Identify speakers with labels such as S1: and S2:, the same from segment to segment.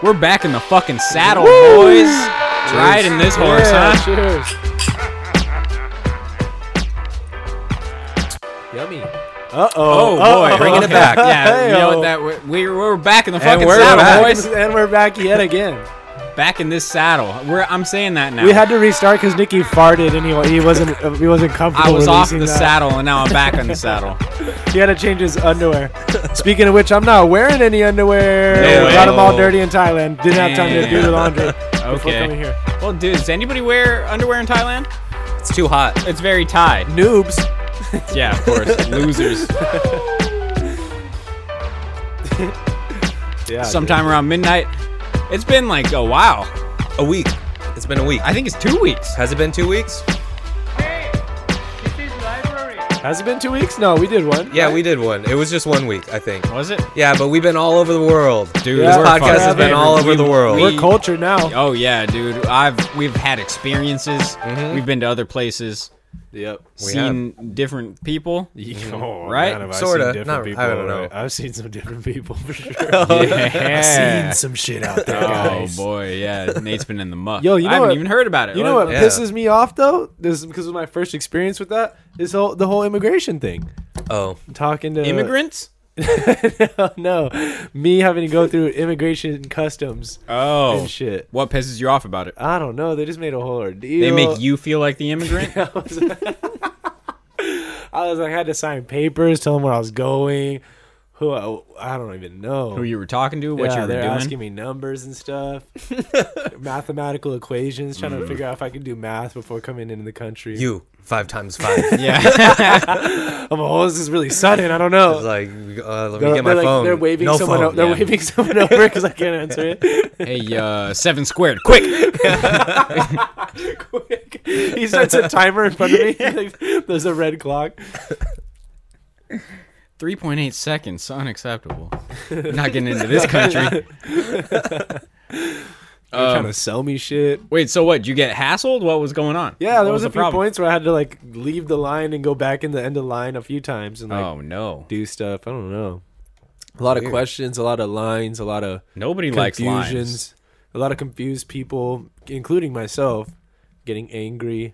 S1: We're back in the fucking saddle, boys. Riding this horse, huh?
S2: Cheers. Yummy.
S3: Uh
S1: Oh,
S3: oh.
S1: boy, bringing it
S2: okay.
S1: back. Yeah, you know
S3: Hey-o.
S1: that we're, we're, we're back in the
S3: And
S1: fucking
S3: we're
S1: saddle,
S3: back.
S1: boys.
S2: And we're back yet again.
S1: Back in this saddle. We're, I'm saying that now.
S2: We had to restart because Nikki farted anyway. He wasn't. uh, He wasn't comfortable.
S1: I was off the
S2: releasing that.
S1: saddle and now I'm back on the saddle.
S2: He had to change his underwear. Speaking of which, I'm not wearing any underwear.
S1: No
S2: Got
S1: way.
S2: them all dirty in Thailand. Didn't have time to do the
S1: Damn.
S2: laundry. Before
S1: Okay.
S2: coming here.
S1: Well, dude, does anybody wear underwear in Thailand?
S3: It's too hot.
S1: It's very tied.
S2: Noobs.
S1: Yeah, of course. Losers.
S2: Yeah.
S1: Sometime around midnight. It's been like a while.
S3: A week. It's been a week.
S1: I think it's two weeks.
S3: Has it been two weeks?
S2: Has it been two weeks? No, we did one.
S3: Yeah, we did one. It was just one week, I think.
S1: Was it?
S3: Yeah, but we've been all over the world.
S1: Dude,
S2: Yeah.
S3: this
S2: we're
S3: podcast has
S2: fucked.
S3: been all over
S1: We-
S3: the world.
S2: We're cultured now.
S1: Oh yeah, dude. I've we've had experiences.
S3: Mhm.
S1: We've been to other places,
S2: Mm-hmm. Yep.
S3: We
S1: seen different people. Right? man, have
S3: Sorta, seen different not- people, I don't know. right?
S2: I've seen some different people for sure.
S1: Yeah.
S2: some shit out there,
S1: Oh boy, yeah. Nate's been in the muck.
S2: Yo, you know
S1: I haven't
S2: what-
S1: even heard about it.
S2: You know what
S3: Yeah.
S2: pisses me off though? This is because of my first experience with that. Is whole, the whole immigration thing.
S3: oh,
S2: Talking to
S1: Immigrants?
S2: no, me having to go through immigration and customs
S1: Oh.
S2: and shit.
S1: What pisses you off about it?
S2: I don't know. They just made a whole ordeal.
S1: They make you feel like the immigrant?
S2: I was, I was like, I had to sign papers, tell them where I was going, who I, I don't even know.
S1: Who you were talking to? What
S2: yeah,
S1: you were
S2: they're
S1: doing?
S2: asking me numbers and stuff, mathematical equations, trying to figure out if I can do math before coming into the country.
S3: you five times five.
S1: Yeah.
S2: I'm like, oh, this is really sudden. I don't know.
S3: It's like, uh, let me
S2: They're,
S3: get my
S2: they're like,
S3: phone.
S2: they're waving
S3: no
S2: someone.
S3: phone.
S2: o- they're
S1: yeah.
S2: waving someone over because I can't answer it.
S1: hey, uh, seven squared, quick!
S2: Quick. He sets a timer in front of me. Like, there's a red clock.
S1: 3.8 seconds, unacceptable. Not getting into this country.
S2: They're trying
S1: Um,
S2: to sell me shit.
S1: wait, so what? Did you get hassled? What was going on?
S2: Yeah,
S1: What
S2: there was, a
S1: the
S2: few
S1: problem?
S2: points where I had to like leave the line and go back in the end of the line a few times and like
S1: oh, no.
S2: do stuff. I don't know. A lot of
S3: Weird.
S2: questions, a lot of lines, a lot of
S1: Nobody likes lines.
S2: confusions, a lot of confused people, including myself, getting angry.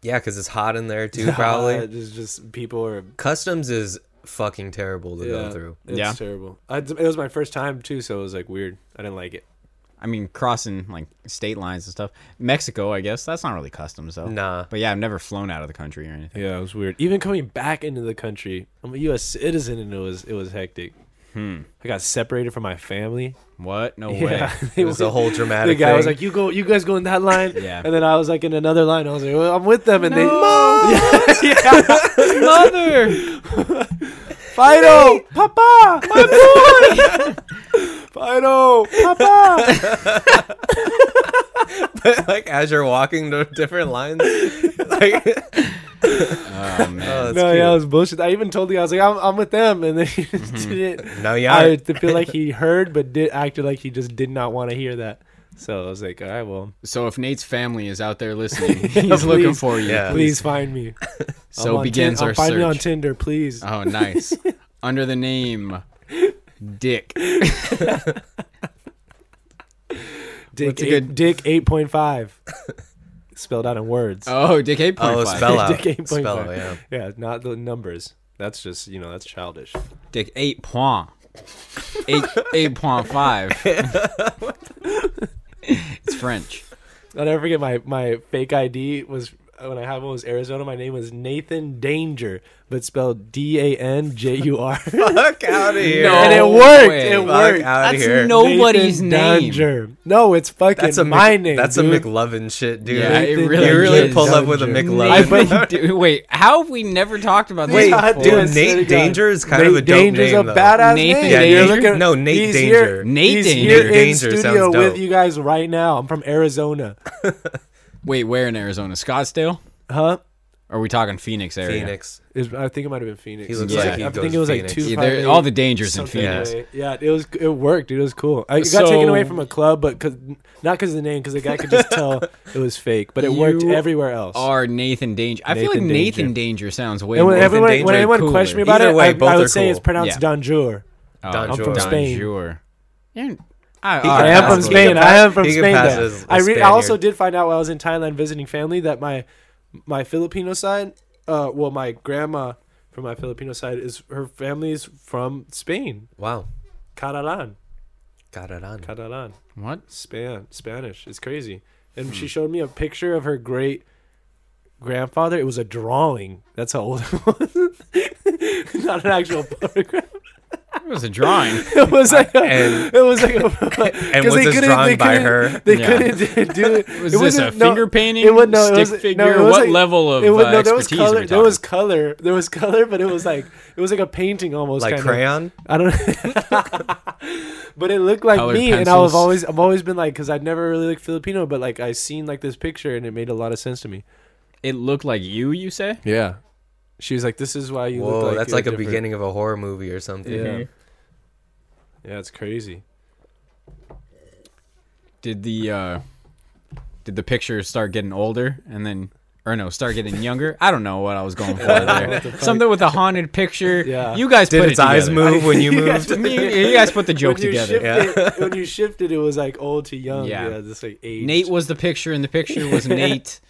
S3: yeah, because it's hot in there too, probably.
S2: just, just people are
S3: Customs is fucking terrible to go through.
S2: It's
S1: Yeah.
S2: terrible. I, it was my first time too, so it was like weird. I didn't like it.
S1: I mean, crossing like state lines and stuff. Mexico, I guess that's not really customs though.
S3: Nah.
S1: But yeah, I've never flown out of the country or anything.
S2: Yeah, it was weird. Even coming back into the country, I'm a U.S. citizen, and it was it was hectic. I got separated from my family.
S1: What? No way.
S2: They
S3: It was a
S2: were-
S3: whole
S2: the
S3: dramatic
S2: guy
S3: thing.
S2: was like, "You go, you guys go in that line,"
S1: Yeah.
S2: and then I was like in another line. I was like, well, "I'm with them," and they,
S1: Mother.
S2: Fido, Papa, my boy, Fido, Papa.
S3: like as you're walking to different lines. like,
S1: Oh man.
S3: oh, that's
S2: no,
S3: cute.
S2: yeah, it was bullshit. I even told the guy, I was like, "I'm, I'm with them," and then he just didn't.
S3: No, yeah.
S2: I feel like he heard, but did acted like he just did not want to hear that. So I was like, "All right, well,
S1: So if Nate's family is out there listening, he's
S2: please.
S1: looking for you.
S3: Yeah.
S2: please find me." I'm
S1: So
S2: on
S1: begins
S2: Tin-
S1: our
S2: Find me on
S1: search.
S2: Tinder, please.
S1: oh, nice. Under the name Dick.
S2: Dick,
S1: what's a
S2: eight,
S1: good-
S2: Dick eight point five, spelled out in words.
S1: Oh, Dick 8.5.
S3: oh, spell out.
S2: Dick 8.5.
S3: Spell out, yeah.
S2: Yeah, not the numbers. That's just you know that's childish.
S1: Dick 8 point. 8 8.5. it's French.
S2: I'll never forget my my fake ID was when I had one was Arizona. My name was Nathan Danger, but spelled D A N J U R,
S3: Fuck out of here.
S1: No
S2: and it worked.
S1: way.
S2: It
S3: Fuck
S2: worked.
S3: out of
S1: That's
S3: here.
S1: no- Nobody's
S2: Nathan
S1: name.
S2: Danger. No, it's fucking
S3: That's a
S2: my
S3: Mc,
S2: name.
S3: That's
S2: dude.
S3: a McLovin shit, dude.
S1: Yeah, it
S2: Nathan
S1: really,
S3: you really
S1: is.
S3: pulled up with a
S2: Danger.
S1: I,
S3: McLovin.
S1: but, dude, wait, how have we never talked about this?
S3: Wait,
S2: God
S1: before?
S2: damn,
S3: dude,
S2: swear to
S3: Nate
S2: God.
S3: Danger is kind of a
S2: Nate
S3: dope
S2: Danger's
S3: name,
S2: a
S3: though.
S2: badass
S1: Nathan
S2: name.
S1: Yeah,
S2: You're
S1: Danger-
S2: looking-
S3: no, Nate
S2: he's
S3: Danger.
S2: Here,
S1: Nate
S2: he's
S1: Danger.
S2: Here
S3: Nate
S2: in
S3: Danger sounds
S2: studio
S3: dope.
S2: with you guys right now. I'm from Arizona,
S1: Wait, where in Arizona? Scottsdale?
S2: huh?
S1: Or are we talking Phoenix area?
S3: Phoenix.
S2: Is- I think it might have been Phoenix.
S3: He looks
S1: Yeah.
S3: like he
S2: I
S3: goes
S2: think
S3: to
S2: it was like
S3: Phoenix.
S2: two
S1: Yeah, there- all the dangers in
S2: Something
S1: Phoenix.
S2: like- Yeah, it was it worked. It was cool. I got
S1: So-
S2: taken away from a club, but cause, not because of the name, because the guy could just tell it was fake. But it
S1: You
S2: worked everywhere else.
S1: Or Nathan Danger. I feel like
S2: Nathan
S1: Nathan Danger,
S2: Danger.
S1: sounds way
S2: and when
S1: more
S2: everyone,
S3: Danger
S2: when
S3: is
S2: anyone
S1: cooler.
S2: questioned me about
S3: Either
S2: it,
S3: way,
S2: I,
S3: both
S2: I
S3: are
S2: would say
S3: cool.
S2: it's pronounced
S1: Yeah.
S2: Danjur.
S1: Oh,
S3: Don
S2: I'm from
S3: Jordan.
S2: Spain.
S1: Danger. You're- I,
S3: He
S1: all
S2: I
S1: right,
S2: am
S1: that's
S2: from
S1: cool.
S3: He
S2: Spain.
S3: can
S2: I am
S3: pass-
S2: from
S3: he can
S2: Spain.
S3: pass
S2: though.
S3: as a
S2: I, re- I also
S3: Spaniard.
S2: did find out while I was in Thailand visiting family that my my Filipino side, uh, well, my grandma from my Filipino side is her family's from Spain,
S3: Wow.
S2: Catalan,
S3: Got it on.
S2: Catalan,
S1: What?
S2: Span, Spanish. It's crazy. And
S3: Hmm.
S2: she showed me a picture of her great grandfather. It was a drawing. That's how old it was. Not an actual photograph.
S1: It was a drawing.
S2: It was like a,
S3: And-
S2: it was like a,
S3: And
S2: 'Cause
S3: was
S2: they
S3: this
S2: couldn't- they
S3: drawn by
S2: couldn't-
S3: her?
S2: They
S1: Yeah.
S2: couldn't do it.
S1: Was
S2: it
S1: this a
S2: wasn't- no,
S1: finger painting?
S2: It would no, it
S1: stick
S2: was,
S1: figure.
S2: No, it was
S1: what
S2: like-
S1: level of
S2: it would-
S1: uh,
S2: no, there was
S1: expertise
S2: color.
S1: are we
S2: there was
S1: talking?
S2: color. There was color, but it was like it was like a painting almost,
S3: Like
S2: kind
S3: crayon?
S2: Of. I don't. but it looked like
S1: Colored
S2: me, and I've
S1: pencils.
S2: always I've always been like because I'd never really looked Filipino, but like I seen like this picture, and it made a lot of sense to me.
S1: It looked like you. You say?
S2: Yeah, she was like, "This is why you look
S3: Whoa,
S2: like."
S3: that's
S2: you're
S3: like a
S2: different."
S3: beginning of a horror movie or something.
S2: Yeah, yeah, it's crazy.
S1: Did the uh, did the pictures start getting older and then? Or no, start getting younger. I don't know what I was going for there. Something with a haunted picture.
S2: Yeah.
S1: You guys
S3: Did
S1: put
S3: its
S1: it
S3: eyes
S1: together.
S3: move when you
S2: Yeah.
S3: moved?
S1: you, you guys put the joke
S2: when you
S1: together.
S2: Shifted, when you shifted, it was like old to young.
S1: Yeah.
S2: Yeah, just like age.
S1: Nate was the picture, and the picture was Nate,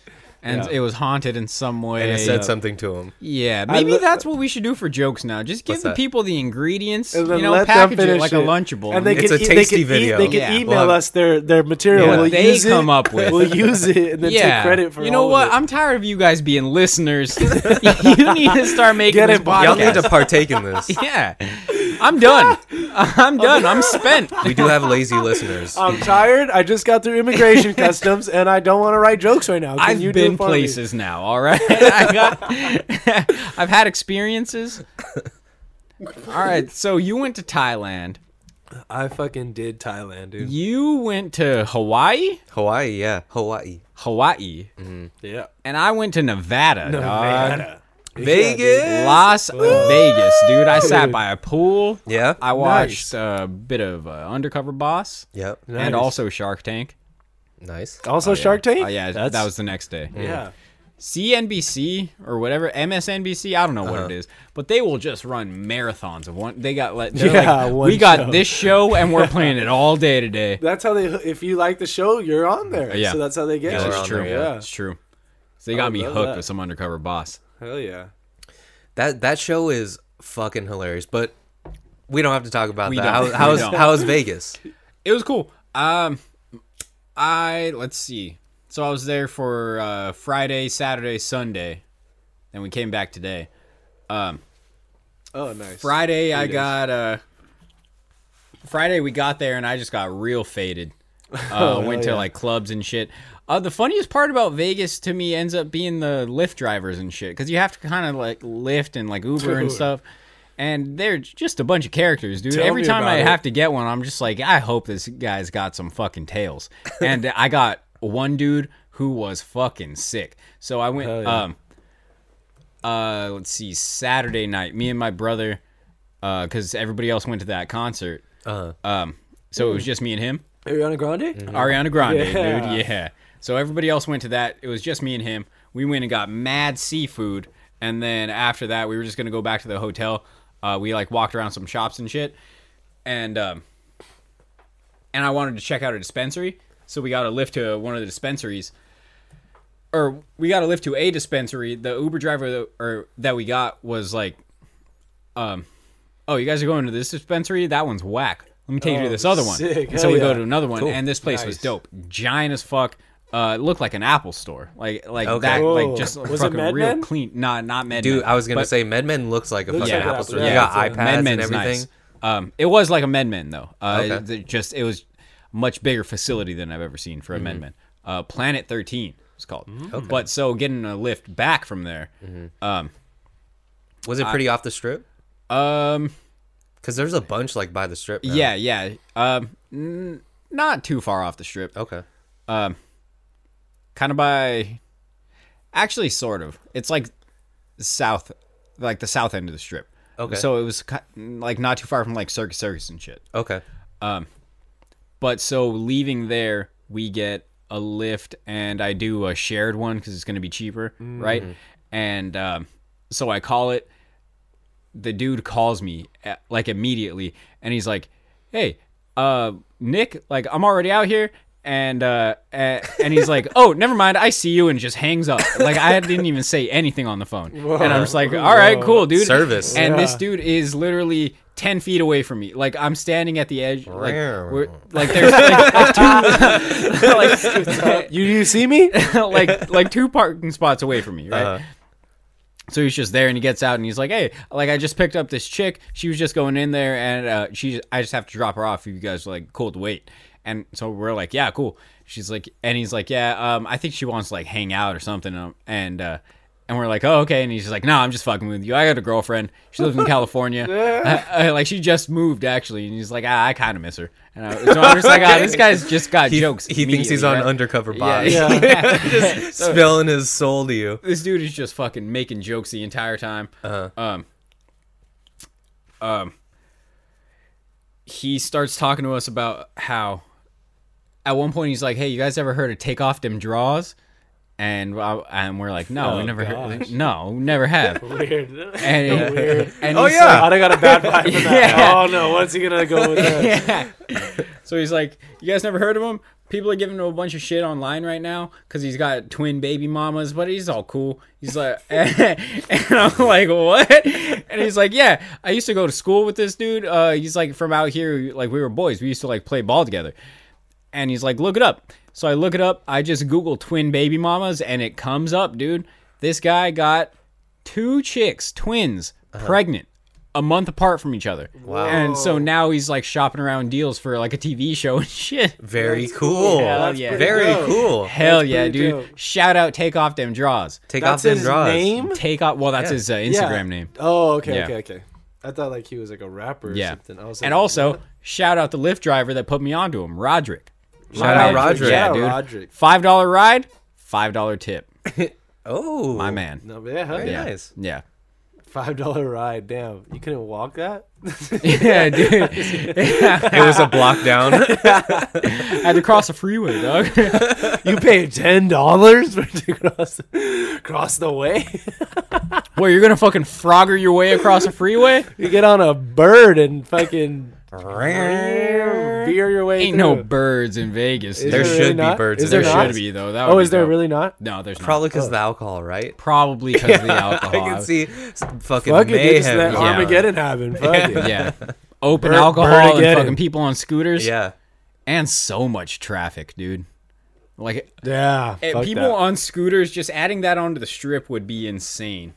S1: and
S2: Yeah.
S1: it was haunted in some way.
S3: And it said something to him.
S1: Yeah,
S2: I
S1: maybe
S2: lo-
S1: that's what we should do for jokes now. Just give
S3: What's
S1: the
S3: that?
S1: people the ingredients,
S2: And
S1: you
S2: then
S1: know,
S2: let them
S1: package it
S2: finish
S1: like a
S2: it.
S1: lunchable.
S2: and they
S3: It's
S2: can
S3: a
S2: e- they can
S3: tasty
S2: e-
S3: video.
S2: they can
S1: Yeah.
S2: email
S3: Well,
S2: us their their material.
S1: Yeah.
S2: We'll
S1: They
S2: use
S1: come
S2: it.
S1: up with.
S2: We'll use it and then
S1: yeah,
S2: take credit for.
S1: you know
S2: all
S1: what?
S2: Of it.
S1: I'm tired of you guys being listeners. you need to start making
S2: Get
S1: this
S2: it, Bob.
S3: Y'all need
S1: podcast.
S3: to partake in this.
S1: yeah, I'm done. I'm done. I'm spent.
S3: We do have lazy listeners.
S2: I'm tired. I just got through immigration customs, and I don't want to write jokes right now. Can
S1: I've
S2: you do
S1: been
S2: it for me?
S1: places now. All right, I got, I've had experiences. All right, so you went to Thailand.
S2: I fucking did Thailand, dude.
S1: You went to Hawaii,
S3: Hawaii, yeah. Hawaii.
S1: Hawaii,
S2: Yeah,
S1: and I went to Nevada. dog.
S2: Nevada. Yeah,
S3: Vegas?
S2: dude.
S1: Las Vegas, dude. I sat by a pool.
S3: Yeah.
S1: I watched a bit of uh, Undercover Boss
S3: Yep.
S2: Nice.
S1: and also Shark Tank.
S3: Nice.
S2: Also Shark Tank.
S1: Oh yeah,
S2: That's-
S1: that was the next day.
S2: yeah.
S1: CNBC or whatever MSNBC, I don't know
S2: Uh-huh.
S1: what it is, but they will just run marathons of one. They got let. they're
S2: Yeah,
S1: like,
S2: one
S1: we got
S2: show."
S1: this show and we're playing it all day today.
S2: That's how they. If you like the show, you're on there.
S1: Yeah.
S2: So that's how they get
S3: Yeah,
S2: you.
S3: we're on
S1: It's true.
S3: there,
S2: yeah.
S1: It's true. So they got me
S2: love
S1: hooked
S2: that.
S1: with some undercover boss.
S2: Hell yeah.
S3: That that show is fucking hilarious, but we don't have to talk about
S1: We
S3: that.
S1: don't.
S3: How,
S1: We
S3: how's
S1: don't.
S3: how's Vegas?
S1: It was cool. Um, I let's see. So I was there for uh, Friday, Saturday, Sunday, and we came back today.
S2: Oh, nice.
S1: Friday, I
S2: days.
S1: got uh Friday we got there and I just got real faded. Uh, went to
S2: yeah.
S1: like clubs and shit. Uh, the funniest part about Vegas to me ends up being the Lyft drivers and shit because you have to kind of like Lyft and like Uber and
S2: Dude.
S1: stuff, and they're just a bunch of characters, dude.
S2: Tell
S1: Every
S2: me
S1: time I
S2: about it.
S1: have to get one, I'm just like, I hope this guy's got some fucking tails. and I got one dude who was fucking sick, so I went.
S2: Hell yeah.
S1: Um, uh, let's see, Saturday night, me and my brother, because everybody else went to that concert.
S2: Uh-huh.
S3: Uh,
S1: Um, so
S2: Mm-hmm.
S1: it was just me and him.
S2: Ariana Grande.
S1: Ariana Grande,
S2: Yeah.
S1: dude. Yeah. So everybody else went to that. It was just me and him. We went and got mad seafood, and then after that, we were just gonna go back to the hotel. Uh, we like walked around some shops and shit, and um, and I wanted to check out a dispensary, so we got a lift to one of the dispensaries, or we got a lift to a dispensary. The Uber driver that, or that we got was like, um, oh, you guys are going to this dispensary? That one's whack. Let me take you to
S2: Oh,
S1: this other one.
S2: sick.
S1: And so
S2: Hell
S1: we go
S2: yeah.
S1: to another one,
S3: Cool.
S1: and this place was
S2: Nice.
S1: dope, giant as fuck. Uh, it looked like an Apple store, like like
S3: Okay.
S1: that, like
S2: Whoa.
S1: just
S2: Was it
S1: fucking
S2: Mad
S1: real
S2: Men?
S1: clean. Nah, not Med.
S3: dude,
S1: Men.
S3: I was gonna
S1: But
S3: say MedMen looks like a
S2: Looks
S3: fucking
S2: like an
S3: Apple
S2: Apple,
S3: store.
S2: yeah.
S3: You got
S2: It's a-
S3: iPads
S1: Med
S3: and
S1: Men's
S3: everything.
S1: nice. Um, it was like a Med Men though. Uh,
S3: Okay.
S1: it- it just it was much bigger facility than I've ever seen for a
S3: Mm-hmm.
S1: Med Men. Uh, Planet Thirteen, it's called.
S2: Mm-hmm.
S1: But so getting a lift back from there,
S3: Was it pretty off the strip?
S1: um,
S3: Because there's a bunch like by the strip. now.
S1: yeah, yeah, um, n- not too far off the strip.
S3: Okay.
S1: kind of by actually sort of it's like south like the south end of the strip
S3: Okay.
S1: so it was ki- like not too far from like circus circus and shit
S3: Okay.
S1: but so leaving there we get a lift and i do a shared one because it's going to be cheaper right and um, so i call it the dude calls me eh, like immediately and he's like hey uh, Nick, like I'm already out here, and uh, a- and he's like, oh, never mind, I see you, and just hangs up. Like I didn't even say anything on the phone, and I'm just like, all right,
S2: Whoa.
S1: cool, dude.
S3: Service.
S1: And this
S2: Yeah.
S1: dude is literally. 10 feet away from me like i'm standing at the edge like,
S3: Rare.
S1: we're, like there's like, two like,
S2: You you see me?
S1: like like two parking spots away from me, right?
S3: Uh-huh.
S1: So he's just there, and he gets out, and he's like, "Hey, like I just picked up this chick. She was just going in there, and uh, she, I just have to drop her off. If you guys are, like cool to wait." And so we're like, "Yeah, cool." She's like, and he's like, "Yeah, um, I think she wants to like hang out or something." um, And uh, and we're like, "Oh, okay." And he's just like, "No, I'm just fucking with you. I got a girlfriend. She lives in California. Uh, uh, like she just moved actually." And he's like, ah, "I kind of miss her." And I, so I'm just like, ah, "This guy's just got
S3: He,
S1: jokes."
S3: he thinks he's on
S1: immediately, right?
S3: undercover body.
S1: Yeah.
S3: Just spilling his soul to you.
S1: this dude is just fucking making jokes the entire time. Uh-huh. Um, um, he starts talking to us about how, at one point, he's like, "Hey, you guys ever heard of take off them draws?" And I, and we're like, "No, we
S2: Oh,
S1: never heard.
S2: gosh.
S1: No, we never have."
S2: Weird.
S1: And,
S2: Weird.
S1: and
S3: Oh,
S1: he's
S3: yeah.
S1: like-
S2: I got a bad vibe from that.
S1: Yeah.
S2: Oh no, what's he gonna go with that?
S1: so he's like, "You guys never heard of him? People are giving him a bunch of shit online right now because he's got twin baby mamas, but he's all cool." He's like, and I'm like, "What?" And he's like, "Yeah, I used to go to school with this dude. Uh, he's like from out here. Like we were boys. We used to like play ball together." And he's like, "Look it up." So I look it up. I just Google twin baby mamas, and it comes up, dude. This guy got two chicks, twins,
S2: Uh-huh.
S1: pregnant, a month apart from each other. Wow. And so now he's like shopping around deals for like a TV show and shit.
S3: Very cool.
S1: Yeah, Hell yeah.
S2: pretty
S3: Very
S2: dope.
S3: cool.
S1: Hell
S2: That's
S1: yeah,
S2: pretty
S1: dude.
S2: dope.
S1: Shout out Take Off Them Draws.
S3: Take
S2: That's
S3: off them
S2: his
S3: draws.
S2: name.
S1: Take off well, that's
S3: Yeah.
S1: his uh, Instagram
S2: Yeah.
S1: name.
S2: Oh, okay,
S1: Yeah.
S2: okay, okay. I thought like he was like a rapper or
S1: Yeah.
S2: something. I was like,
S1: And also, shout out the Lyft driver that put me onto him, Roderick.
S3: Shout out
S1: Yeah,
S3: Roderick.
S2: Shout out
S1: dude.
S2: Roderick.
S1: Five dollar ride, five dollar tip.
S3: Oh,
S1: My man.
S2: No, but yeah, hell
S3: Very
S2: yeah.
S3: nice.
S1: Yeah.
S2: Five dollar ride. Damn, you couldn't walk that.
S1: Yeah, dude.
S3: It was a block down.
S1: I had to cross a freeway, dog.
S2: you paid ten dollars to cross cross the way.
S1: Well, you're gonna fucking frogger your way across a freeway?
S2: you get on a bird and fucking
S3: there
S2: veer your way.
S1: Ain't
S2: through.
S1: no birds in Vegas. dude.
S2: there
S1: There,
S2: really
S3: should be
S2: not?
S3: birds.
S2: Is
S3: in
S2: there
S3: there
S2: not?
S1: should be though. That
S2: Oh,
S1: would
S2: is
S1: be
S2: there
S1: dope.
S2: really not?
S1: No, there's not.
S3: Probably because of the alcohol, right?
S1: Probably because of the alcohol.
S3: I can see s- fucking
S2: Fuck it, dude. Just
S3: mayhem.
S2: let
S3: Yeah.
S2: Armageddon happen. Fuck it.
S1: Yeah. Open
S2: Bird-
S1: alcohol and
S2: Birdigeddon.
S1: fucking people on scooters.
S3: yeah.
S1: And so much traffic, dude. Like
S2: Yeah.
S1: eh,
S2: fuck
S1: people
S2: that.
S1: on scooters, just adding that onto the strip would be insane.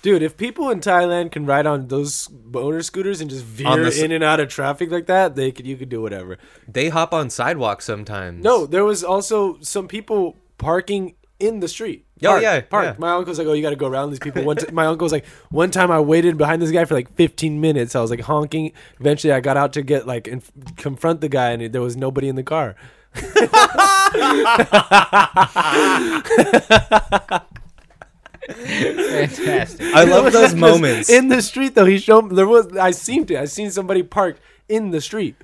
S2: Dude, if people in Thailand can ride on those motor scooters and just
S3: On
S2: veer
S3: the s-
S2: in and out of traffic like that, they could you could do whatever.
S3: They hop on sidewalks sometimes.
S2: No, there was also some people parking in the street.
S3: Oh,
S2: Park,
S3: yeah,
S2: park.
S3: yeah.
S2: My uncle's like, oh, you got to go around these people. One t- my uncle was like, one time I waited behind this guy for like 15 minutes. I was like honking. Eventually, I got out to get like and confront the guy, and there was nobody in the car.
S1: Fantastic.
S3: I love
S2: It
S3: those
S2: was
S3: moments.
S2: in the street though. He showed there was I seen it. I seen somebody parked in the street,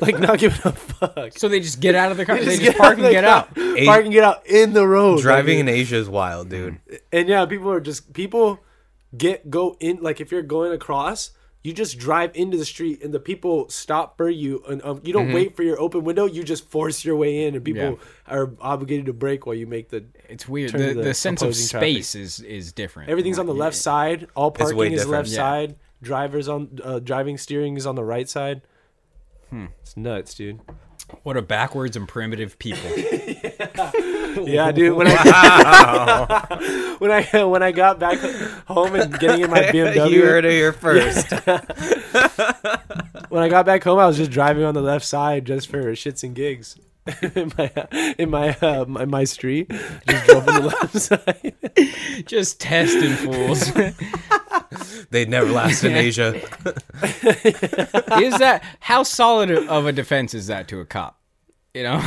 S2: like not giving a fuck.
S1: so they just get out of the car. They just,
S2: get
S1: park
S2: out
S1: and
S2: of
S1: get
S2: the
S1: out.
S2: car. Park and get out in the road.
S3: Driving
S2: Like,
S3: in Asia is wild, dude.
S2: and yeah, people are just people get go in like if you're going across, you just drive into the street and the people stop for you and um, you
S3: Mm-hmm.
S2: don't wait for your open window. You just force your way in and people are obligated to break while you make the.
S1: It's weird.
S2: Turn
S1: The,
S2: to
S1: the,
S2: the
S1: sense of
S2: opposing traffic.
S1: space is is different.
S2: Everything's on the left side. All parking
S3: way
S2: is
S3: different.
S2: left
S1: Yeah.
S2: side. Drivers on uh, driving steering is on the right side.
S3: Hmm.
S2: It's nuts, dude.
S1: What a backwards and primitive people.
S2: Yeah, dude. When I when I when I got back home and getting in my BMW,
S3: You heard it here first.
S2: when I got back home, I was just driving on the left side just for shits and gigs. in my in my uh, my, my street, just drove on the left side.
S1: just testing fools.
S3: they never last in Asia.
S1: is that how solid of a defense is that to a cop? You know,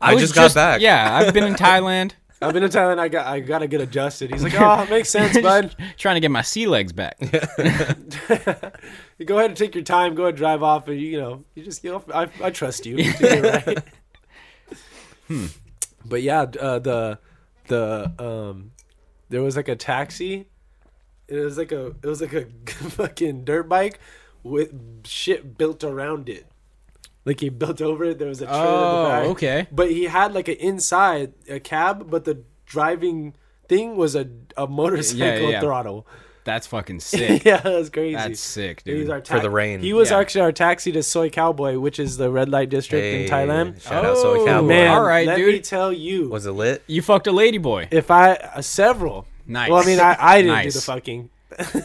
S3: I
S1: was
S3: just got back.
S1: Yeah, I've been in Thailand
S2: I've been to Thailand. I got I gotta get adjusted. He's like, oh, it makes sense, bud.
S1: trying to get my sea legs back.
S2: You go ahead and take your time. Go ahead, and drive off, and you, you know, you just you know, I, I trust you. You did it right.
S1: Hmm.
S2: But yeah, d- uh, the the um, there was like a taxi. It was like a it was like a fucking dirt bike with shit built around it. Like he built over it. There was a trailer in
S1: Oh,
S2: the back.
S1: okay.
S2: But he had like an inside a cab, but the driving thing was a a motorcycle
S1: yeah.
S2: throttle.
S1: That's fucking sick.
S2: yeah, that was crazy.
S1: That's sick,
S2: He was
S1: dude.
S2: our
S3: For the
S2: tax-
S3: rain.
S2: He was
S1: Yeah.
S2: actually our taxi to Soy Cowboy, which is the red light district
S3: Hey,
S2: in Thailand.
S3: Shout out Soy
S1: Oh,
S3: Cowboy.
S2: Man,
S1: All right,
S2: let
S1: dude.
S2: me tell you,
S3: Was it lit?
S1: You fucked a ladyboy.
S2: if I uh, several.
S1: Nice.
S2: Well, I mean, I, I didn't
S1: Nice.
S2: do the fucking.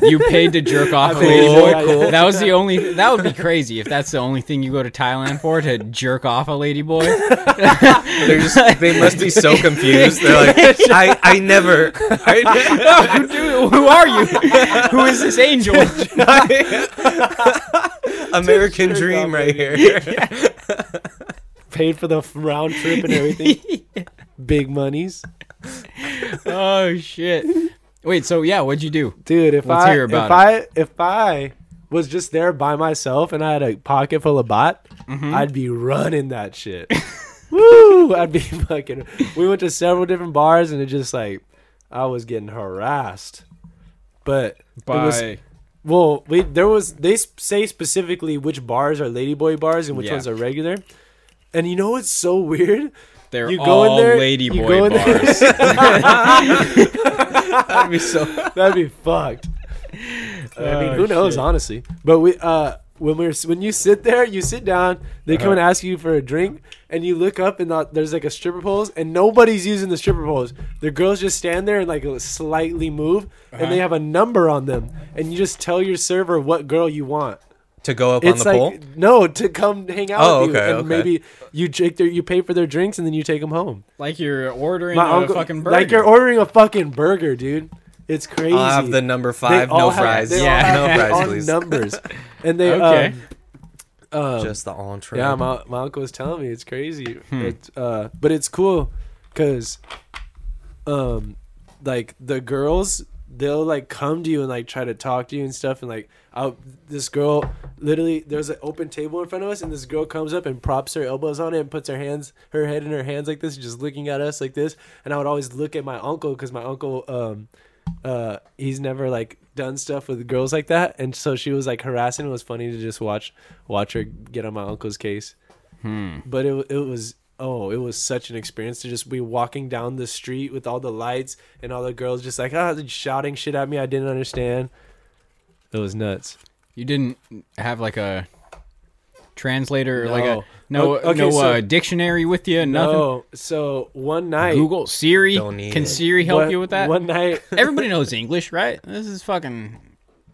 S1: You paid to jerk off a
S2: paid to jerk-
S1: ladyboy.
S2: yeah, yeah.
S1: That was the only. That would be crazy if that's the only thing you go to Thailand for to jerk off a ladyboy.
S3: They're just, they must be so confused. They're like, I, I never. I,
S1: Dude, who are you? Who is this angel?
S3: American dream right here.
S2: paid for the f- round trip and everything. Big monies,
S1: oh shit. Wait. So yeah, what'd you do?
S2: dude. If
S1: Let's
S2: I
S1: hear
S2: if
S1: about
S2: I if I was just there by myself and I had a pocket full of bot,
S1: Mm-hmm.
S2: I'd be running that shit. Woo! I'd be fucking. We went to several different bars and it just like I was getting harassed. But it
S1: By
S2: was Well, we there was they s- say specifically which bars are ladyboy bars and which
S1: Yeah.
S2: ones are regular. And you know what's so weird?
S1: they're
S2: you go in
S1: all
S2: there, you go
S1: ladyboy
S2: in there.
S1: bars.
S3: That'd be so.
S2: That'd be fucked. I mean, who knows, honestly. But we uh when we're when you sit there, you sit down. They
S3: Uh-huh.
S2: come and ask you for a drink, and you look up and the, there's like a stripper poles, and nobody's using the stripper poles. The girls just stand there and like slightly move,
S3: Uh-huh.
S2: and they have a number on them, and you just tell your server what girl you want.
S3: To go up
S2: It's
S3: on the
S2: like
S3: pole?
S2: no to come hang out
S3: Oh,
S2: with you,
S3: okay,
S2: and
S3: okay.
S2: maybe you drink their, you pay for their drinks, and then you take them home.
S1: like you're ordering
S2: My
S1: a
S2: uncle-
S1: fucking burger.
S2: like you're ordering a fucking burger, dude. It's crazy.
S3: I'll have the number
S2: They
S3: five, no
S2: all have-
S3: fries.
S2: they all
S1: Yeah.
S3: Yeah,
S2: have
S3: no
S2: their
S3: fries,
S2: own
S3: please.
S2: numbers, and they
S1: Okay.
S2: um, um,
S3: Just the entree.
S2: yeah. My, my uncle was telling me it's crazy.
S3: Hmm.
S2: It's, uh, but it's cool because, um, like the girls, they'll like come to you and like try to talk to you and stuff. And like, I, this girl, literally, there's an open table in front of us, and this girl comes up and props her elbows on it and puts her hands, her head in her hands like this, just looking at us like this. And I would always look at my uncle because my uncle, um, uh, he's never like done stuff with girls like that, and so she was like harassing. It was funny to just watch watch her get on my uncle's case. But it it was oh, it was such an experience to just be walking down the street with all the lights and all the girls just like ah shouting shit at me. I didn't understand. It was nuts.
S1: You didn't have like a translator, or like
S2: No.
S1: a no,
S2: O- okay,
S1: no
S2: so-
S1: uh, dictionary with you, nothing.
S2: No, so one night
S1: Google Siri.
S3: Don't need
S1: Can
S3: it.
S1: Siri help
S2: one-
S1: you with that?
S2: One night,
S1: Everybody knows English, right? This is fucking.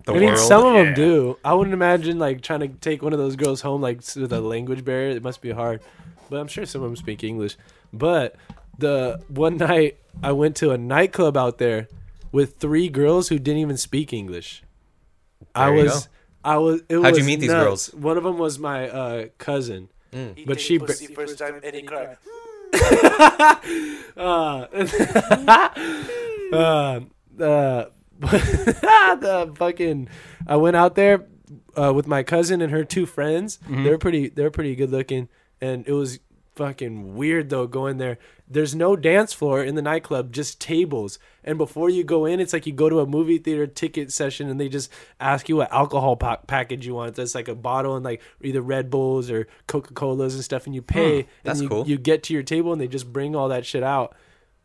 S3: The
S2: I mean,
S3: world.
S2: some of them do. I wouldn't imagine like trying to take one of those girls home like s- with a language barrier. It must be hard, but I'm sure some of them speak English. But the one night I went to a nightclub out there with three girls who didn't even speak English. I
S3: There you
S2: was,
S3: go.
S2: I was. It
S3: How'd
S2: was
S3: you meet these
S2: nuts.
S3: girls? Mm.
S2: One of them was my uh, cousin, but she. br- uh, uh, the fucking I went out there uh, with my cousin and her two friends.
S3: Mm-hmm.
S2: They're pretty they're pretty good looking and it was fucking weird though going there. There's no dance floor in the nightclub, just tables. And before you go in, it's like you go to a movie theater ticket session and they just ask you what alcohol pa- package you want. That's like a bottle and like either Red Bulls or Coca-Colas and stuff and you pay
S3: that's
S2: and you,
S3: cool.
S2: you get to your table and they just bring all that shit out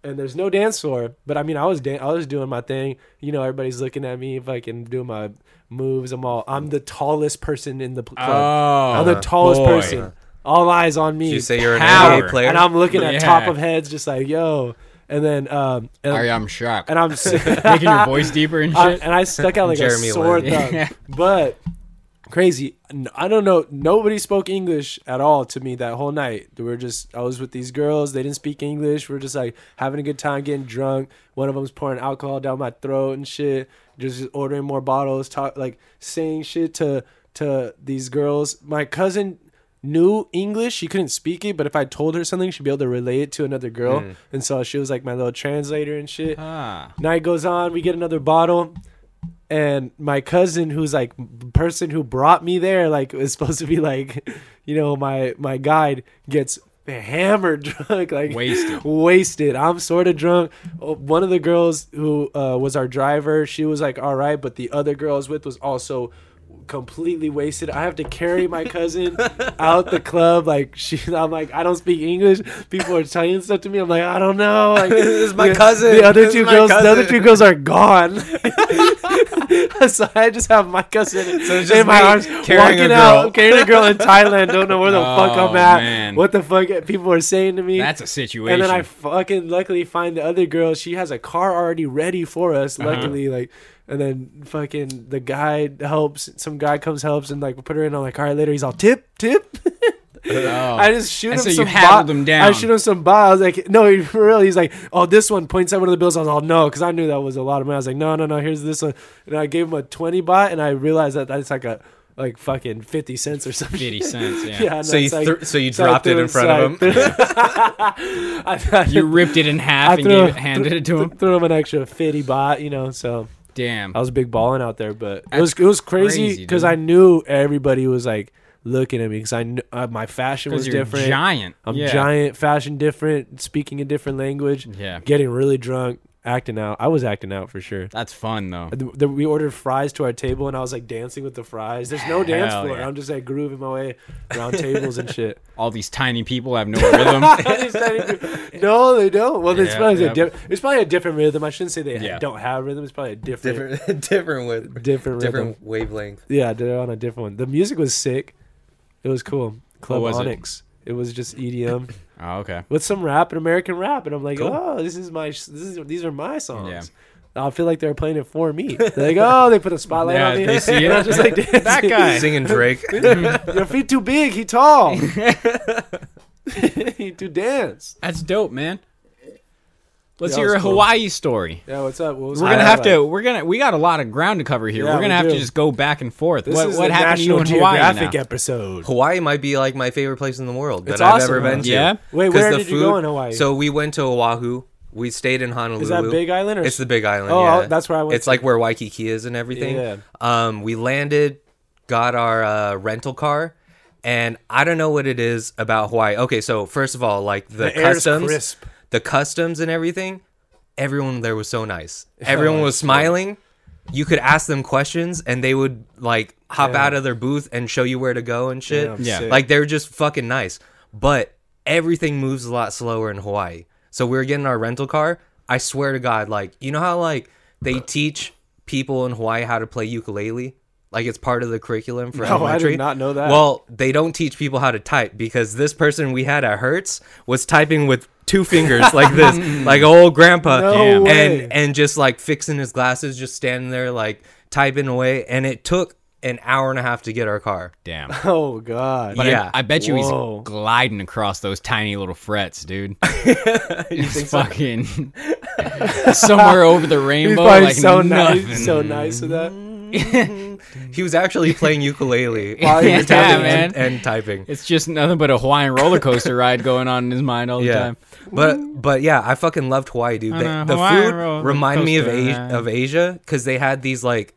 S2: and there's no dance floor. But I mean, I was dan- I was doing my thing. You know, everybody's looking at me if I can do my moves. I'm all I'm the tallest person in the pl- club. I'm the tallest
S1: boy.
S2: person. All eyes on me.
S3: You say you're an
S1: Power.
S3: NBA player?
S2: and I'm looking at
S1: Yeah.
S2: top of heads, just like yo. And then um and,
S1: Sorry, I'm shocked.
S2: and I'm s-
S1: Making your voice deeper and
S2: I,
S1: shit.
S2: and I stuck out like
S3: Jeremy
S2: a sore
S3: Lin.
S2: thumb.
S1: Yeah.
S2: But crazy. N- I don't know. Nobody spoke English at all to me that whole night. We were just I was with these girls. They didn't speak English. We are just like having a good time, getting drunk. One of them's pouring alcohol down my throat and shit. Just, just ordering more bottles. Talk like saying shit to to these girls. My cousin knew English. She couldn't speak it, but if I told her something, she'd be able to relay it to another girl.
S3: Mm.
S2: And so she was like my little translator and shit.
S1: ah,
S2: Night goes on. We get another bottle, and my cousin, who's like person who brought me there, like was supposed to be like, you know, my my guide gets hammered drunk, like
S1: Wasted.
S2: wasted. I'm sort of drunk. Oh, One of the girls who uh, was our driver, she was like all right, but the other girl I was with was also completely wasted. I have to carry my cousin out the club. Like she, I'm like, I don't speak English. People are telling stuff to me. I'm like, I don't know. Like,
S3: This is my
S2: the-
S3: cousin.
S2: The other
S3: This is
S2: two
S3: my
S2: girls, the other
S3: cousin.
S2: two girls are gone. so I just have my cousin
S3: it's
S2: in
S3: just
S2: my
S3: me
S2: arms,
S3: carrying a
S2: walking out,
S3: girl.
S2: carrying a girl in Thailand. Don't know where the fuck
S1: Oh,
S2: I'm at.
S1: man.
S2: What the fuck people are saying to me.
S1: That's a situation.
S2: And then I fucking luckily find the other girl. She has a car already ready for us.
S3: Uh-huh.
S2: Luckily, like, and then fucking the guy helps. Some guy comes helps and like put her in. I'm like, all right, later. He's all tip tip.
S1: Oh.
S2: I just shoot
S1: And
S2: him
S1: so you
S2: some
S1: haggled
S2: bo-
S1: him down.
S2: I shoot him some bot. I was like, no, he- for real. He's like, oh, this one points at one of the bills. I was all no, because I knew that was a lot of money. I was like, no, no, no. Here's this one. And I gave him a twenty bot, and I realized that that's like a like fucking fifty cents or something.
S1: 50 cents, yeah.
S2: and
S3: So you
S2: it's like-
S3: thr- so you
S2: I
S3: dropped
S2: threw
S3: it in front of
S2: so I
S3: him.
S2: threw- I thought-
S1: you ripped it in half
S2: I
S1: and
S2: threw-
S1: gave it, handed it to
S2: th-
S1: him.
S2: Threw him an extra fifty bot, you know. So
S1: Damn.
S2: I was big balling out there, but it
S1: That's
S2: was it was crazy
S1: crazy,
S2: because
S1: dude.
S2: I knew everybody was like looking at me because I kn- uh, my fashion was
S1: Because you're
S2: different.
S1: giant.
S2: I'm
S1: Yeah.
S2: giant, fashion different, speaking a different language.
S1: Yeah.
S2: getting really drunk, acting out. I was acting out for sure.
S1: That's fun though.
S2: The- the- We ordered fries to our table, and I was like dancing with the fries. There's no dance
S1: Hell
S2: floor.
S1: yeah.
S2: I'm just like grooving my way around tables and shit.
S1: All these tiny people have no rhythm.
S2: It's not even- no, they don't. Well, it's
S1: Yeah,
S2: probably
S1: yeah.
S2: a diff- it's probably a different rhythm. I shouldn't say they
S1: Yeah.
S2: don't have rhythm. It's probably a different,
S3: different, different with
S2: different, rhythm.
S3: different wavelength.
S2: Yeah, they're on a different one. The music was sick. It was cool. Club
S1: was it?
S2: Onyx. It? was just E EDM
S1: oh, okay.
S2: with some rap and American rap, and I'm like,
S3: Cool.
S2: oh, this is my, this is these are my songs.
S1: Yeah.
S2: I feel like they're playing it for me. They're like, oh, they put a spotlight
S1: Yeah,
S2: on me.
S1: they see
S2: And
S1: it.
S2: I'm just like,
S1: That
S2: dancing.
S1: guy.
S3: Singing Drake.
S2: Your feet too big. He tall. he do dance.
S1: That's dope, man. Let's
S2: Yeah,
S1: hear
S2: it
S1: a
S2: was cool.
S1: Hawaii story.
S2: Yeah, what's up? What was
S1: We're
S2: that
S1: gonna have
S2: like?
S1: to. We're gonna. We got a lot of ground to cover here.
S2: Yeah,
S1: we're gonna
S2: we
S1: have to
S2: do.
S1: just go back and forth.
S2: This
S1: what
S2: is
S1: what
S2: the
S1: happened to you in
S2: National
S1: Hawaii?
S2: Geographic
S1: now?
S2: episode.
S3: Hawaii might be like my favorite place in the world that
S2: It's
S3: I've
S2: awesome,
S3: ever
S2: huh?
S3: been to.
S1: Yeah?
S2: Wait,
S3: 'Cause
S2: where
S3: the
S2: did you go in Hawaii?
S3: So we went to Oahu. We stayed in Honolulu.
S2: Is that Big Island or-
S3: It's the Big Island.
S2: Oh,
S3: yeah.
S2: that's where I went
S3: It's
S2: to.
S3: like where Waikiki is and everything.
S2: Yeah.
S3: Um, we landed, got our uh, rental car, and I don't know what it is about Hawaii. Okay, so first of all, like the,
S2: The air's
S3: customs,
S2: crisp.
S3: the customs and everything. Everyone there was so nice. Everyone was smiling. You could ask them questions, and they would like hop
S2: Yeah.
S3: out of their booth and show you where to go and shit.
S2: Damn,
S1: Yeah. sick.
S3: Like they're just fucking nice. But everything moves a lot slower in Hawaii. So we were getting our rental car. I swear to God, like, you know how like they teach people in Hawaii how to play ukulele? Like it's part of the curriculum for
S2: I did
S3: elementary.
S2: not know that.
S3: Well, they don't teach people how to type because this person we had at Hertz was typing with two fingers like this, like old grandpa,
S2: No
S1: Damn.
S2: way.
S3: and and just like fixing his glasses, just standing there like typing away. And it took an hour and a half to get our car.
S1: Damn.
S2: Oh god.
S1: But I-
S3: Yeah.
S1: I, bet you
S2: Whoa.
S1: he's gliding across those tiny little frets, dude. he's fucking somewhere over the
S2: He's
S1: rainbow,
S2: probably
S1: like
S2: so
S1: nothing.
S2: nice, so nice with that.
S3: He was actually playing ukulele
S2: While he was
S1: Yeah,
S3: tapping
S1: man.
S3: and, and typing.
S1: It's just nothing but a Hawaiian roller coaster ride going on in his mind all the
S3: Yeah,
S1: time.
S3: but but yeah, I fucking loved Hawaii, dude.
S1: On
S3: The,
S1: a
S3: the
S1: Hawaiian
S3: food
S1: roller
S3: reminded me of
S1: coaster
S3: Asia,
S1: ride.
S3: of Asia because they had these like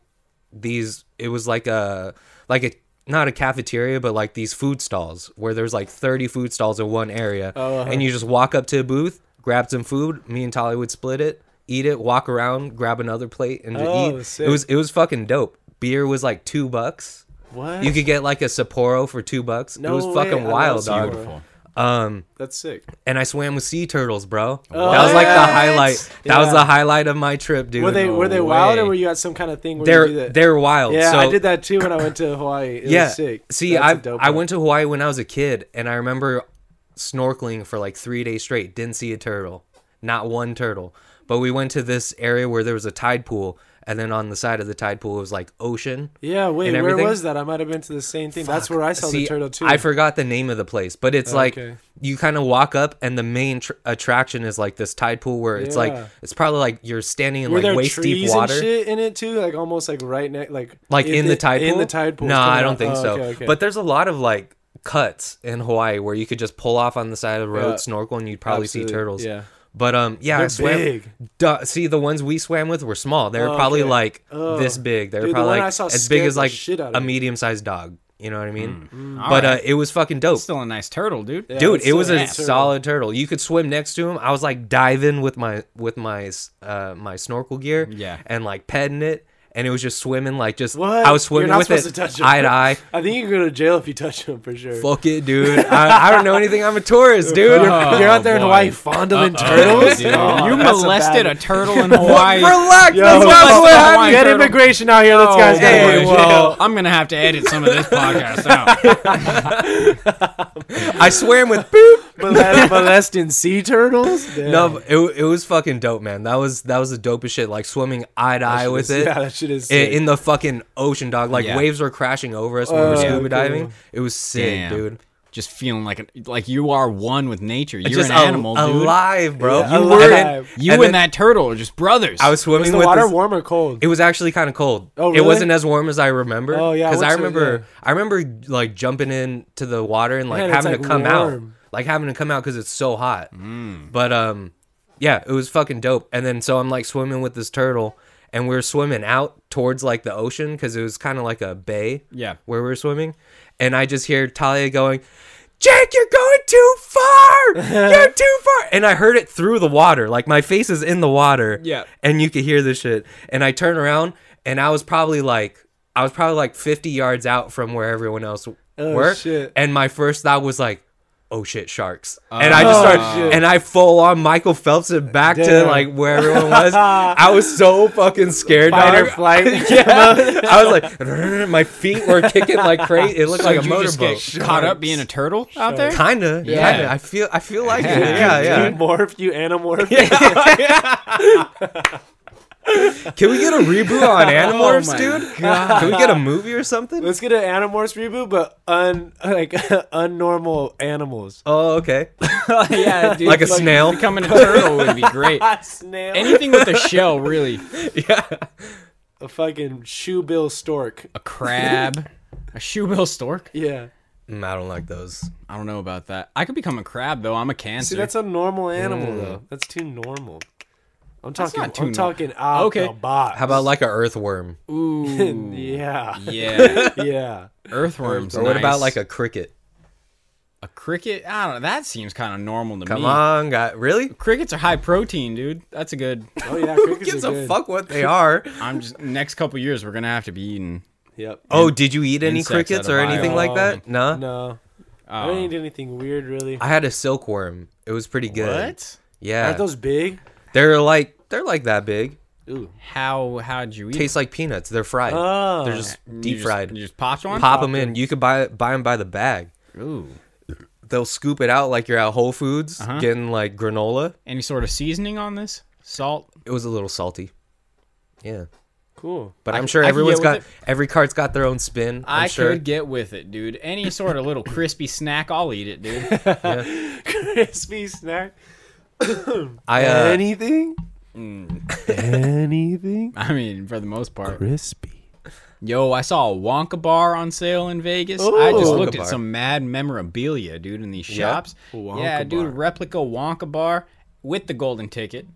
S3: these. It was like a like a not a cafeteria, but like these food stalls where there's like thirty food stalls in one area,
S2: Uh-huh.
S3: and you just walk up to a booth, grab some food. Me and Tolly would split it, eat it, walk around, grab another plate, and just
S2: Oh,
S3: eat.
S2: sick.
S3: It was it was fucking dope. Beer was like two bucks.
S2: What?
S3: You could get like a Sapporo for two bucks.
S2: No
S3: it was
S2: way. I
S3: fucking
S2: love
S3: wild,
S2: Sapporo.
S3: dog.
S1: Beautiful.
S3: Um,
S2: That's sick.
S3: and I swam with sea turtles, bro. that was like the
S2: What?
S3: highlight. That was
S2: Yeah.
S3: the highlight of my trip, dude.
S2: Were they
S1: no
S2: were they wild or
S1: way.
S2: were you at some kind of thing where you do
S3: They're
S2: that?
S3: they're wild.
S2: yeah,
S3: so,
S2: I did that too when I went to Hawaii. It was
S3: Yeah.
S2: sick.
S3: See,
S2: That's
S3: I
S2: a dope
S3: I
S2: one.
S3: went to Hawaii when I was a kid, and I remember snorkeling for like three days straight. Didn't see a turtle, not one turtle. But we went to this area where there was a tide pool, and then on the side of the tide pool was like ocean.
S2: Yeah, wait,
S3: and
S2: where
S3: everything.
S2: was that? I might have been to the same thing. That's where I saw
S3: See,
S2: the turtle too.
S3: I forgot the name of the place, but it's like
S2: Okay.
S3: you kind of walk up, and the main tr- attraction is like this tide pool where it's like
S2: Yeah.
S3: it's probably like you're standing in
S2: were
S3: like
S2: there
S3: waist deep
S2: trees
S3: water,
S2: and shit in it too? Like almost like right next, like
S3: like in the tide pool.
S2: In the tide pool.
S3: No,
S2: coming
S3: I don't
S2: out.
S3: think
S2: Oh,
S3: so.
S2: okay, okay.
S3: But there's a lot of like cuts in Hawaii where you could just pull off on the side of the road,
S2: Yeah.
S3: snorkel, and you'd probably see
S2: Absolutely,
S3: turtles.
S2: yeah.
S3: But um, yeah, I
S2: They're
S3: swam.
S2: big.
S3: Duh, see, the ones we swam with were small. They were probably
S2: okay.
S3: like
S2: Oh.
S3: this big. They were
S2: Dude, the
S3: probably
S2: one I
S3: like,
S2: saw
S3: as big
S2: scared
S3: as
S2: the
S3: like
S2: shit out of
S3: a
S2: me.
S3: medium-sized dog. You know what I mean?
S1: All
S3: But
S1: right.
S3: uh, it was fucking dope
S1: still a nice turtle, dude.
S2: Yeah.
S3: dude
S2: it's
S3: it was a
S2: still a turtle.
S3: solid turtle you could swim next to him i was like diving with my with my uh my snorkel gear
S1: Yeah.
S3: and like petting it and it was just swimming like just
S2: What?
S3: I was swimming
S2: You're not
S3: with
S2: supposed
S3: it
S2: to touch 'em.
S3: eye to eye.
S2: I think you can go to jail if you touch them for sure.
S3: Fuck it, dude. I, I don't know anything. I'm a tourist, dude.
S2: You're, you're out there in
S1: boy.
S2: Hawaii fondling turtles.
S1: dude.
S2: Oh,
S1: you
S2: that's a
S1: molested a,
S2: bad-
S1: turtle in Hawaii.
S3: Relax.
S2: Yo,
S3: that's
S1: what
S3: not
S1: I'm
S3: what
S1: saying.
S3: happened.
S2: get
S1: turtle.
S2: immigration out here. This guy's
S1: Oh,
S2: going
S3: Hey,
S2: to
S1: boy.
S2: jail.
S1: well, I'm gonna have to edit some of this podcast out.
S3: I swam with boop.
S2: Molest- molesting sea turtles. Damn.
S3: No, but it, it was fucking dope, man. That was that was the dopest shit. Like swimming eye to eye with it.
S2: Yeah, that shit is.
S3: i-
S2: Sick.
S3: in the fucking ocean, dog. Like
S1: Yeah.
S3: waves were crashing over us when we were
S2: Oh,
S3: scuba
S2: okay.
S3: diving. It was sick,
S1: Damn.
S3: dude.
S1: Just feeling like a, like you are one with nature. You're
S3: Just
S1: an
S3: a-
S1: animal, dude.
S3: alive, bro.
S2: Yeah,
S3: you
S2: alive.
S3: were
S2: And
S1: You and, that turtle are just brothers.
S3: I was swimming
S2: was the
S3: with
S2: water
S3: this-
S2: warm or cold?
S3: It was actually kind of cold.
S2: Oh,
S3: It
S2: really?
S3: wasn't as warm as I remember.
S2: Oh, yeah, I
S3: because I
S2: went to-
S3: remember
S2: yeah.
S3: I remember like jumping in to the water and like
S2: Man, it's,
S3: having to
S2: like,
S3: come out,
S2: warm.
S3: like having to come out because it's so hot. But um, yeah, it was fucking dope. And then so I'm like swimming with this turtle, and we were swimming out towards like the ocean because it was kind of like a bay.
S1: Yeah.
S3: where we were swimming, and I just hear Talia going. Jake, you're going too far. You're too far. And I heard it through the water. Like my face is in the water
S1: Yeah.
S3: and you could hear this shit. And I turn around, and I was probably like, I was probably like 50 yards out from where everyone else
S2: Oh,
S3: were.
S2: shit.
S3: And my first thought was like, oh shit, sharks. and I just
S2: Oh,
S3: started,
S2: shit.
S3: and I full on Michael Phelps it back to
S2: Damn.
S3: like where everyone was. I was so fucking scared.
S2: Fight or
S3: dog.
S2: flight.
S3: yeah. I was like, my feet were kicking like crazy. It looked
S1: So
S3: like a
S1: you just get
S3: motorboat.
S1: caught up being a turtle out there.
S3: Kinda, yeah.
S1: Yeah.
S3: Kinda. I feel, I feel like it.
S1: Yeah.
S3: Yeah, yeah.
S2: You morph, you animorph.
S3: Can we get a reboot on Animorphs,
S1: Oh my
S3: dude? Can we get a movie or something?
S2: Let's get an Animorphs reboot, but un like unnormal animals.
S3: Oh, okay.
S1: yeah, dude,
S3: Like a snail?
S1: Becoming a turtle would be great.
S2: Snail.
S1: Anything with a shell, really.
S2: a fucking shoebill stork.
S1: A crab, a shoebill stork.
S2: Yeah.
S3: Mm, I don't like those.
S1: I don't know about that. I could become a crab though. I'm a cancer.
S2: See, that's a normal animal
S3: Mm.
S2: though. That's too normal. I'm talking.
S1: not too
S2: I'm
S1: normal.
S2: talking out
S1: Okay.
S2: the box.
S3: How about like a earthworm?
S1: Ooh,
S2: yeah,
S1: yeah.
S2: yeah.
S1: Earthworms.
S3: Or what about
S1: nice.
S3: like a cricket?
S1: a cricket? I don't know. That seems kind of normal to
S3: Come
S1: me.
S3: on, guy. Really?
S1: Crickets are high protein, dude. That's a good.
S2: Oh yeah.
S3: Who
S2: Crickets
S3: gives
S2: are
S3: a
S2: good.
S3: fuck what they are?
S1: I'm just next couple years we're gonna have to be eating.
S2: Yep.
S3: Oh, did you eat any
S1: Insects
S3: crickets
S1: out of
S3: or
S1: bio.
S3: anything like that? No.
S2: No, I
S3: Oh.
S1: Uh,
S2: didn't eat anything weird really.
S3: I had a silkworm. It was pretty good.
S1: what?
S3: Yeah.
S2: Aren't those big?
S3: They're like they're like that big.
S2: Ooh.
S1: How how'd you eat?
S3: Tastes like peanuts. They're fried.
S2: Oh.
S3: They're just
S1: You
S3: deep
S1: just-
S3: fried.
S1: You just popped one.
S3: Pop them in. You could buy buy them by the bag.
S1: Ooh.
S3: They'll scoop it out like you're at Whole Foods
S1: Uh-huh.
S3: getting like granola.
S1: Any sort of seasoning on this? Salt.
S3: It was a little salty. Yeah.
S2: Cool.
S3: But I'm sure
S1: I could get
S3: everyone's
S1: with
S3: got
S1: it.
S3: every card's got their own spin. I'm
S1: I
S3: sure.
S1: could get with it, dude. Any sort of little crispy snack, I'll eat it, dude.
S2: Crispy snack.
S3: I uh, mm.
S2: Anything? Anything?
S1: I mean, for the most part.
S2: Crispy.
S1: Yo, I saw a Wonka bar on sale in Vegas. I just
S2: Ooh.
S1: looked
S3: Wonka
S1: at
S3: bar.
S1: some mad memorabilia, dude, in these
S3: Yeah?
S1: shops.
S2: Wonka
S1: yeah, dude,
S2: bar.
S1: replica Wonka bar with the golden ticket.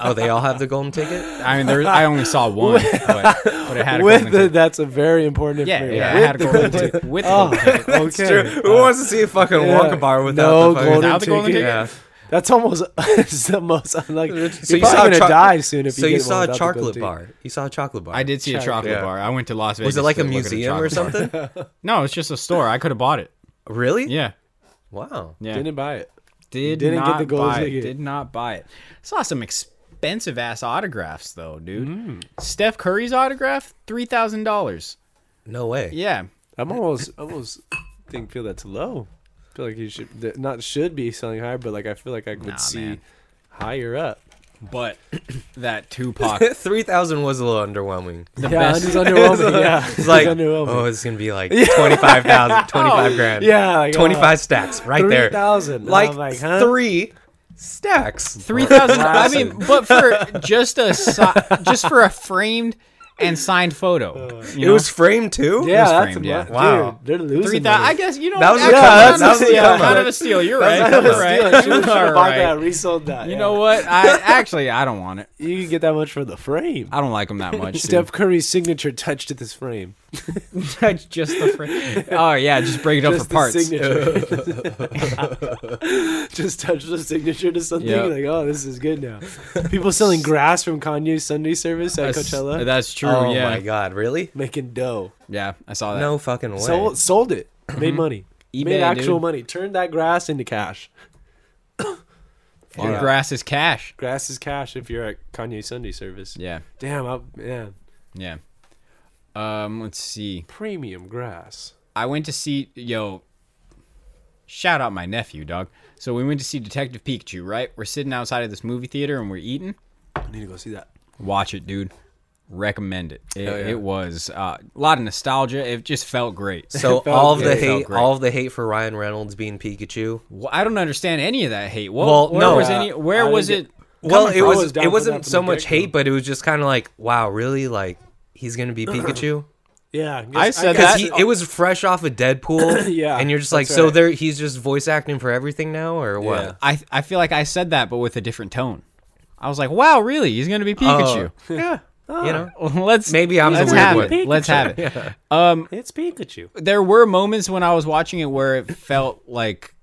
S3: Oh, they all have the golden ticket.
S1: I mean, there, I only saw one, but, but it had a
S2: With
S1: golden
S2: the,
S1: ticket.
S2: that's a very important
S1: Yeah,
S2: information.
S1: yeah, it
S2: With
S1: had a
S2: the-
S1: golden ticket. With the golden ticket.
S2: Oh, okay.
S3: Who wants to see a fucking Wonka bar without
S2: no
S3: the fucking
S2: golden
S1: Without the golden
S2: ticket.
S1: ticket?
S3: Yeah.
S2: That's almost it's the most unlikely.
S3: So
S2: You're
S3: you saw
S2: probably gonna
S3: a choc-
S2: die soon if you
S3: so you
S2: get one
S3: saw a
S2: without the golden
S3: chocolate
S2: ticket.
S3: bar. You saw a chocolate bar.
S1: I did see a chocolate bar. I went to Las Vegas.
S3: Was it like
S1: to
S3: a
S1: look at
S3: museum or
S1: chocolate bar.
S3: something?
S1: No, it's just a store. I could have bought it.
S3: really?
S1: Yeah.
S3: Wow.
S1: Yeah.
S2: Didn't buy it.
S1: Did
S2: Didn't get
S1: not
S2: the golden
S1: buy it.
S2: ticket.
S1: Did not buy it. Saw some expensive ass autographs though, dude. Steph Curry's autograph, three thousand dollars.
S3: No way.
S1: Yeah,
S2: I'm almost almost think feel that's low. feel like you should that not should be selling higher, but like I feel like I could
S1: Nah,
S2: see
S1: man.
S2: higher up.
S1: but that Tupac,
S3: Three thousand was a little underwhelming.
S1: the
S2: yeah,
S1: best.
S2: it's underwhelming. yeah,
S3: It's like,
S2: underwhelming.
S3: oh, it's gonna be like
S1: Oh,
S3: 25,000, 25 grand.
S2: yeah, like, uh,
S3: 25 stacks right there.
S2: 3,000.
S3: Like,
S2: I'm like, huh?
S3: three stacks.
S1: Three thousand. I mean, but for just a si- just for a framed and signed photo, you
S3: It
S1: know?
S3: was framed too?
S2: Yeah, that's
S1: framed,
S2: a
S1: yeah.
S2: lot.
S3: Wow.
S2: Dude, they're losing.
S1: three thousand.
S2: money.
S1: I guess you know
S3: That was a
S1: actually,
S3: come up.
S1: kind of
S3: That was a
S1: steal,
S3: come
S1: kind
S3: up.
S1: of a steal. You're
S2: That's
S1: right.
S2: kind of a
S1: You're right.
S2: steal. I should've
S1: All
S2: bought that,
S1: right.
S2: resold that.
S1: You
S2: yeah.
S1: know what? I actually I don't want it.
S2: You can get that much for the frame.
S1: I don't like him that much. dude.
S2: Steph Curry's signature touched at this frame.
S1: That's just the frame. Oh yeah, just break it up
S2: Just
S1: for
S2: the
S1: parts.
S2: signature. Just touched the signature to something.
S1: Yeah.
S2: Like, oh, this is good now. People selling grass from Kanye's Sunday service at
S1: That's-
S2: Coachella,
S1: That's true.
S3: oh
S1: yeah,
S3: my god, really?
S2: making dough.
S1: yeah. I saw that.
S3: No fucking way.
S2: Sold, sold it. Made money.
S1: Mm-hmm. eBay,
S2: Made actual
S1: dude.
S2: money. Turned that grass into cash.
S1: Farm
S2: Yeah.
S1: grass is cash.
S2: Grass is cash if you're at Kanye Sunday service.
S1: Yeah,
S2: Damn, I, yeah.
S1: yeah. Um, let's see.
S2: Premium grass.
S1: I went to see yo. Shout out my nephew, dog. So we went to see Detective Pikachu, right? We're sitting outside of this movie theater and we're eating.
S2: I need to go see that.
S1: Watch it, dude. Recommend it. It,
S2: Hell yeah.
S1: it was uh, a lot of nostalgia. It just felt great.
S3: So
S2: It felt
S3: all of the
S2: good. It
S1: felt
S3: hate,
S1: great.
S3: all of the hate for Ryan Reynolds being Pikachu.
S1: Well, I don't understand any of that hate. What,
S3: Well,
S1: where
S3: no.
S1: was any? Where
S2: I
S1: was
S2: didn't
S1: it?
S2: get-
S3: Well,
S1: coming
S3: it
S1: from?
S2: was
S3: was
S2: down
S3: it
S2: for
S3: wasn't
S2: that from
S3: so
S2: the
S3: much
S2: get-go.
S3: hate, but it was just kind of like, wow, really? Like he's gonna be Pikachu?
S2: Yeah,
S1: I said That-
S3: Because he it was fresh off of Deadpool.
S2: Yeah,
S3: and you're just like,
S2: that's
S3: so
S2: right.
S3: there he's just voice acting for everything now, or what?
S2: Yeah.
S1: I I feel like I said that, but with a different tone. I was like, "Wow, really? He's gonna be Pikachu?
S2: Yeah. Oh,
S3: You know,
S1: let's
S3: Maybe I'm
S1: let's
S3: the weird
S1: have
S3: one.
S1: it. Let's have it."
S2: it's Pikachu.
S1: There were moments when I was watching it where it felt like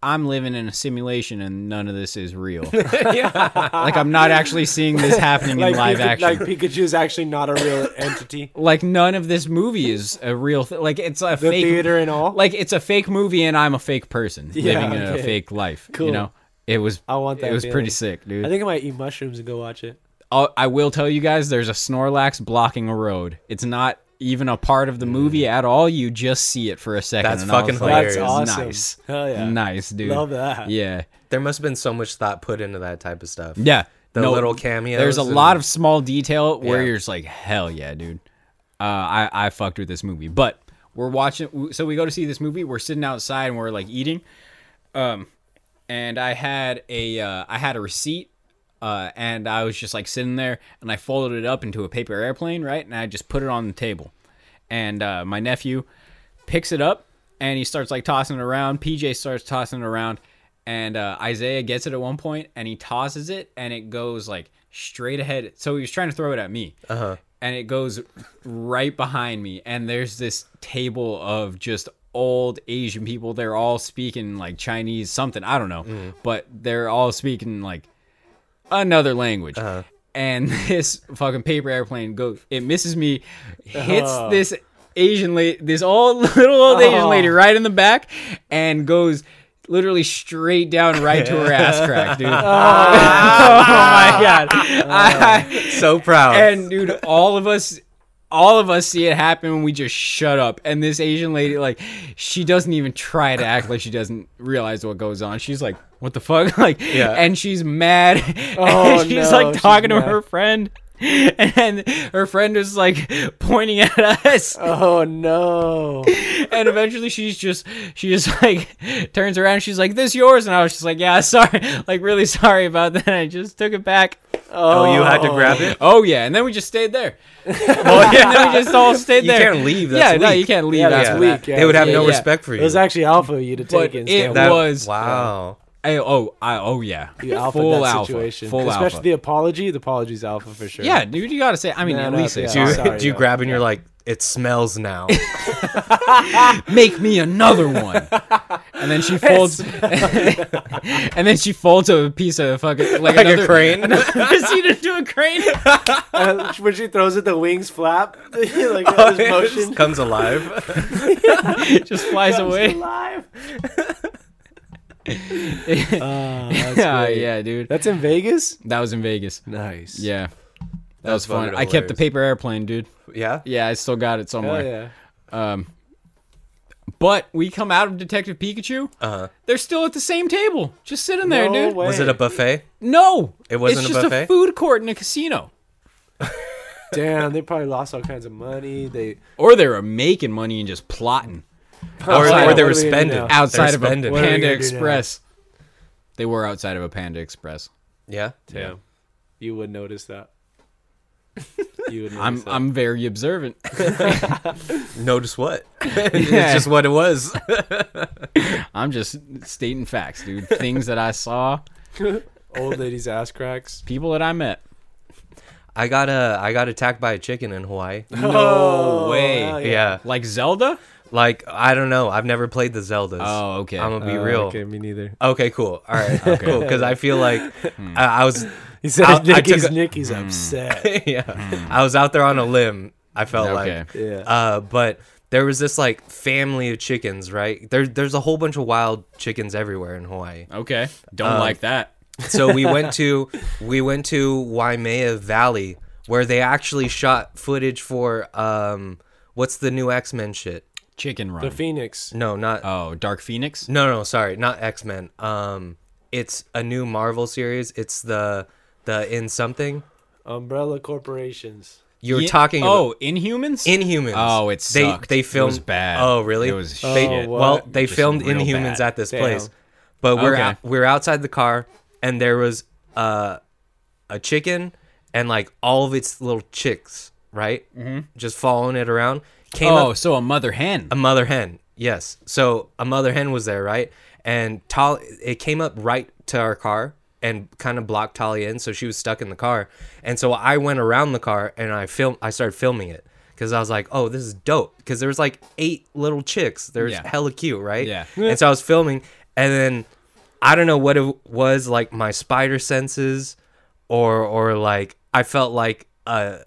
S1: I'm living in a simulation and none of this is real. Like I'm not actually seeing this happening in live
S2: Pika-
S1: action.
S2: like
S1: Like,
S2: Pikachu is actually not a real entity.
S1: none of this movie is a real thing. Like it's a
S2: The
S1: fake
S2: theater and all.
S1: Like it's a fake movie and I'm a fake person
S2: Yeah,
S1: living in a
S2: okay.
S1: fake life. You
S2: Cool.
S1: know, it was.
S2: I want that
S1: It was pretty
S2: feeling.
S1: sick, dude.
S2: I think I might eat mushrooms and go watch it.
S1: I'll, Oh, I will tell you guys, there's a Snorlax blocking a road. It's not even a part of the movie at all. You just see it for a second.
S3: Mm. That's
S1: and I was
S3: fucking
S1: like,
S3: hilarious.
S2: That's awesome.
S1: Nice.
S2: Hell yeah.
S1: Nice, dude.
S2: Love that.
S1: Yeah.
S3: There must have been so much thought put into that type of stuff.
S1: Yeah.
S3: the
S1: No,
S3: little cameos.
S1: There's a
S3: and-
S1: lot of small detail where
S3: Yeah.
S1: you're just like, hell yeah, dude. Uh, I, I fucked with this movie. But we're watching. So we go to see this movie. We're sitting outside and we're like eating. Um, and I had a uh, I had a receipt. Uh, and I was just like sitting there, and I folded it up into a paper airplane, right? And I just put it on the table. And uh, my nephew picks it up, and he starts like tossing it around. PJ starts tossing it around, and uh, Isaiah gets it at one point, and he tosses it, and it goes like straight ahead. So he was trying to throw it at me, uh-huh. and it goes right behind me. And there's this table of just old Asian people. They're all speaking like Chinese something. I don't know, but they're all speaking like another language. And this fucking paper airplane goes, it misses me, hits this Asian lady, this old little old Asian lady right in the back, and goes literally straight down right to her ass crack, dude. oh, my god!
S2: Uh,
S1: I-
S3: so proud.
S1: and dude, all of us. All of us see it happen and we just shut up. And this Asian lady, like, she doesn't even try to act like she doesn't realize what goes on. She's like, "What the fuck?" Like,
S3: Yeah.
S1: and she's mad. and
S2: Oh,
S1: she's
S2: no,
S1: like
S2: she's
S1: talking to
S2: mad.
S1: her friend, and her friend is like pointing at us.
S2: Oh no.
S1: And eventually, she's just she just like turns around. and She's like, "This yours?" And I was just like, "Yeah, sorry, like really sorry about that. I just took it back."
S3: oh, you had to grab it.
S1: Oh yeah, and then we just stayed there. well, yeah, and then we just all stayed
S3: You
S1: there.
S3: can't leave,
S1: yeah,
S3: that's
S1: no,
S3: weak.
S1: you can't leave.
S2: Yeah,
S1: after
S2: that's
S1: that.
S2: weak, yeah.
S3: they would have
S1: yeah,
S3: no
S1: yeah.
S3: respect for you.
S2: It was actually alpha of you to take
S1: But
S2: it.
S1: it
S2: It
S3: That-
S1: was-
S3: wow.
S1: I- oh, I, oh yeah,
S2: you alpha
S1: full
S2: that
S1: alpha,
S2: situation.
S1: full
S2: Especially
S1: alpha.
S2: the apology. The apology's alpha for sure.
S1: yeah, dude, you gotta say. I mean,
S2: Man
S1: at
S2: up,
S1: least say
S2: yeah.
S1: sorry.
S3: Do,
S2: Sorry,
S3: do you
S2: yeah.
S3: grab and you're like, it smells now.
S1: make me another one. And then she folds, and then she folds a piece of fucking like,
S3: like
S1: another,
S3: a crane.
S1: proceeded to do a crane.
S2: Uh, when she throws it, the wings flap. like oh, this
S3: It
S2: motion.
S3: just comes alive.
S1: It just flies away.
S2: Alive.
S1: Yeah, Oh, yeah, dude.
S2: Uh, That's in Vegas.
S1: That was in Vegas.
S2: Nice.
S1: Yeah, that, was fun.
S3: fucking
S1: I kept the
S3: hilarious.
S1: paper airplane, dude.
S3: Yeah.
S1: Yeah, I still got it
S2: Hell
S1: somewhere.
S2: Oh, yeah.
S1: But we come out of Detective Pikachu. Uh-huh. They're still at the same table, just sitting there,
S2: No
S1: dude.
S2: way.
S3: Uh, Was it a buffet?
S1: No,
S3: It wasn't
S1: it's
S3: a
S1: just
S3: buffet?
S1: food court in a casino.
S2: Damn, they probably lost all kinds of money. They
S1: Or they were making money and just plotting. Outside
S3: Or, or
S1: of-
S3: they
S2: what
S3: were
S2: do we do
S3: spending
S2: now?
S1: outside
S3: They're
S1: of a
S3: spending.
S2: What are we
S1: Panda
S2: gonna do now?
S1: Express. They were outside of a Panda Express.
S3: Yeah.
S2: Yeah. You would notice that. You would notice
S1: I'm
S2: that.
S1: I'm very observant.
S3: Notice what?
S1: Yeah.
S3: It's just what it was.
S1: I'm just stating facts, dude. Things that I saw
S2: Old ladies' ass cracks.
S1: People that I met.
S3: I got uh, I got attacked by a chicken in Hawaii.
S1: No
S2: Oh,
S1: way.
S2: hell
S3: yeah.
S1: Like Zelda?
S3: like I don't know. I've never played the Zeldas.
S1: Oh, okay.
S3: I'm gonna be
S2: Uh,
S3: real.
S2: Okay, me neither.
S3: Okay, cool. All right, cool. Because I feel like I, I was,
S2: He said
S3: I- I took
S2: Nicky's,
S3: a- Hmm.
S2: Nicky's upset.
S3: yeah, I was out there on a limb. I felt
S1: Okay.
S3: like,
S2: Yeah.
S3: Uh, but there was this like family of chickens, right? There, there's a whole bunch of wild chickens everywhere in Hawaii.
S1: Okay. Don't
S3: Uh,
S1: like that.
S3: So we went to we went to Waimea Valley where they actually shot footage for um, what's the new X Men shit?
S1: Chicken Run.
S2: The Phoenix.
S3: No, not
S1: oh, Dark Phoenix?
S3: No, no, sorry, not X Men. Um, it's a new Marvel series. It's the the in something
S2: Umbrella Corporations.
S3: you were
S1: Ye-
S3: talking.
S1: Oh, Inhumans?
S3: about Inhumans.
S1: Oh, it
S3: they
S1: sucked.
S3: they
S1: It was
S3: filmed
S1: bad.
S3: Oh, really?
S1: It was
S3: They-
S1: shit.
S3: Well, they
S1: Just
S3: filmed
S1: real
S3: Inhumans
S1: bad.
S3: at this
S2: Damn.
S3: place, but we're
S1: Okay.
S3: out, we're outside the car, and there was uh, a chicken and like all of its little chicks, right? Mm-hmm. Just following it around. Came up
S1: Oh, so a mother hen.
S3: a mother hen yes so a mother hen was there right and tall it came up right to our car and kind of blocked Tali in so she was stuck in the car and so I went around the car and I film I started filming it because I was like oh this is dope because there was like eight little chicks there's
S1: Yeah.
S3: hella cute right
S1: Yeah.
S3: and so I was filming and then I don't know what it was like my spider senses or or like I felt like uh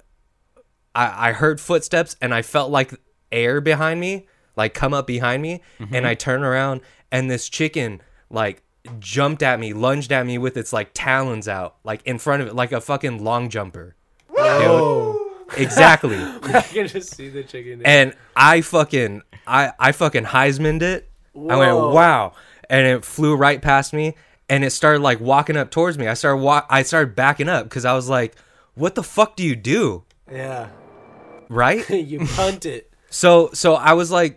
S3: I, I heard footsteps and I felt like air behind me, like come up behind me, and I turn around and this chicken like jumped at me, lunged at me with its like talons out, like in front of it, like a fucking long jumper.
S2: Oh.
S3: Exactly.
S2: I can just see the chicken.
S3: and I fucking I I fucking Heismaned it. I
S2: Whoa.
S3: went wow, and it flew right past me, and it started like walking up towards me. I started wa- I started backing up because I was like, what the fuck do you do,
S2: yeah.
S3: right?
S2: you punt it.
S3: So so I was like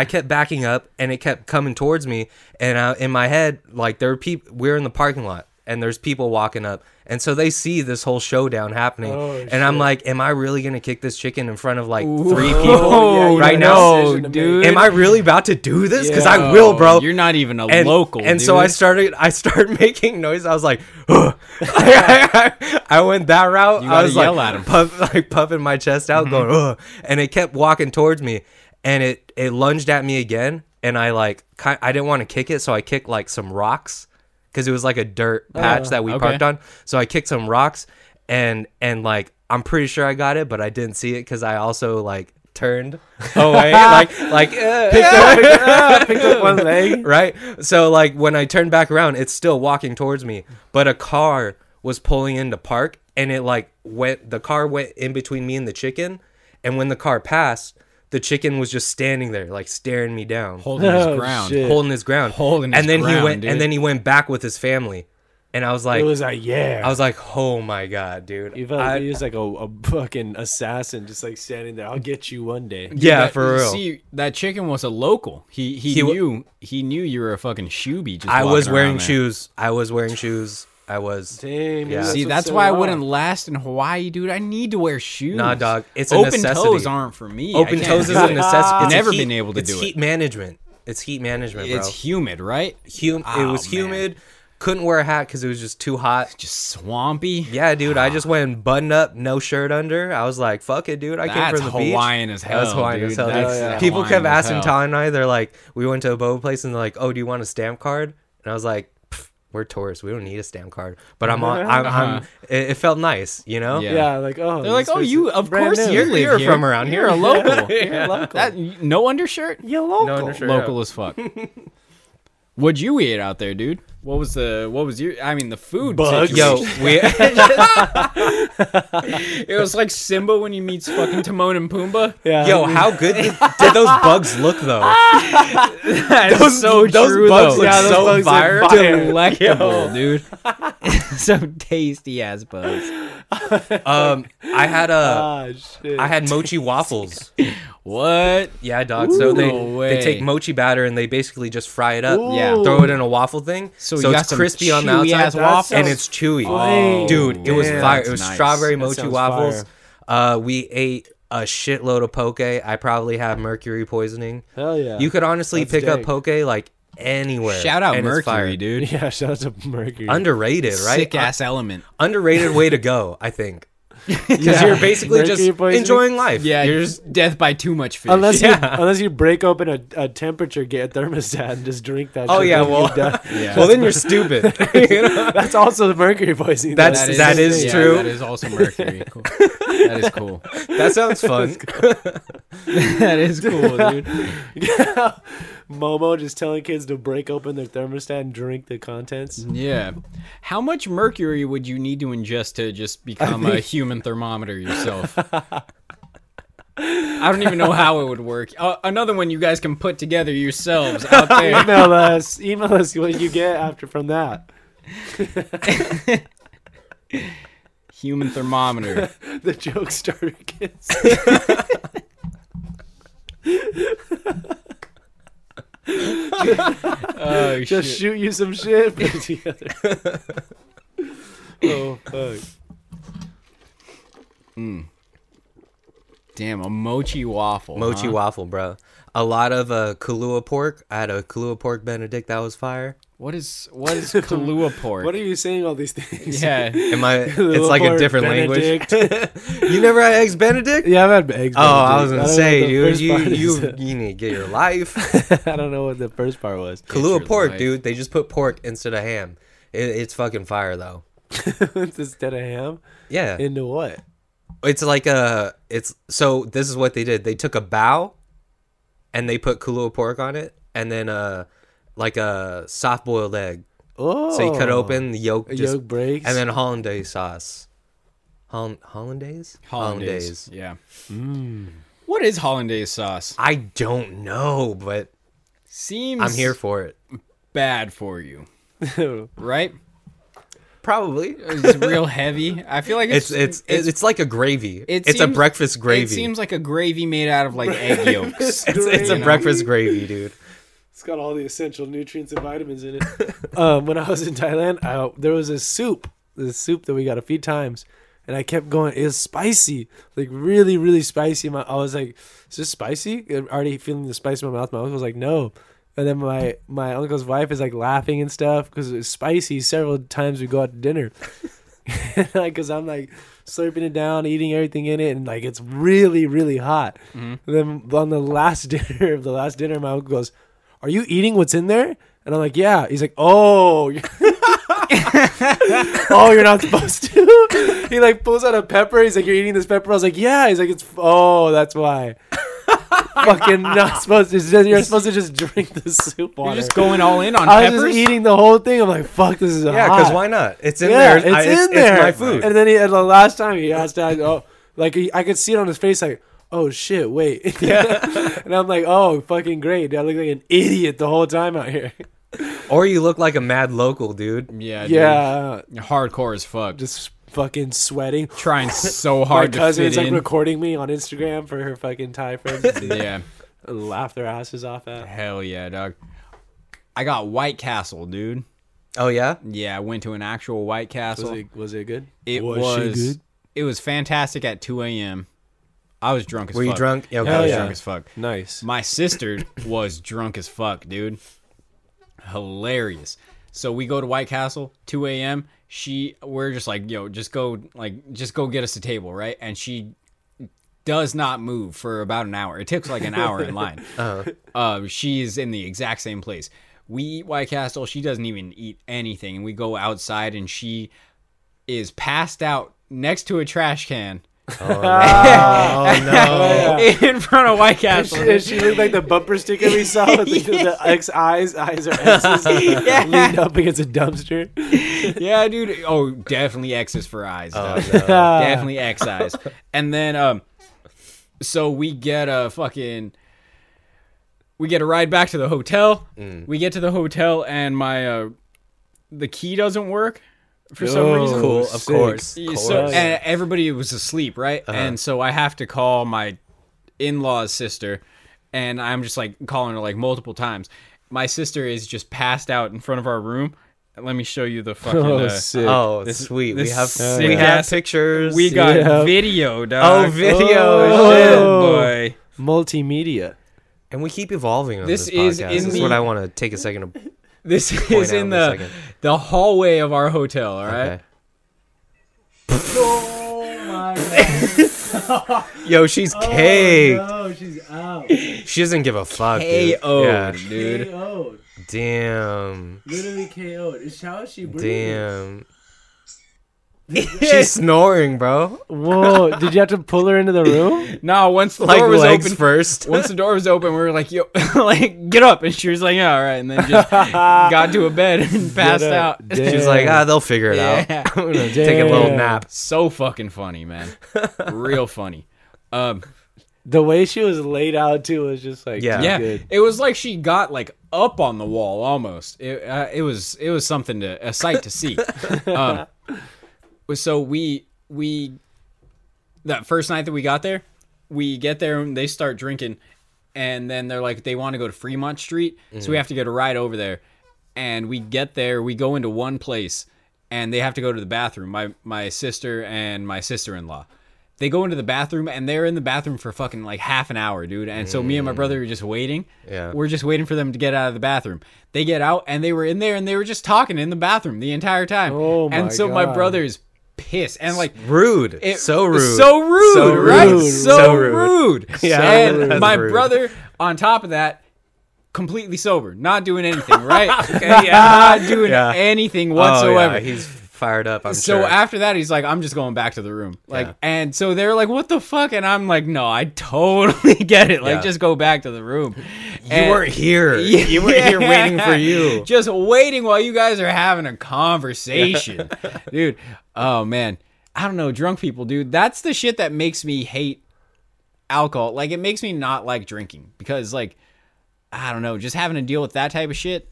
S3: I kept backing up and it kept coming towards me and I, in my head like there were people we're in the parking lot and there's people walking up and so they see this whole showdown happening
S2: Oh,
S3: and
S2: shit.
S3: I'm like am I really going to kick this chicken in front of like three people?
S2: yeah, you
S3: right
S2: got a
S3: now,
S2: decision to make.
S1: dude.
S3: Am I really about to do this cuz I
S2: Yeah.
S3: will bro.
S1: Oh, You're not even a
S3: and,
S1: local.
S3: and so I
S1: dude.
S3: started. I started making noise. I was like, "Ugh." I, went that route.
S1: You
S3: I
S1: gotta
S3: was
S1: yell
S3: like,
S1: at 'em. Mm-hmm.
S3: puff- like puffing my chest out, going, Ugh. and it kept walking towards me, and it it lunged at me again, and I like, ki- I didn't want to kick it, so I kicked like some rocks, because it was like a dirt patch that we
S1: Oh, okay.
S3: parked on. So I kicked some rocks, and and like I'm pretty sure I got it, but I didn't see it because I also like turned away, like like. "Eh, eh."
S2: Pick up one leg.
S3: right? So like when I turned back around, it's still walking towards me, but a car was pulling into park and it like went the car went in between me and the chicken and when the car passed, the chicken was just standing there like staring me down,
S1: holding his
S2: Oh,
S1: ground.
S2: shit.
S3: holding his ground.
S1: Holding his
S3: and then
S1: ground,
S3: he went
S1: dude.
S3: and then he went back with his family. And I was like
S2: It was like, yeah.
S3: I was like, "Oh my god, dude."
S2: You felt
S3: I-
S2: like he was like a, a fucking assassin, just like standing there. I'll get you one day.
S3: yeah,
S1: That-
S3: for real.
S1: See, that chicken was a local. He he,
S3: He wa-
S1: knew he knew you were a fucking shoebie. Just
S3: I was
S1: walking
S3: wearing
S1: around there.
S3: shoes. I was wearing shoes. I was
S2: Damn.
S3: Yeah.
S1: See, that's why I wouldn't last in Hawaii, dude. I need to wear shoes.
S3: Nah, dog, it's a
S1: open
S3: necessity.
S1: toes aren't for me. I
S3: Open
S1: can't
S3: toes
S1: do
S3: is a
S1: it.
S3: necessity. It's a
S1: Never
S3: heat-
S1: been able to
S3: it's
S1: do it.
S3: heat management. It's heat management, bro.
S1: It's humid, right?
S3: Hum- it
S1: Oh,
S3: was
S1: man.
S3: humid. Couldn't wear a hat because it was just too hot.
S1: Just swampy.
S3: Yeah, dude, I just went button up, no shirt under. I was like, "Fuck it, dude." I
S1: That's
S3: came from the
S1: Hawaiian
S3: beach.
S1: as
S3: That's
S1: hell,
S3: Hawaiian
S1: dude.
S3: as hell. dude.
S1: That's, uh,
S3: People
S1: Hawaiian
S3: kept
S1: as
S3: asking
S1: hell.
S3: Tyler and I. They're like, "We went to a boba place and they're like, oh, do you want a stamp card?'" And I was like, "Pff, "We're tourists. We don't need a stamp card." But I'm on. I'm. I'm it, it felt nice, you know.
S1: Uh-huh. Yeah.
S2: Yeah, like oh.
S1: They're like,
S2: this
S1: oh,
S2: is
S1: you, of
S2: brand
S1: course,
S2: new.
S1: you live
S3: You're
S1: here.
S3: from around
S1: You're a
S3: here.
S1: local.
S3: Yeah.
S1: That no undershirt.
S2: You're local.
S3: No undershirt. Sure.
S1: Local as fuck. What'd you eat out there, dude? What was the what was your? I mean, the food.
S2: Bugs.
S3: Yo,
S1: situation.
S3: we.
S1: it was like Simba when he meets fucking Timon and Pumbaa.
S2: Yeah.
S3: Yo,
S2: I mean,
S3: how good did, did those bugs look though?
S1: That's so
S3: those
S1: true.
S3: bugs
S1: though.
S3: look
S2: Yeah, those
S3: so
S2: bugs look
S3: fire.
S2: fire.
S1: Delectable, dude. Some tasty ass bugs.
S3: Um, I had a,
S2: ah, shit.
S3: I had mochi waffles.
S1: What?
S3: Yeah, dog. so they
S1: No
S3: they take
S1: way.
S3: mochi batter and they basically just fry it up,
S1: Yeah.
S3: throw it in a waffle thing.
S1: So
S3: So,
S1: you got
S3: it's
S1: some
S3: crispy on the
S1: chewy ass
S3: outside
S1: waffles?
S3: and it's chewy.
S2: Oh,
S3: Dude, it was
S2: damn.
S3: fire. It
S1: That's
S3: was
S1: nice.
S3: strawberry
S1: That
S3: mochi
S2: sounds
S3: waffles.
S2: fire.
S3: Uh, we ate a shitload of poke. I probably have mercury poisoning.
S2: Hell yeah.
S3: You could honestly
S2: That's
S3: pick
S2: dank.
S3: up poke like anywhere.
S1: Shout out
S3: and it's
S1: Mercury,
S3: fire.
S1: dude.
S2: Yeah, shout out to Mercury.
S3: Underrated, right?
S1: Sick ass element.
S3: Underrated way to go, I think. Because
S2: Yeah.
S3: you're basically
S2: Mercury
S3: just
S2: poisoning?
S3: enjoying life.
S1: Yeah,
S3: You're
S1: you're
S3: just
S1: just death by too much fish.
S2: Unless
S3: Yeah.
S2: you unless you break open a, a temperature ga- thermostat and just drink that.
S3: Oh
S2: shit,
S3: yeah,
S2: then you're
S3: well,
S2: done.
S1: Yeah.
S3: well then you're stupid. You know?
S2: that's also the mercury poisoning.
S3: That's-
S2: though.
S3: that is
S1: yeah,
S3: true.
S1: That is also Mercury. Cool. that is cool.
S3: That sounds fun.
S1: that is cool, dude.
S2: Momo just telling kids to break open their thermostat and drink the contents.
S1: Yeah. How much mercury would you need to ingest to just become a human thermometer yourself? I don't even know how it would work. Uh, another one you guys can put together yourselves out there.
S2: Email us. Email us what you get after from that.
S1: human thermometer.
S2: The joke starter kids.
S1: Oh
S2: Just
S1: shit.
S2: shoot you some shit. put it together. oh fuck.
S1: Damn, a mochi waffle.
S3: Mochi
S1: huh?
S3: waffle, bro. A lot of uh, Kahlua pork. I had a Kahlua pork Benedict. That was fire.
S1: What is what is Kahlua pork?
S2: What are you saying? All these things.
S1: yeah.
S3: Am I? It's like a
S2: Lord
S3: different
S2: Benedict.
S3: language. you never had eggs Benedict?
S2: Yeah, I've had eggs.
S3: Oh, I
S2: Benedict.
S3: was gonna
S2: don't know
S3: say,
S2: what the
S3: dude,
S2: first
S3: you
S2: part
S3: you,
S2: is.
S3: you need to get your life.
S2: I don't know what the first part was.
S1: your
S3: Kahlua pork,
S1: life.
S3: dude. They just put pork instead of ham. It, it's fucking fire though.
S2: Instead of ham,
S3: Yeah,
S2: into what?
S3: it's like a. It's so this is what they did. They took a bow, and they put Kahlua pork on it, and then uh, like a soft boiled egg.
S2: Oh,
S3: So you cut open the yolk,
S2: The
S3: just,
S2: yolk breaks.
S3: and then hollandaise sauce. Hol- hollandaise?
S1: Hollandaise. Yeah. What is hollandaise sauce?
S3: I don't know, but
S1: Seems
S3: I'm here for it.
S1: bad for you, right?
S3: Probably.
S1: It's real heavy. I feel like
S3: It's it's it's, like a gravy.
S1: It
S3: it's a
S1: seems-
S3: breakfast gravy.
S1: It seems like a gravy made out of like egg yolks.
S3: it's, it's a
S1: you know?
S3: breakfast gravy, dude.
S2: It's got all the essential nutrients and vitamins in it. um, when I was in Thailand, I, there was this soup, this soup that we got a few times, and I kept going. It's spicy, like really, really spicy. My, I was like, "Is this spicy?" I'm already feeling the spice in my mouth. My uncle was like, "No," and then my my uncle's wife is like laughing and stuff because it's spicy. Several times we go out to dinner, because I'm like slurping it down, eating everything in it, and like it's really, really hot. And then on the last dinner of the last dinner, my uncle goes, "Are you eating what's in there?" And I'm like, "Yeah." He's like, "Oh." you're- oh, you're not supposed to. he like pulls out a pepper. He's like, "You're eating this pepper." I was like, "Yeah." He's like, "It's oh, that's why." Fucking not supposed to. it's just- You're supposed to just drink the soup water.
S1: You're just going all in on
S2: I was
S1: peppers.
S2: just eating the whole thing. I'm like, "Fuck, this is
S3: Yeah,
S2: hot."
S3: because why not? It's in
S2: Ah. yeah,
S3: there.
S2: It's
S3: I-
S2: in there.
S3: It's my food.
S2: And then he, and the last time he asked, I, oh, like he, I could see it on his face, like, oh shit, wait. Yeah. and I'm like, oh, fucking great. dude. I look like an idiot the whole time out here.
S3: Or you look like a mad local, dude.
S1: yeah,
S2: yeah,
S1: dude. hardcore as fuck. Just
S2: just fucking sweating.
S1: trying so
S2: My
S1: hard to
S2: cousin
S1: fit
S2: is like
S1: in.
S2: recording me on Instagram for her fucking Thai friends. to
S1: yeah,
S2: laugh their asses off at.
S1: hell yeah, dog. I got White Castle, dude.
S3: Oh yeah.
S1: Yeah, I went to an actual White
S2: Was
S1: Castle. it,
S2: it was it good?
S1: was. It was fantastic at 2 a.m. I was drunk as
S3: Were
S1: fuck.
S3: you drunk? Yeah,
S1: I
S2: Hell
S1: was
S2: yeah.
S1: drunk as fuck.
S2: Nice.
S1: My sister was drunk as fuck, dude. Hilarious. So we go to White Castle, 2 a.m. She, we're just like, yo, just go, like, just go get us a table, right? And she does not move for about an hour. It takes like an hour in line. Uh-huh. she's in the exact same place. We eat White Castle. She doesn't even eat anything. And we go outside, and she is passed out next to a trash can
S3: Oh no.
S1: in front of White Castle.
S2: She, she looked like the bumper sticker we saw with the, the X eyes, eyes are X's, leaned up against a dumpster.
S1: yeah, dude. Oh, definitely X's for eyes. dog. definitely X eyes. And then, um, so we get a fucking, we get a ride back to the hotel. We get to the hotel, and my uh, the key doesn't work for some
S2: Oh,
S1: reason.
S3: Cool. Of
S2: Six.
S3: course.
S1: Yeah,
S3: Of
S1: So,
S3: course. Uh-huh.
S1: and everybody was asleep, right? And so I have to call my in law's sister, and I'm just like calling her like multiple times. My sister is just passed out in front of our room. Let me show you the fucking. uh,
S3: oh sweet. we
S1: this
S3: have
S1: sick
S3: we have
S1: ass-
S3: pictures.
S1: we got
S2: Yeah.
S1: video, dog.
S3: oh video.
S1: Oh,
S2: Oh.
S1: boy.
S2: Multimedia.
S3: And we keep evolving on this,
S1: This is
S3: podcast.
S1: in
S3: this is
S1: the-
S3: what I want to take a second to
S1: This is
S3: out
S1: in
S3: in a
S1: the
S3: second.
S1: the hallway of our hotel. All right. Oh
S3: Okay. Yo, she's caked.
S4: Oh, she's out.
S3: She doesn't give a fuck. dude.
S1: KO,
S3: Yeah.
S1: dude.
S4: KO'd.
S3: Damn.
S4: Literally KO'd. Is how is she breathing?
S3: Damn. She's snoring, bro.
S2: Whoa! Did you have to pull her into the room?
S1: No, once the
S3: Like
S1: door was
S3: legs
S1: open,
S3: first.
S1: once the door was open, we were like, "Yo, like get up," and she was like, "Yeah, all right," and then just got to a bed and passed
S2: up.
S1: out.
S3: She was like, ah, they'll figure it
S1: Yeah.
S3: out. I'm gonna take a little
S2: Damn.
S3: nap.
S1: so fucking funny, man. Real funny. Um,
S2: The way she was laid out too was just like
S3: Yeah.
S2: too
S1: yeah,
S2: good.
S1: it was like she got like up on the wall almost. It uh, it was it was something to a sight to see. um, so we we that first night that we got there, we get there and they start drinking, and then they're like they want to go to Fremont Street, so
S2: Mm.
S1: we have to get a ride over there, and we get there, we go into one place, and they have to go to the bathroom. My my sister and my sister in law. They go into the bathroom and they're in the bathroom for fucking like half an hour, dude. And so me and my
S2: Mm.
S1: brother are just waiting.
S3: Yeah.
S1: We're just waiting for them to get out of the bathroom. They get out and they were in there and they were just talking in the bathroom the entire time.
S2: Oh, my
S1: and so my
S2: God.
S1: brother's pissed and like
S3: Rude.
S1: it-
S3: so rude.
S1: So rude,
S3: So
S1: right?
S2: rude.
S1: So,
S3: So
S1: rude.
S3: Yeah.
S1: and
S3: That's
S1: my
S3: rude.
S1: brother, on top of that, completely sober, not doing anything, right? okay, yeah. Not doing
S3: Yeah.
S1: anything
S3: Oh, yeah,
S1: whatsoever.
S3: he's fired up. I'm
S1: so
S3: sure.
S1: after that, he's like, I'm just going back to the room. Like,
S3: Yeah.
S1: and so they're like, what the fuck? And I'm like, no, I totally get it. Like,
S3: Yeah.
S1: just go back to the room.
S3: you weren't here. You were here waiting for you.
S1: Just waiting while you guys are having a conversation. dude, oh man. I don't know, drunk people, dude. That's the shit that makes me hate alcohol. Like it makes me not like drinking because like I don't know, just having to deal with that type of shit.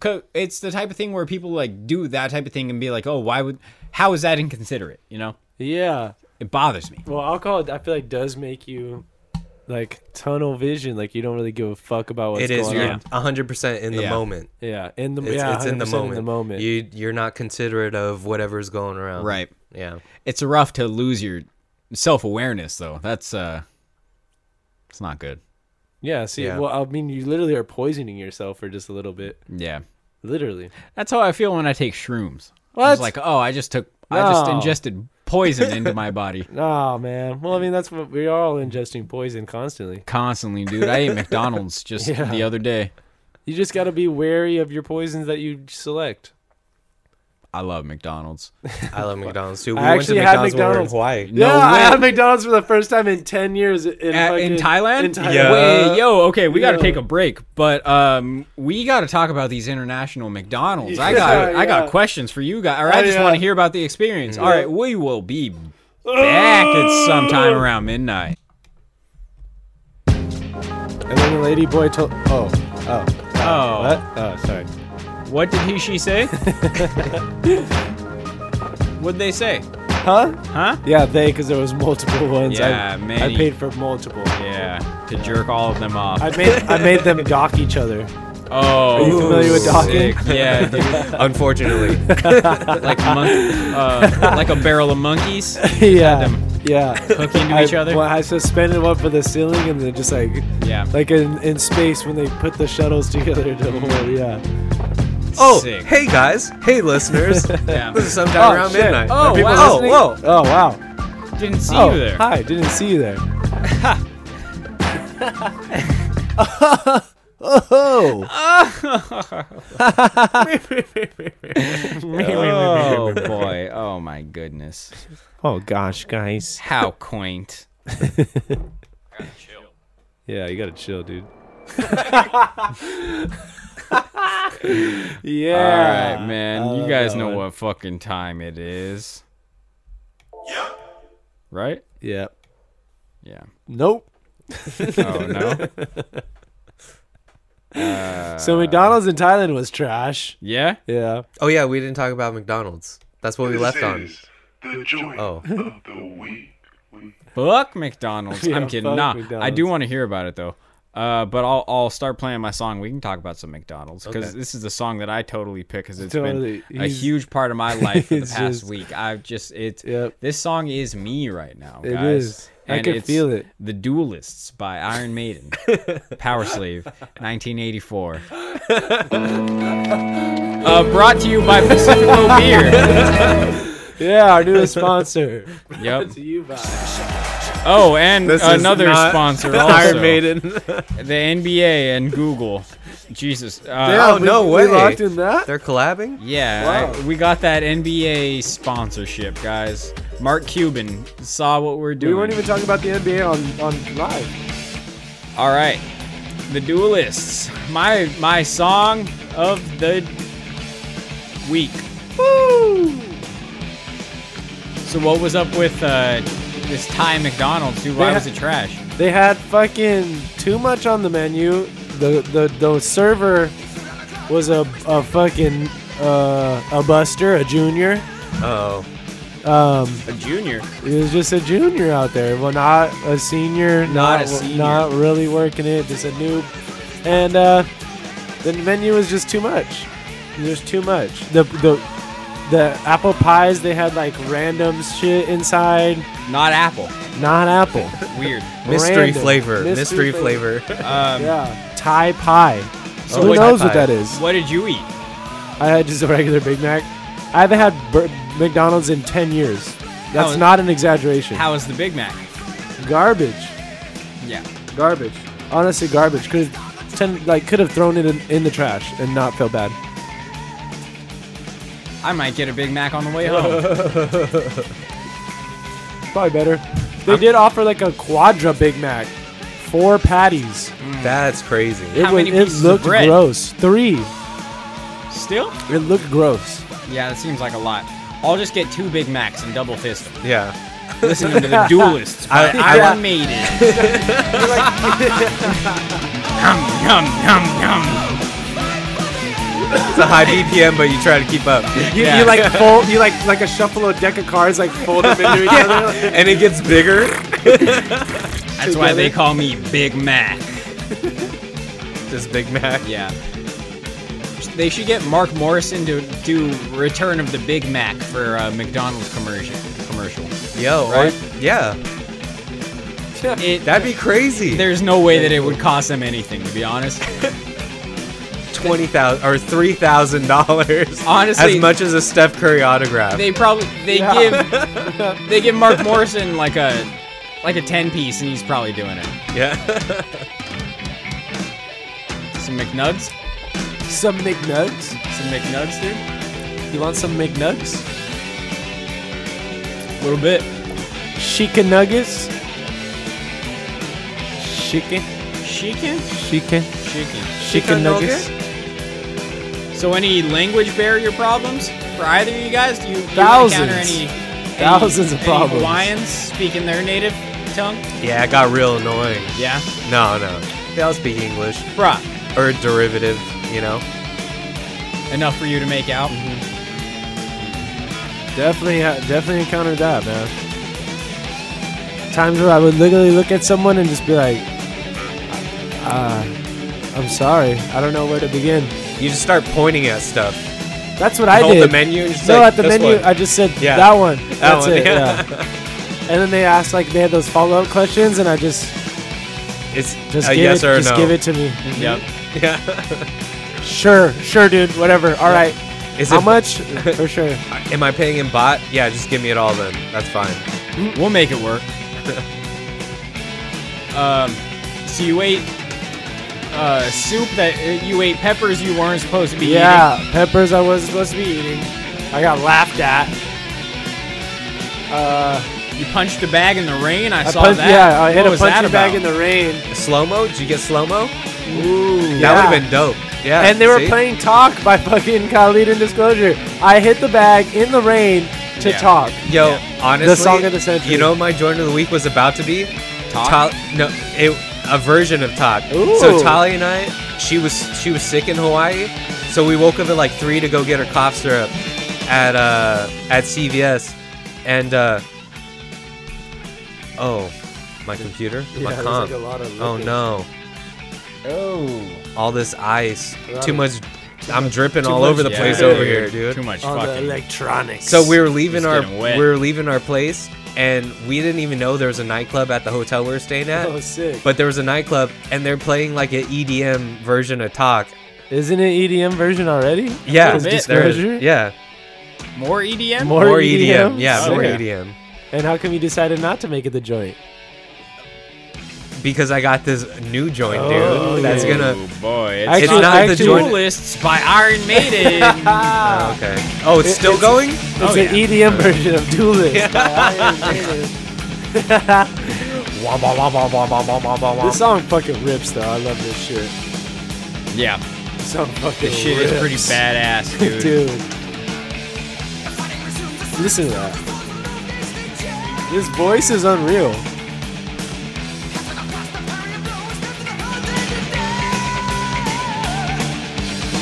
S1: 'Cause It's the type of thing where people like do that type of thing and be like, "Oh, why would how is that inconsiderate?" You know?
S2: Yeah.
S1: It bothers me.
S2: Well, alcohol, I feel like, does make you like tunnel vision. Like you don't really give a fuck about what's
S3: It is.
S2: going
S3: You're
S2: on.
S3: 100 percent in the
S1: Yeah.
S3: moment.
S2: Yeah, in the
S3: It's,
S2: yeah,
S3: it's in the
S2: 100%
S3: moment.
S2: In the moment.
S3: You you're not considerate of whatever's going around.
S1: Right.
S3: Yeah.
S1: It's rough to lose your self-awareness though. That's uh it's not good.
S2: yeah. See,
S3: Yeah.
S2: well, I mean, you literally are poisoning yourself for just a little bit.
S1: Yeah.
S2: Literally.
S1: That's how I feel when I take shrooms.
S2: What?
S1: It's like, oh, I just took, I just
S2: No.
S1: ingested poison into my body
S2: Oh man. Well, I mean, that's what we are all ingesting poison constantly.
S1: constantly, dude. I ate McDonald's just
S2: Yeah.
S1: the other day.
S2: You just got to be wary of your poisons that you select.
S1: I love McDonald's.
S3: I love McDonald's too. We
S2: I
S3: went to
S2: actually had
S3: McDonald's,
S2: McDonald's.
S3: when we were in Hawaii.
S1: No
S2: yeah, I
S1: way.
S2: had McDonald's for the first time in ten years in,
S1: At- in
S2: fucking-
S1: Thailand?
S2: In Thailand.
S3: Yeah.
S1: Wait, yo, okay, we got to
S2: Yeah.
S1: take a break, but um, we got to talk about these international McDonald's. I
S2: Yeah,
S1: got, I got
S2: yeah.
S1: questions for you guys, or I
S2: Oh,
S1: just
S2: yeah.
S1: want to hear about the experience. All right, we will be back at sometime around midnight.
S2: And then the lady boy told. Oh, oh,
S1: Oh,
S2: what? Oh, sorry.
S1: what did he, she say? What'd they say?
S2: Huh?
S1: Huh?
S2: Yeah, they because there was multiple ones.
S1: Yeah,
S2: I,
S1: many.
S2: I paid for multiple.
S1: Yeah, to jerk all of them off.
S2: I made I made them dock each other.
S1: oh,
S2: you familiar with
S1: sick.
S2: docking?
S1: Yeah, dude.
S3: Unfortunately,
S1: like mon- uh, like a barrel of monkeys
S2: yeah,
S1: them
S2: yeah.
S1: hook into
S2: I,
S1: each other.
S2: Well, I suspended one for the ceiling, and then just like
S1: Yeah.
S2: like in, in space when they put the shuttles together to hold. Yeah.
S3: oh
S1: Sick.
S3: hey guys, hey listeners,
S1: Yeah.
S3: this is sometime
S2: Oh,
S3: around
S2: shit.
S3: midnight.
S1: Oh,
S3: Are people
S1: wow.
S3: listening? Oh, whoa,
S2: Oh wow.
S1: Didn't see
S2: oh,
S1: you there.
S2: hi. Didn't see you there. oh.
S1: Oh boy. Oh my goodness.
S2: Oh gosh, guys.
S1: How quaint.
S2: Yeah, you gotta chill, dude. yeah.
S1: All right, man. You guys know what fucking time it is. Right?
S2: Yeah.
S1: Yeah.
S2: Nope.
S1: Oh no.
S3: Uh.
S2: So McDonald's in Thailand was trash.
S1: Yeah.
S2: Yeah.
S3: oh yeah, we didn't talk about McDonald's. That's what we left
S5: This
S3: on.
S5: is the joint
S3: Oh.
S5: of the week. We-
S1: Fuck McDonald's.
S2: Yeah,
S1: I'm kidding.
S2: fuck
S1: Nah, I
S2: McDonald's.
S1: do want to hear about it though. Uh, but I'll I'll start playing my song. We can talk about some McDonald's because
S3: Okay.
S1: this is the song that I totally pick because it's
S2: Totally.
S1: been a
S2: He's-
S1: huge part of my life for the
S2: it's
S1: past
S2: just-
S1: week. I've just it's
S2: Yep.
S1: this song is me right now,
S2: It
S1: guys.
S2: is.
S1: And
S2: can
S1: it's
S2: feel it.
S1: The Duelists by Iron Maiden, Power Slave, 1984. uh, brought to you by Pacifico Beer.
S2: Yeah, our newest sponsor.
S1: Yep.
S2: to you, bye.
S1: Oh, and
S3: This is
S1: another
S3: not
S1: sponsor also.
S3: Iron Maiden.
S1: The NBA and Google. Jesus. Uh,
S3: Oh, no way.
S2: We locked in that.
S3: They're collabing.
S1: yeah, I-
S2: Wow.
S1: we got that NBA sponsorship, guys. Mark Cuban saw what we're doing.
S2: We weren't even talking about the NBA on on live.
S1: All right, the Duelists. My my song of the week. So what was up with uh, this Ty McDonald's? Dude, why
S2: They
S1: was
S2: ha-
S1: it trash?
S2: They had fucking too much on the menu. The the the server was a a fucking uh, a buster, a junior.
S3: Oh,
S1: A junior.
S2: It was just a junior out there. Well, not a senior.
S1: Not a
S2: w-
S1: senior.
S2: Not really working it. Just a noob. And uh, the menu was just too much. There's too much. The the the apple pies they had like random shit inside.
S1: Not apple.
S2: Not apple.
S1: Weird.
S3: mystery
S2: Random.
S3: flavor. Mystery,
S2: Mystery
S3: flavor.
S2: flavor.
S1: Um,
S2: yeah. Thai pie.
S1: So
S2: Who
S1: what-
S2: knows
S3: Thai
S2: what
S3: pie.
S2: that is?
S1: what did you eat?
S2: I had just a regular Big Mac. I haven't had bur- McDonald's in 10 years. That's
S1: How-
S2: not an exaggeration.
S1: How was the Big Mac?
S2: Garbage.
S1: Yeah.
S2: Garbage. Honestly, garbage. Could ten like could have thrown it in, in the trash and not feel bad.
S1: I might get a Big Mac on the way home.
S2: Probably better. They did offer like a quadra Big Mac, four patties.
S3: That's crazy.
S2: It
S1: Mm, How
S2: was
S1: many
S2: it
S1: pieces of
S2: looked
S1: bread?
S2: gross. Three.
S1: Still?
S2: It looked gross.
S1: Yeah, that seems like a lot. I'll just get two Big Macs and double fist them.
S3: yeah.
S1: Listening to the Duelists by
S3: I-
S1: Iron Maiden. yum yum yum yum.
S3: It's a high BPM, but you try to keep up,
S2: You,
S1: Yeah.
S2: you like fold you like like a shuffle a deck of cards like fold them into each other.
S3: and it gets bigger.
S1: That's why they call me Big Mac.
S3: This Big Mac.
S1: Yeah. They should get Mark Morrison to do Return of the Big Mac for uh, McDonald's commercial. Commercial.
S3: Yo,
S1: Right?
S3: or- yeah,
S1: It,
S3: that'd be crazy.
S1: there's no way that it would cost them anything, to be honest.
S3: twenty thousand or three thousand dollars.
S1: Honestly-
S3: as much as a Steph Curry autograph.
S1: They probably they
S2: Yeah.
S1: give they give Mark Morrison like a like a ten piece, and he's probably doing it.
S3: yeah,
S1: Some McNugs,
S2: Some McNugs.
S1: some McNugs, dude.
S2: You want some McNugs?
S1: A little bit.
S2: Chicken nuggets. Chicken.
S1: Chicken,
S2: Chicken.
S1: chicken.
S2: Chicken nuggets.
S1: So any language barrier problems for either of you guys? Do you, you
S2: Thousands.
S1: encounter any, any
S2: Thousands of
S1: any
S2: problems.
S1: Hawaiians speaking their native tongue?
S3: yeah, it got real annoying.
S1: Yeah,
S3: No, no, they all speak English
S1: bruh.
S3: or derivative. You know,
S1: Enough for you to make out.
S2: Mm-hmm. Definitely, ha- definitely encountered that, man. Times where I would literally look at someone and just be like, uh, "I'm sorry, I don't know where to begin."
S3: you just start pointing at stuff.
S2: That's what I
S3: Hold
S2: did.
S3: the menu and just
S2: no,
S3: like,
S2: at the
S3: "This
S2: menu,
S3: one."
S2: I just said
S3: Yeah.
S2: that one. That's
S3: one,
S2: it.
S3: yeah.
S2: Yeah. and then they asked like they had those follow up questions, and I just
S3: It's
S2: just
S3: a
S2: give
S3: Uh, yes
S2: it,
S3: or
S2: just
S3: no.
S2: give it to me.
S1: Yep.
S3: yeah.
S2: Sure, sure, dude, whatever. All right,
S3: Is
S2: how
S3: it-
S2: much? For sure.
S3: Am I paying in bot? Yeah, just give me it all then. That's fine.
S1: We'll make it work. um, so you ate uh, soup that uh, you ate peppers you weren't supposed to be
S2: Yeah, peppers I wasn't supposed to be eating. I got laughed at. Uh,
S1: eating. You punched a bag in the rain. I,
S2: I
S1: saw
S2: punched,
S1: that.
S2: yeah, I
S1: What
S2: hit a
S1: was that
S2: punching bag
S1: about?
S2: in the rain.
S3: Slow mo? Did you get slow mo?
S2: Ooh,
S3: That would have been dope. Yeah.
S2: And they were
S3: see?
S2: playing Talk by fucking Khalid and Disclosure. I hit the bag in the rain to
S1: Yeah.
S2: Talk.
S3: Yo,
S1: Yeah.
S3: honestly,
S2: The song of the century.
S3: You know, what my joint of the week was about to be
S1: Talk?
S3: Ta- no, it, a version of talk.
S2: Ooh.
S3: So Tali and I, she was she was sick in Hawaii, so we woke up at like three to go get her cough syrup at uh at CVS, and uh oh, my computer, my comp.
S2: lot of
S3: oh no,
S1: Oh.
S3: all this ice,
S2: lot
S3: too
S2: of-
S3: much, I'm dripping all
S2: much
S3: over the
S2: Yeah,
S3: place
S2: dude.
S3: over here, dude.
S1: Too much
S2: All the
S1: fucking.
S2: electronics.
S3: So we were leaving
S1: Just
S3: our
S1: getting wet.
S3: we were leaving our place, and we didn't even know there was a nightclub at the hotel we were staying at.
S2: Oh, sick.
S3: But there was a nightclub, and they're playing like an EDM version of Talk.
S2: Isn't it EDM version already?
S3: Yeah,
S1: Is
S3: there-
S2: Disclosure?
S3: yeah,
S1: More E EDM.
S2: More- E
S3: more EDM.
S2: EDM?
S3: Yeah,
S1: Oh,
S3: more E
S1: yeah.
S3: EDM.
S2: And how come you decided not to make it the joint?
S3: Because I got this new joint, dude.
S2: Oh,
S3: that's
S2: yeah.
S3: gonna.
S1: Oh boy,
S2: Actually-
S1: it's
S3: It's not the
S2: actually-
S3: joint.
S1: Duelists by Iron Maiden.
S2: Ah,
S3: Oh, okay. Oh, it's
S2: It-
S3: still
S2: it's-
S3: going.
S2: it's
S1: Oh,
S2: an
S1: yeah.
S2: EDM version of Duelist.
S3: Wah, wah, wah, wah, wah, wah, wah, wah, wah.
S2: this song fucking rips, though. I love this shit.
S1: yeah,
S2: This song fucking
S1: this shit is pretty
S2: rips.
S1: badass, dude.
S2: dude. Listen to that. His voice is unreal.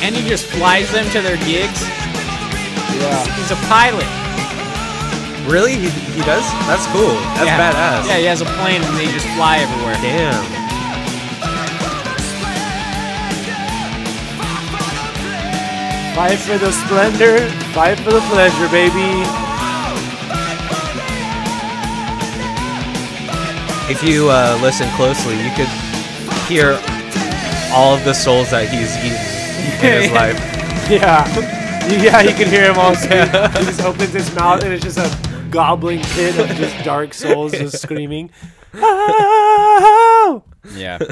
S1: And he just flies them to their gigs.
S2: Yeah.
S1: He's a pilot.
S3: Really? He, he does? That's cool. That's badass.
S1: Yeah, he has a plane and they just fly everywhere.
S3: Damn.
S2: Fight for the splendor, fight for the pleasure, baby.
S3: If you uh, listen closely, you could hear all of the souls that he's eaten in his life.
S2: Yeah. You- Yeah, you can hear him all scream. He just opens his mouth and it's just a gobbling pit of just dark souls just screaming. Oh!
S1: Yeah.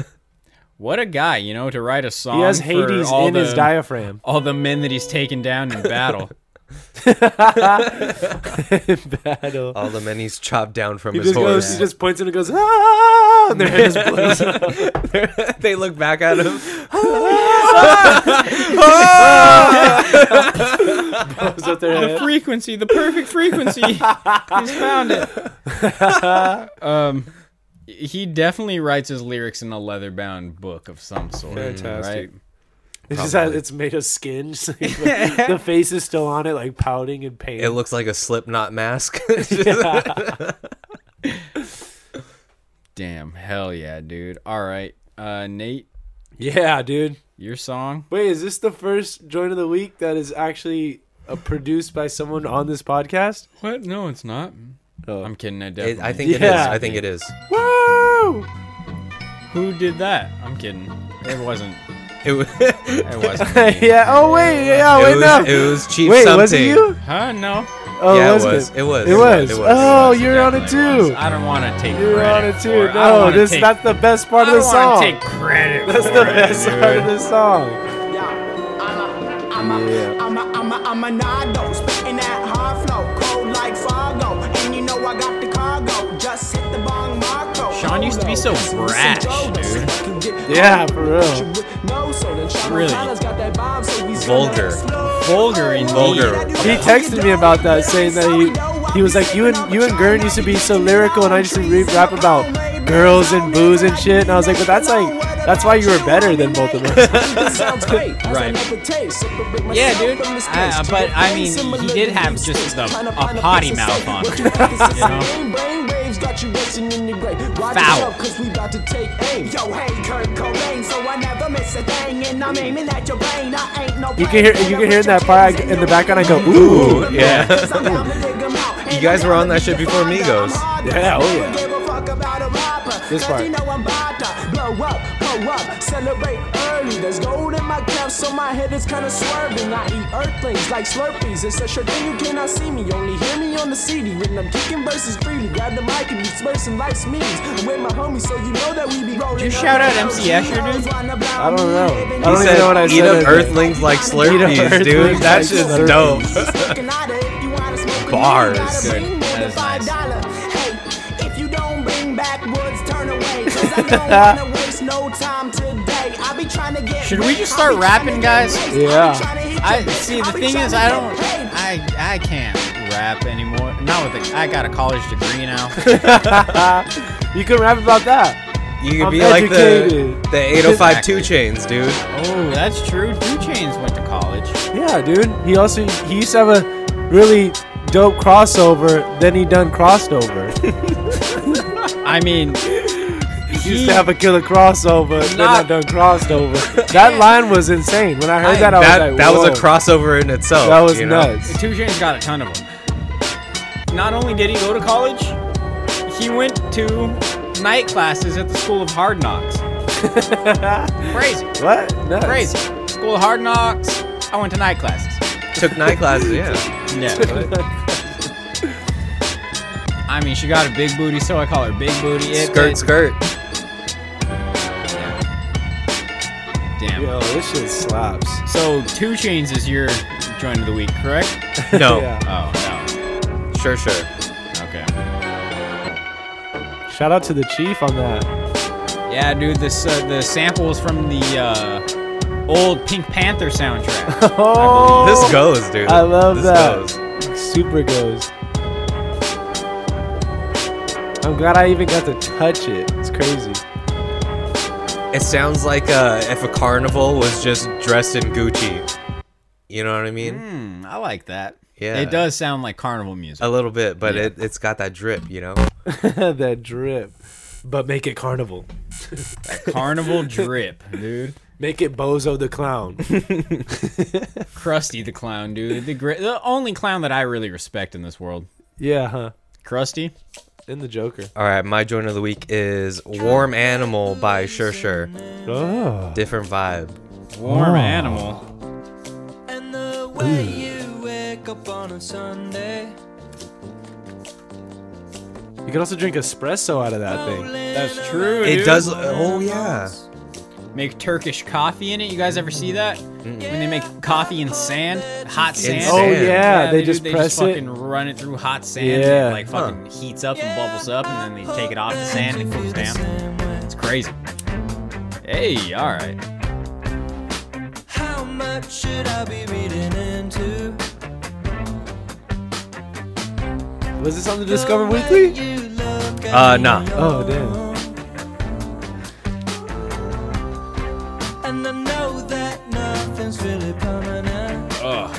S1: What a guy, you know, to write a song.
S2: He has
S1: for
S2: Hades
S1: all
S2: in
S1: the,
S2: his diaphragm.
S1: All the men that he's taken down in battle.
S2: Battle.
S3: All the men he's chopped down from
S2: He
S3: his
S2: just
S3: horse.
S2: goes, he just points and it goes, ah! And their head is blows up.
S3: they look back at him.
S2: blows up their head.
S1: frequency, the perfect frequency. he's found it. um, he definitely writes his lyrics in a leather-bound book of some sort.
S2: Fantastic.
S1: Right?
S2: It just has, it's made of skin. so he's like- the face is still on it, like pouting in pain.
S3: It looks like a Slipknot mask.
S1: Damn, hell yeah, dude. All right, uh, Nate,
S2: yeah, dude.
S1: your song.
S2: Wait, is this the first joint of the week that is actually uh, produced by someone on this podcast?
S1: What? No, it's not.
S2: Oh.
S1: I'm kidding. I
S3: It-
S1: definitely.
S3: I think it is.
S2: Yeah.
S3: I think it is.
S2: Woo!
S1: Who did that? I'm kidding. It wasn't.
S3: It, wa-
S1: It wasn't. me.
S2: yeah. Oh wait. Yeah.
S3: it
S2: Wait.
S3: was,
S2: no.
S3: it was Chief
S2: wait.
S3: something.
S2: Was it you?
S1: Huh? No.
S2: Oh,
S3: yeah, it
S2: wasn't
S3: was. It was.
S2: It was.
S3: It was.
S2: Oh,
S1: It
S2: you're on it
S1: definitely
S2: too.
S1: was. I don't want to take.
S2: You're on
S1: credit
S2: it
S1: for
S2: too.
S1: I don't
S2: No,
S1: wanna
S2: this
S1: take-
S2: that's the best part
S1: I
S2: of the
S1: don't wanna
S2: song.
S1: take credit.
S2: that's
S1: for
S2: the
S1: it,
S2: best
S1: dude.
S2: part of the song.
S6: I'm a, I'm a, I'm a, I'm a Nado, spitting that hard flow, cold like Fargo, and you know I got the cargo. Just hit the bong Marco.
S1: Sean used to be so brash, dude.
S2: Yeah, for real.
S1: Really.
S6: Really.
S3: Vulgar.
S6: Oh,
S1: Vulgar indeed.
S3: Vulgar.
S2: He texted me about that, saying that he he was like, you and you and Gurn used to be so lyrical, and I used to re- rap about girls and booze and shit, and I was like, but that's like that's why you were better than both of us.
S1: Right.
S6: right.
S1: Yeah, dude. Uh, but, I mean, he did have just the- a potty mouth on him, Foul.
S6: Yo, hey, Kurt Cobain, so I never miss a thing, and I'm aiming at your brain. I ain't no
S2: You can hear you can hear in that part I- in the background. I go, ooh,
S3: Yeah.
S6: you
S3: guys were on that shit before Migos.
S2: Yeah, oh yeah. This part.
S6: Blow up, blow up, celebrate early. There's gold in my cup, so my head is kinda swerving. I eat earthlings like slurpees. It's a sure thing you cannot see me. Only hear me on the CD. When I'm kicking verses freely, grab the mic and disperse some life's memes. I'm with my homies, so you know that we be rolling.
S1: you shout out MC Escher, dude?
S6: I
S2: don't know. I
S3: He
S2: don't even
S3: said,
S2: know what I
S3: "Eat
S2: said
S3: up
S2: in there."
S3: Earthlings like Slurpees,
S2: Earthlings
S3: dude.
S2: like
S3: That's just
S2: Slurpees.
S3: dope." Bars.
S6: Bars.
S1: Good. That is nice.
S6: If you don't bring backwoods, turn away. 'cause I don't wanna waste no time today. I be trying to get
S1: Should we
S6: rich,
S1: just
S6: I
S1: start
S6: be tryna
S1: rapping,
S6: get
S1: guys?
S6: raised, I be
S2: Yeah.
S6: tryna hit
S1: I
S6: your bitch,
S1: see.
S6: I
S1: The
S6: be
S1: thing is, I
S6: tryna get
S1: don't.
S6: paid.
S1: I I can't rap anymore. Not with. A, I got a college degree now.
S2: you can rap about that.
S3: You could
S2: I'm
S3: be like the
S2: educated.
S3: the 805
S1: Exactly.
S3: two chains, dude.
S1: oh, that's true. Two Chains went to college.
S2: Yeah, dude. He also he used to have a really dope crossover. Then he done crossed over.
S1: I mean,
S2: Texas used to have a killer crossover. They're not done crossed over. That line was insane. When I heard that, I was
S3: that,
S2: like,
S3: that was a
S2: "Whoa."
S3: crossover in itself.
S2: That was
S3: you know?
S2: nuts.
S1: Two Chainz got a ton of them. Not only did he go to college, he went to night classes at the School of Hard Knocks. Crazy.
S2: What? Nuts.
S1: Crazy. School of Hard Knocks. I went to night classes.
S3: Took night classes, yeah.
S1: Yeah. I mean, she got a big booty, so I call her Big Booty. It,
S3: skirt,
S1: it-
S3: skirt.
S1: Damn.
S2: Yo, this shit slaps.
S1: So two chains is your joint of the week, correct?
S3: No,
S2: Yeah.
S1: Oh no.
S3: sure, sure.
S1: Okay.
S2: Shout out to the chief on that.
S1: Yeah, dude. This uh, the sample is from the uh, old Pink Panther soundtrack.
S2: Oh,
S3: This goes, dude.
S2: I love
S3: this
S2: that.
S3: Goes.
S2: super goes. I'm glad I even got to touch it. It's crazy.
S3: It sounds like uh, if a carnival was just dressed in Gucci. You know what I mean?
S1: Hmm, I like that.
S3: Yeah. Oh.
S1: It does sound like carnival music.
S3: A little bit, but it, it's got that drip, you know?
S2: that drip. But make it carnival.
S1: carnival drip, dude.
S2: Make it Bozo the Clown.
S1: Krusty the clown, dude. The great, the only clown that I really respect in this world.
S2: yeah, huh?
S1: Krusty.
S2: And the Joker.
S3: All right, my joint of the week is Warm Animal by Sure Sure.
S2: Oh.
S3: Different vibe.
S1: Warm animal.
S7: And the way you wake up on a Sunday,
S2: You can also drink espresso out of that thing.
S1: That's true.
S3: It
S1: dude.
S3: does. Oh, yeah.
S1: make Turkish coffee in it. You guys ever see that? When they make coffee in sand, hot sand.
S2: Oh
S3: Sand.
S2: yeah, they,
S1: do-
S2: just press
S1: fucking
S2: it.
S1: run it through hot sand. And
S2: Yeah.
S1: it, like fucking heats up and bubbles up, and then they take it off the sand and it cools down. It's crazy. Hey, all right.
S7: how much should I be reading into?
S2: Was this on the Discover Weekly?
S7: You look at
S3: Uh, nah.
S2: Oh damn.
S7: and I know that nothing's really permanent.
S1: Ugh.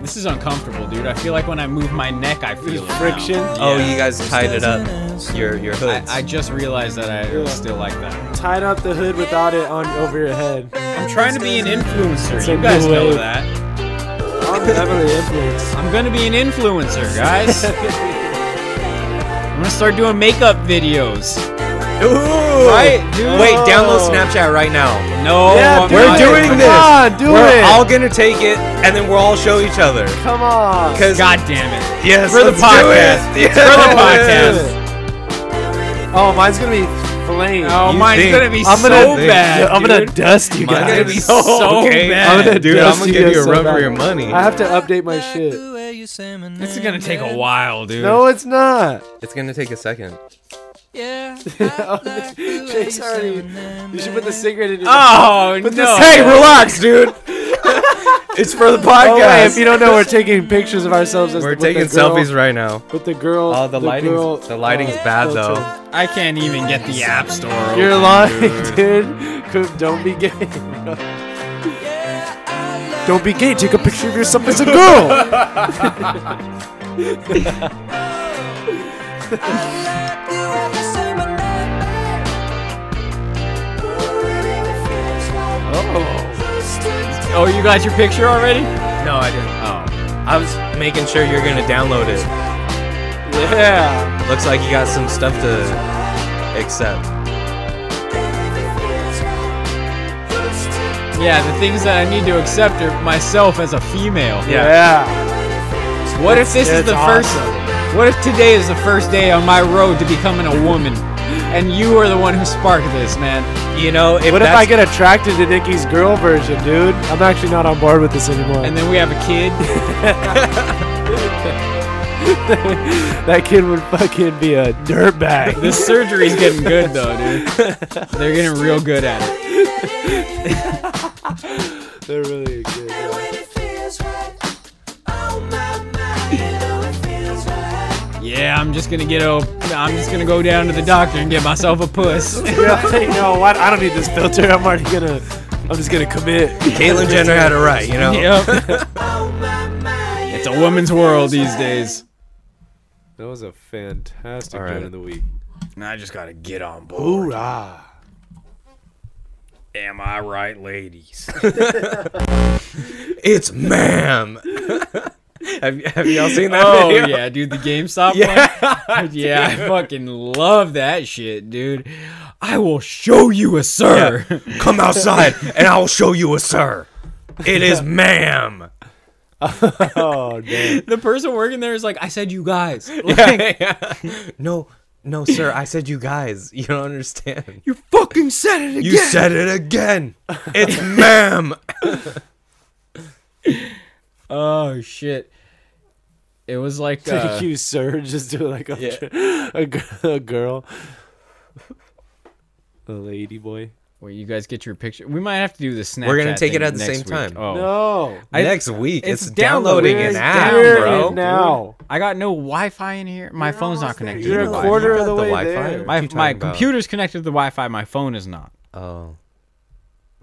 S1: This is uncomfortable, dude. I feel like when I move my neck, I feel it now.
S2: Friction.
S3: Oh, you guys tied it up. Your your
S1: I,
S3: hoods.
S1: I just realized that I
S2: Yeah.
S1: still like that.
S2: Tying up the hood without it on over your head.
S1: I'm trying to be an influencer.
S2: a
S1: You guys
S2: new
S1: know
S2: wave.
S1: that.
S2: I'm definitely influenced.
S1: I'm gonna be an influencer, guys. I'm gonna start doing makeup videos.
S3: Ooh,
S1: Right, dude.
S3: Wait, download Snapchat right now.
S1: No,
S2: Yeah,
S1: I'm
S2: dude,
S1: not.
S3: We're doing
S2: Come
S3: this.
S2: on, do
S3: we're
S2: it.
S3: all gonna take it, and then we'll all show each other.
S2: Come on.
S3: Cause
S1: God damn it.
S3: yes,
S1: for the
S3: let's do
S1: podcast.
S3: it.
S1: for the
S3: Yes.
S1: podcast.
S2: Oh, mine's gonna be flame.
S1: Oh,
S3: You
S1: mine's
S3: think-
S1: gonna be
S2: I'm
S1: so
S2: gonna,
S1: bad.
S2: I'm gonna
S1: dude.
S2: dust you
S3: Mine's
S2: guys.
S3: gonna be
S1: so
S3: so
S1: okay.
S3: bad.
S1: I'm
S2: gonna
S3: dude,
S2: dust
S3: I'm gonna
S2: you
S3: give
S2: guys
S3: you a
S2: so
S3: run for
S2: bad.
S3: your money.
S2: I have to update my shit.
S7: The way you say my name.
S1: This is gonna take a while, dude.
S2: No, it's not.
S3: It's gonna take a second.
S7: Yeah. I like the way
S2: Jake's
S7: you say
S2: already-
S7: my name.
S2: You should put the cigarette in your
S1: Oh
S2: Put
S1: no.
S2: this- Hey,
S3: relax, dude. it's for the
S2: Oh, wait,
S3: podcast.
S2: if you don't know, we're taking pictures of ourselves. As
S3: we're
S2: with
S3: taking
S2: the girl,
S3: selfing's right now.
S2: with the girl.
S3: Oh, the lighting's-
S2: girl,
S3: the lighting's bad, though.
S2: filter.
S1: I can't even get the app store.
S2: You're
S1: open,
S2: lying,
S1: dude.
S2: dude. Coop, Don't be gay. bro. Don't be gay. Take a picture of yourself as a girl.
S7: You have to say my name. Ooh, it even feels like used to
S1: Oh, you got your picture already?
S3: No, I didn't.
S1: Oh.
S3: I was making sure you're gonna download it.
S2: yeah.
S3: Looks like you got some stuff to accept.
S1: Yeah, the things that I need to accept are myself as a female.
S2: Yeah.
S1: What if this is
S2: It's
S1: the first? What if today is the first day on my road to becoming a woman, and you are the one who sparked this, man?
S3: You know, if
S2: What if
S3: that's-
S2: I get attracted to Nikki's girl version, dude? I'm actually not on board with this anymore.
S1: And then we have a kid.
S2: that kid would fucking be a dirtbag.
S1: This surgery's getting good though, dude. They're getting real good at it.
S2: They're really good. yeah.
S1: Yeah, I'm just gonna get a. I'm just gonna go down to the doctor and get myself a puss.
S2: Yeah, you know what? I don't need this filter. I'm already gonna. I'm just gonna commit.
S3: Caitlyn Jenner had it right, you know.
S1: yep.
S7: Oh,
S1: It's a woman's world these days.
S2: That was a fantastic
S3: All
S2: right.
S3: right.
S2: of the week.
S1: And I just gotta get on board.
S2: Hoorah.
S1: Am I right, ladies?
S3: It's ma'am. have, have y'all seen that
S1: oh
S3: video?
S1: yeah, dude, the GameStop one. yeah, I fucking love that shit, dude. I will show you a sir.
S3: Come outside and I'll show you a sir. It is ma'am.
S2: Oh, damn.
S1: the person working there is like, I said you guys.
S3: No, no, sir. I said you guys. You don't understand.
S1: You fucking said it again.
S3: You said it again. It's ma'am.
S1: oh shit. It was like uh,
S2: Thank you, sir. Just do like a, a, g- a girl. A lady boy.
S1: Wait, you guys get your picture. We might have to do the Snapchat.
S3: We're gonna take it
S1: thing
S3: at the
S1: next
S3: same
S1: week.
S3: time.
S1: Oh,
S2: No.
S3: Next week, it's,
S1: it's downloading.
S3: downloading an
S1: It's
S3: app,
S1: down,
S2: We're
S3: bro.
S2: in now.
S1: I got no Wi-Fi in here. My phone's not connected.
S2: You're
S1: to
S2: a
S1: Wi-Fi.
S2: quarter of
S3: Got
S2: the way
S3: Wi-Fi?
S2: there.
S3: What you
S1: My,
S3: talking
S1: my
S3: about?
S1: computer's connected to the Wi-Fi. My phone is not.
S3: Oh,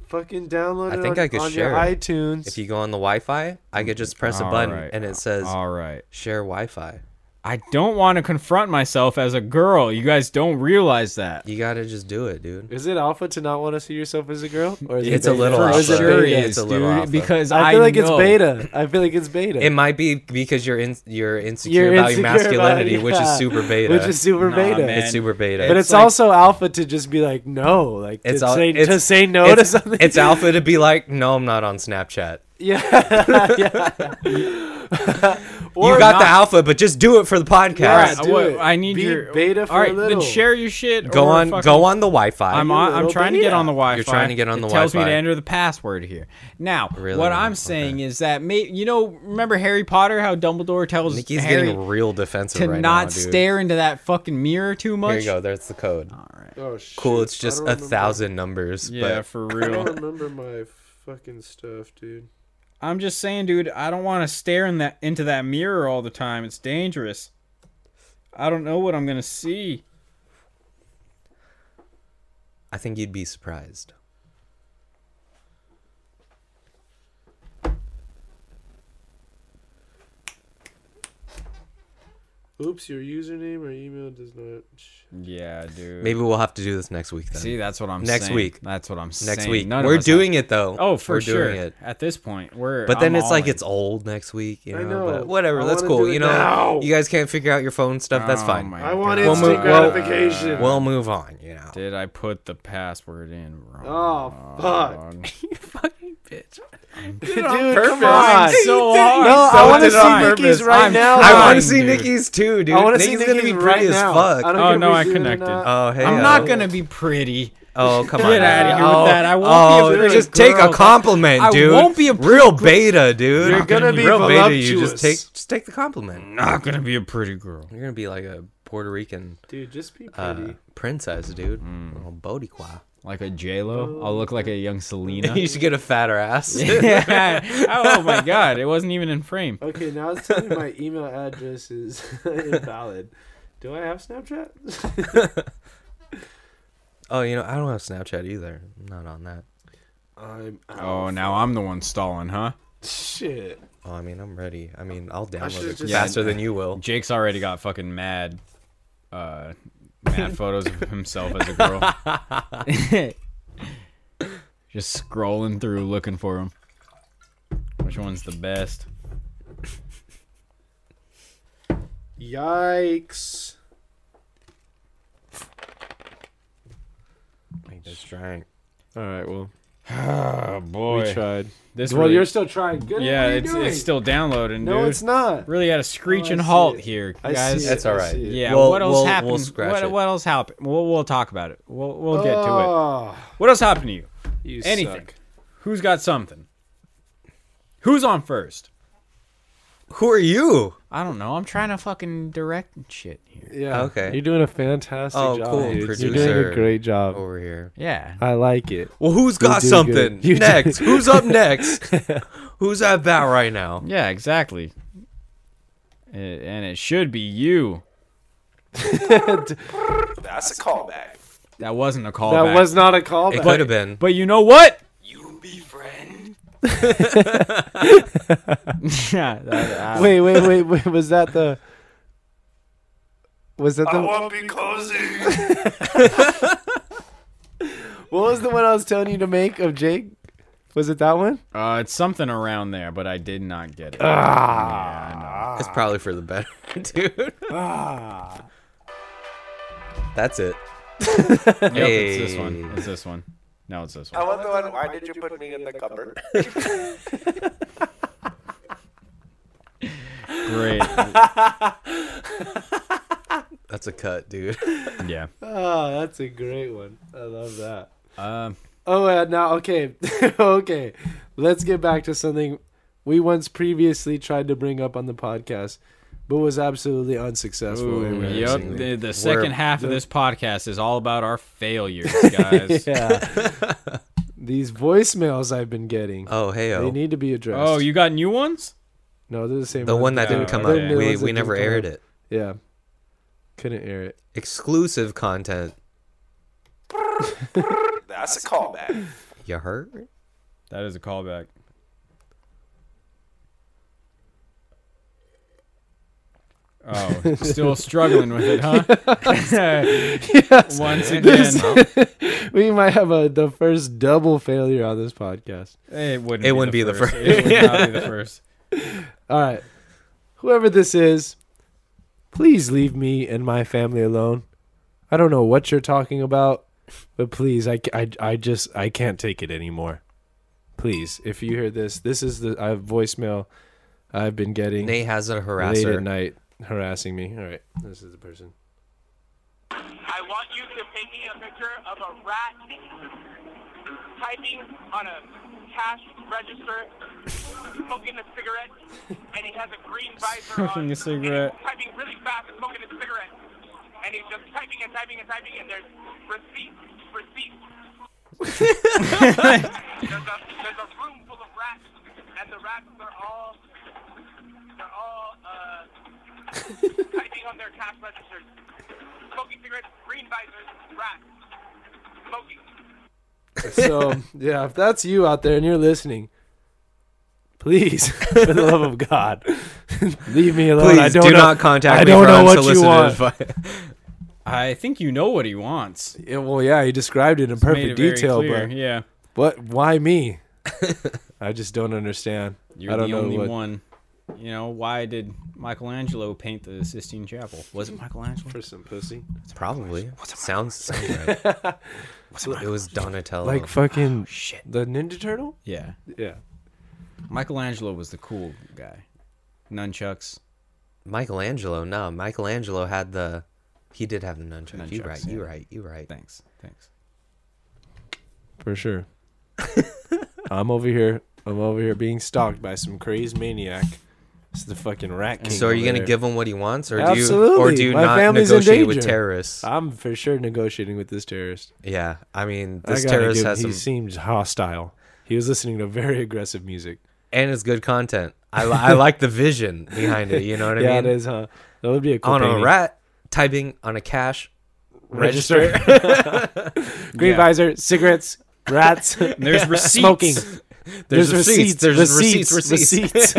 S2: Fucking download
S3: I
S2: it
S3: think
S2: on,
S3: I could
S2: on
S3: share
S2: your
S3: it.
S2: iTunes.
S3: if you go on the Wi-Fi, I could just press a
S1: All
S3: button
S1: right.
S3: and it says
S1: All right.
S3: share Wi-Fi.
S1: I don't want to confront myself as a girl. You guys don't realize that.
S3: You gotta just do it, dude.
S2: Is it alpha to not want to see yourself as a girl? Or is
S3: It's
S2: it
S3: a
S2: beta?
S3: little
S2: Or
S1: For
S2: is it
S3: alpha.
S1: sure
S2: beta?
S1: is,
S3: It's a
S1: dude.
S3: little alpha.
S1: Because
S2: I feel like it's
S1: know-
S2: beta. I feel like it's beta.
S3: It might be because you're in, you're insecure
S2: You're
S3: about your
S2: insecure about-
S3: masculinity, which is
S2: yeah.
S3: super beta.
S2: Which is super
S1: Nah,
S2: beta.
S1: man.
S3: it's super beta.
S2: But
S1: It's
S2: it's,
S1: like-
S2: also alpha to just be like no, like
S3: it's
S2: to,
S3: al-
S2: say,
S3: it's-
S2: to say no
S3: it's,
S2: to something.
S3: It's alpha to be like, no, I'm not on Snapchat.
S2: yeah, yeah.
S3: you got
S1: not.
S3: the alpha, but just do it for the
S1: All
S3: podcast.
S1: right,
S2: Yeah,
S1: I,
S2: do
S1: wa-
S2: it.
S1: I need
S2: Be
S1: your
S2: beta for
S1: All right,
S2: a
S1: then
S2: little.
S1: share your shit.
S3: Go
S1: or
S3: on,
S1: fucking-
S3: go on the Wi-Fi.
S1: I'm
S2: a
S1: on, I'm
S2: little
S1: trying to get
S2: beta.
S1: on the Wi-Fi.
S3: You're trying to get on
S1: it
S3: the
S1: tells me
S3: Wi-Fi.
S1: to enter the password here. Now,
S3: Really?
S1: what I'm
S3: Okay.
S1: saying is that may you know remember Harry Potter how Dumbledore tells
S3: Nikki's
S1: Harry
S3: getting real defensive
S1: to
S3: right
S1: not
S3: now, dude.
S1: stare into that fucking mirror too much.
S3: Here you go. There's the code.
S2: Oh,
S3: Cool. It's just a thousand numbers.
S1: Yeah,
S3: but
S1: for real.
S2: remember my fucking stuff, dude.
S1: I'm just saying, dude, I don't want to stare in that into that mirror all the time. It's dangerous. I don't know what I'm gonna see.
S3: I think you'd be surprised.
S2: Oops, your username or email does not.
S1: Yeah, dude.
S3: Maybe we'll have to do this next week. Then.
S1: See, that's what I'm
S3: Next
S1: saying.
S3: week.
S1: That's what I'm saying.
S3: next week.
S1: None of
S3: We're
S1: us
S3: doing
S1: have-
S3: it though.
S1: Oh, for
S3: We're
S1: sure.
S3: Doing it.
S1: At this point, we're.
S3: But then
S1: I'm
S3: it's like
S1: all in.
S3: it's old next week. You know,
S2: I
S3: But
S2: know.
S3: whatever.
S2: I
S3: that's
S2: wanna
S3: cool.
S2: do it
S3: You know,
S2: now.
S3: you guys can't figure out your phone stuff. that's
S1: Oh
S3: fine.
S1: my
S2: I want
S1: God.
S3: Well,
S2: instant
S3: mo- well-
S2: gratification.
S3: We'll move on. You know.
S1: Did I put the password in
S2: Oh
S1: wrong?
S2: fuck,
S3: Fucking bitch.
S2: dude! Come
S1: I'm
S2: on.
S1: so hard.
S2: No,
S1: so
S2: I want to
S1: did
S2: see Nikki's right
S1: I'm
S2: now.
S3: I want
S1: Fine,
S3: to see
S1: dude.
S3: Nikki's too, dude.
S2: I want to see
S3: Nikki's gonna be
S2: Nikki's
S3: pretty
S2: right
S3: as
S2: now.
S3: fuck.
S2: I don't
S1: Oh,
S2: care if
S1: no,
S2: we
S1: I
S2: do it or
S1: connected.
S2: not.
S3: Oh hey.
S1: I'm
S3: oh.
S1: not gonna be pretty.
S3: Oh come
S1: Get
S3: on.
S1: outta here with
S3: Oh,
S1: that. I won't be a
S3: oh,
S1: pretty
S3: Just
S1: girl.
S3: take a compliment,
S1: I
S3: dude.
S1: won't be a
S3: real beta, dude.
S2: You're gonna be
S3: real beta. You just
S2: voluptuous.
S3: take just take the compliment.
S1: Not gonna be a pretty girl.
S3: You're gonna be like a Puerto Rican
S2: Dude, just be
S3: uh,
S2: pretty.
S3: princess, dude.
S1: Mm.
S3: Little Bodiqua.
S1: Like a J Lo. I'll look like a young Selena.
S3: You should get a fatter ass.
S1: yeah. Oh my god, it wasn't even in frame.
S2: Okay, now it's telling me my email address is invalid. Do I have Snapchat?
S3: oh, you know, I don't have Snapchat either. I'm not on that.
S2: I'm out.
S1: Oh, now I'm the one stalling, huh?
S2: Shit.
S3: Oh, I mean, I'm ready. I mean, I'll
S2: should've
S3: download it
S2: just-
S3: faster than you will.
S1: Jake's already got fucking mad, uh, mad photos of himself as a girl. Just scrolling through looking for him. Which one's the best?
S2: Yikes.
S3: I just drank.
S2: All right, well,
S1: Oh boy,
S2: we tried.
S1: this
S2: Well,
S1: really-
S2: you're still trying. Good.
S1: yeah,
S2: what are you
S1: it's
S2: doing?
S1: it's still downloading,
S2: No,
S1: dude.
S2: it's not.
S1: Really at a screeching
S2: see
S1: halt
S2: it.
S1: here,
S2: I see
S1: guys.
S2: it.
S3: That's all right.
S2: Yeah,
S1: Yeah,
S3: We'll-
S1: what else
S3: we'll-
S1: happened?
S3: We'll scratch
S1: what,
S3: it.
S1: what else happened? We'll, we'll talk about it. We'll, we'll get to
S2: Oh.
S1: it. What else happened to you?
S2: it. You
S1: Anything.
S2: suck.
S1: Who's got something? Who's on first?
S3: Who are you?
S1: I don't know. I'm trying to fucking direct and shit here.
S2: Yeah.
S3: Okay.
S2: You're doing a fantastic
S3: Oh,
S2: job.
S3: cool,
S2: dude. You're doing
S3: producer. Oh.
S2: a great job.
S3: Over here.
S1: Yeah.
S2: I like it.
S3: Well, who's got
S2: doing
S3: something
S2: good. You're
S3: next? Who's up next? who's at bat right now?
S1: Yeah, exactly. I- and it should be you.
S2: That's a callback.
S1: That wasn't a
S2: That
S1: callback.
S2: was not a
S3: It
S2: callback.
S3: could have been.
S1: But you know what? You be friend. yeah. that- I-
S2: wait, wait, wait, wait. Was that the?
S8: Was that
S5: I
S8: the
S5: won't be closing.
S8: what was the one I was telling you to make of Jake? Was it that one?
S1: Uh, it's something around there, but I did not get it.
S3: It's probably for the better, dude.
S2: Ah.
S3: That's it.
S1: Yep, it's this one. It's this one. No, it's this one.
S5: want the one. Why did you put me in the cupboard?
S1: Great.
S3: That's a cut, dude.
S1: Yeah.
S2: Oh, that's a great one. I love that.
S1: Um,
S2: Oh, uh, now okay, okay. Let's get back to something we once previously tried to bring up on the podcast, but was absolutely unsuccessful.
S1: ooh,
S2: Anyway.
S1: yep.
S3: amazing.
S1: The, the
S3: We're-
S1: second half of this podcast is all about our failures, guys.
S2: Yeah. These voicemails I've been getting,
S3: Oh, hey,
S2: they
S3: oh.
S2: need to be addressed.
S1: Oh, you got new ones?
S2: no, they're the same.
S3: The one that didn't
S1: Yeah.
S3: come
S1: The
S3: up.
S1: new
S3: We,
S2: ones that
S3: we never
S2: didn't come
S3: aired
S2: up.
S3: it.
S2: Yeah, couldn't air it.
S3: Exclusive content.
S5: That's a callback.
S3: You heard?
S1: That is a callback. Oh, still struggling with it, huh? Once again,
S2: We might have a the first double failure on this podcast.
S1: it wouldn't.
S3: It wouldn't be the first.
S1: It would not be the first.
S2: All right, whoever this is, please leave me and my family alone. I don't know what you're talking about, but please, I, ca- I, I just I can't take it anymore. Please, if you hear this, this is the I have voicemail I've been getting
S3: Nate has a
S2: late at
S3: harasser.
S2: night harassing me. All right, this is the person.
S9: I want you to take me a picture of a rat typing on a cash register, smoking a cigarette, and he has a green visor
S1: Smoking
S9: on.
S1: a
S9: and he's
S1: cigarette.
S9: typing really fast, smoking a cigarette, and he's just typing and typing and typing, and there's receipts, receipts. there's, a, there's a room full of rats, and the rats are all they're all uh, typing on their cash registers. Smoking cigarettes, green visors, rats. Smoking.
S2: So yeah, if that's you out there and you're listening, please, for the love of God, leave me alone.
S3: Please
S2: I don't
S3: do
S2: know,
S3: not contact
S2: I
S3: me
S2: don't
S3: for
S2: know what you
S3: unsolicited
S2: want.
S3: advice.
S1: I think you know what he wants.
S2: Yeah, well, yeah, he described it in
S1: Made
S2: perfect
S1: it very
S2: detail,
S1: clear,
S2: but
S1: yeah,
S2: but why me? I just don't understand.
S1: you're
S2: I don't
S1: the
S2: know
S1: only
S2: what.
S1: one. You know why did Michelangelo paint the Sistine Chapel? Was it Michelangelo?
S2: For some pussy.
S3: Probably. Sounds. sounds right. it was Donatello.
S2: Like fucking
S3: Oh,
S2: the Ninja Turtle?
S1: Yeah,
S2: Yeah.
S1: Michelangelo was the cool guy. Nunchucks.
S3: Michelangelo. No, Michelangelo had the. He did have the nunchuck. you
S1: Nunchucks,
S3: right.
S1: yeah.
S3: You right. You right.
S1: Thanks. Thanks.
S2: For sure. I'm over here. I'm over here being stalked by some crazed maniac. It's the fucking rat king.
S3: So are you
S2: over
S3: gonna
S2: there.
S3: give him what he wants, or do you, or
S2: Absolutely.
S3: do you
S2: My
S3: not
S2: family's in
S3: negotiate with
S2: danger.
S3: terrorists?
S2: I'm for sure negotiating with this terrorist.
S3: yeah, I mean,
S2: I
S3: this
S2: gotta
S3: terrorist
S2: give-
S3: has
S2: he
S3: some,
S2: seemed hostile. He was listening to very aggressive music.
S3: and it's good content. I, li- I like the vision behind it. You know what I
S2: yeah,
S3: mean?
S2: it is, huh? That would be a cool
S3: On a
S2: painting.
S3: rat typing on a cash register.
S2: Green
S1: Yeah.
S2: visor, cigarettes, rats,
S1: There's receipts.
S2: smoking.
S3: There's receipts. There's receipts. Receipts.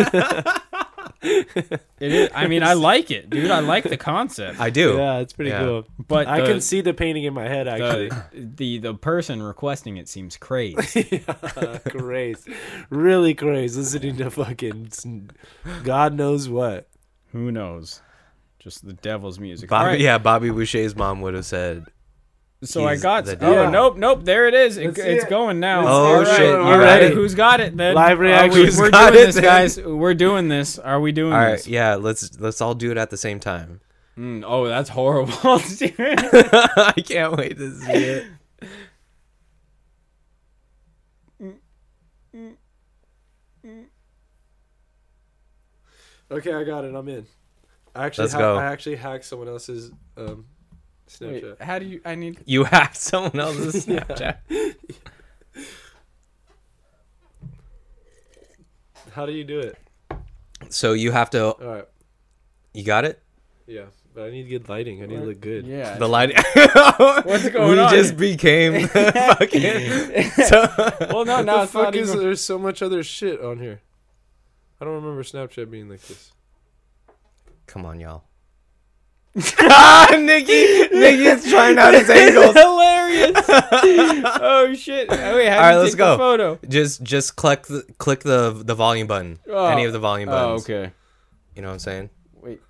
S1: It is, I mean, I like it, dude. I like the concept.
S3: I do.
S2: yeah, it's pretty
S3: Yeah. uh,
S2: cool.
S1: But
S2: I
S1: the-
S2: can see the painting in my head actually.
S1: the, Uh, the the person requesting it seems crazy.
S2: crazed, really crazed, listening to fucking s- God knows what.
S1: Who knows? Just the devil's music.
S3: Bobby,
S1: All right,
S3: yeah, Bobby Boucher's mom would have said,
S1: So I
S3: he's
S1: got.
S3: the
S1: Oh
S3: devil.
S1: nope, nope. There it is. It,
S2: Let's see
S1: it's
S2: it.
S1: going now.
S3: "Oh
S2: right, all
S3: shit, you
S1: All
S2: right.
S1: right,
S3: ready?"
S1: who's got it then?
S2: Live
S1: Are we-
S2: reaction.
S1: We're,
S2: Who's
S3: got
S1: doing
S3: it
S1: this,
S3: then?
S1: guys. We're doing this. Are we doing
S3: All right,
S1: this?
S3: yeah, let's let's all do it at the same time.
S1: Mm, oh, that's horrible.
S3: I can't wait to see it.
S2: Okay, I got it. I'm in. I actually,
S3: Let's go.
S2: I actually hacked someone else's um, Snapchat.
S1: Wait, how do you? I need.
S3: You hacked someone else's Snapchat.
S2: How do you do it?
S3: So you have to.
S2: All right,
S3: You got it.
S2: yeah, but I need good lighting. I need to look good.
S1: Yeah.
S3: The light.
S1: What's going
S3: we
S1: on?
S3: just became fucking. so-
S1: well, no, no. It's
S2: What the
S1: not
S2: fuck is
S1: even.
S2: there's so much other shit on here? I don't remember Snapchat being like this.
S3: Come on, y'all.
S8: Nikki, Nikki's trying out his angles.
S1: Hilarious. oh shit. Oh, wait, how do
S3: All right,
S1: you
S3: let's
S1: take
S3: go.
S1: the photo?
S3: Just just click the, click the the volume button.
S1: Oh.
S3: Any of the volume
S1: Oh,
S3: buttons.
S1: okay.
S3: You know what I'm saying?
S8: Wait.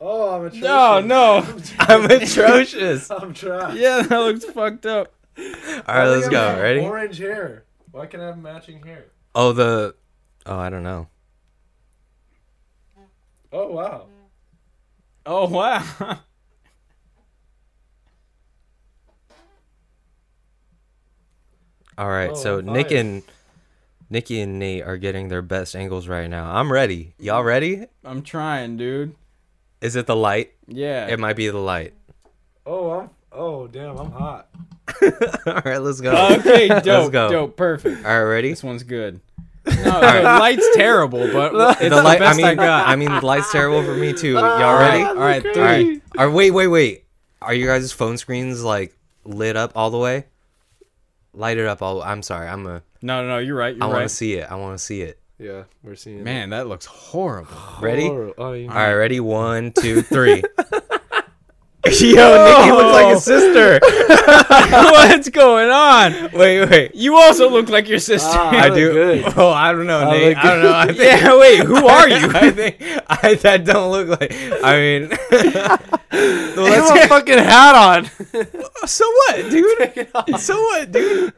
S2: Oh, I'm atrocious.
S1: No, no.
S3: I'm atrocious. All
S2: I'm trash.
S1: Yeah, that looks fucked up.
S3: right, let's go. Ready?
S2: Orange hair. Why can't I have matching hair?
S3: Oh the Oh, I don't know.
S2: Oh wow.
S1: Oh wow.
S3: All right.
S1: Oh,
S3: so Nick and Nikki and Nate are getting their best angles right now. I'm ready.
S1: Mm-hmm.
S3: Y'all ready?
S1: I'm trying, dude.
S3: Is it the light?
S1: Yeah.
S3: It might be the light.
S2: Oh, I'm. Oh damn, I'm hot.
S3: All right, let's go.
S1: okay, dope.
S3: go.
S1: Dope. Perfect.
S3: All right, ready?
S1: This one's good. No, the light's terrible, but it's the,
S3: the light. I
S1: best
S3: mean,
S1: I got. Ah,
S3: I mean, the light's terrible for me too. Y'all ready?
S1: All right,
S3: All
S1: three.
S3: right. All right. Wait, wait, wait. Are you guys' phone screens like lit up all the way? Light it up all. I'm sorry. I'm a.
S1: No, no, no. You're right. You're
S3: I want to
S1: right.
S3: see it. I want to see it.
S2: Yeah, we're seeing.
S1: Man, that looks horrible.
S3: Ready? All
S2: Horrible. Oh, yeah.
S3: right. Ready? One, two, three. Yo, Nikki looks like a sister.
S1: What's going on?
S3: Wait, wait.
S1: You also look like your sister.
S3: I
S2: look
S3: do.
S2: good.
S3: Oh, I don't know, Nate.
S8: look
S3: I don't know. I think,
S1: yeah. Wait. Who are you?
S3: I think I that don't look like. I mean,
S8: Let's get a fucking hat on.
S3: so what, dude? So what, dude?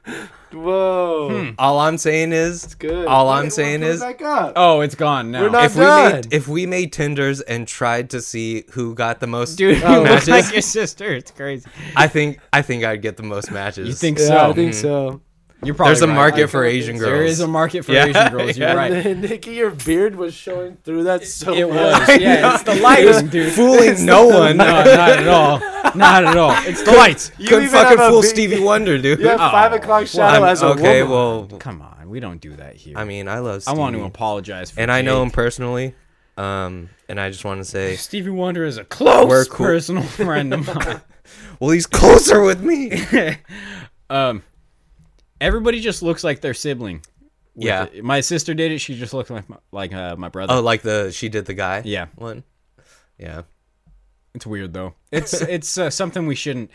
S2: Whoa.
S3: All I'm saying is,
S2: Good.
S3: Hmm. all I'm
S2: Everyone
S3: saying
S2: come
S3: is,
S2: Back up.
S1: Oh, it's gone now.
S2: We're not
S3: if we
S2: done.
S3: made if we made Tinders and tried to see who got the most
S1: Dude, you look
S3: matches,
S1: like your sister. It's crazy.
S3: I think I think I'd get the most matches.
S1: You think
S2: yeah,
S1: so?
S2: I think so.
S3: Hmm.
S1: You're probably
S3: there's a
S1: right.
S3: market
S1: I-
S3: for Asian girls?
S1: There is a market for
S3: Yeah,
S1: Asian girls. You're
S3: yeah.
S1: right.
S2: And Nikki, your beard was showing through that so
S1: It
S2: much.
S1: was. Yeah. It's the lighting, dude.
S3: fooling no one.
S1: No, not at all. Not at all. It's the lights.
S3: Couldn't
S2: even
S3: fucking
S2: have a
S3: fool
S2: big-
S3: Stevie Wonder, dude.
S2: You have
S1: Oh.
S2: five o'clock shadow
S3: Oh, I'm-
S2: as a
S3: okay,
S2: woman.
S3: well,
S1: Come on, we don't do that here.
S3: I mean, I love.
S1: I
S3: Stevie.
S1: want to apologize for
S3: and I know
S1: Jake.
S3: him personally, um, and I just want to say,
S1: Stevie Wonder is a close
S3: We're cool.
S1: personal friend of mine.
S3: well, he's closer with me.
S1: Everybody just looks like their sibling. with
S3: yeah.
S1: it. My sister did it. She just looked like my, like uh, my brother.
S3: Oh, like the she did the guy.
S1: Yeah.
S3: One. Yeah.
S1: It's weird though. It's it's uh, something we shouldn't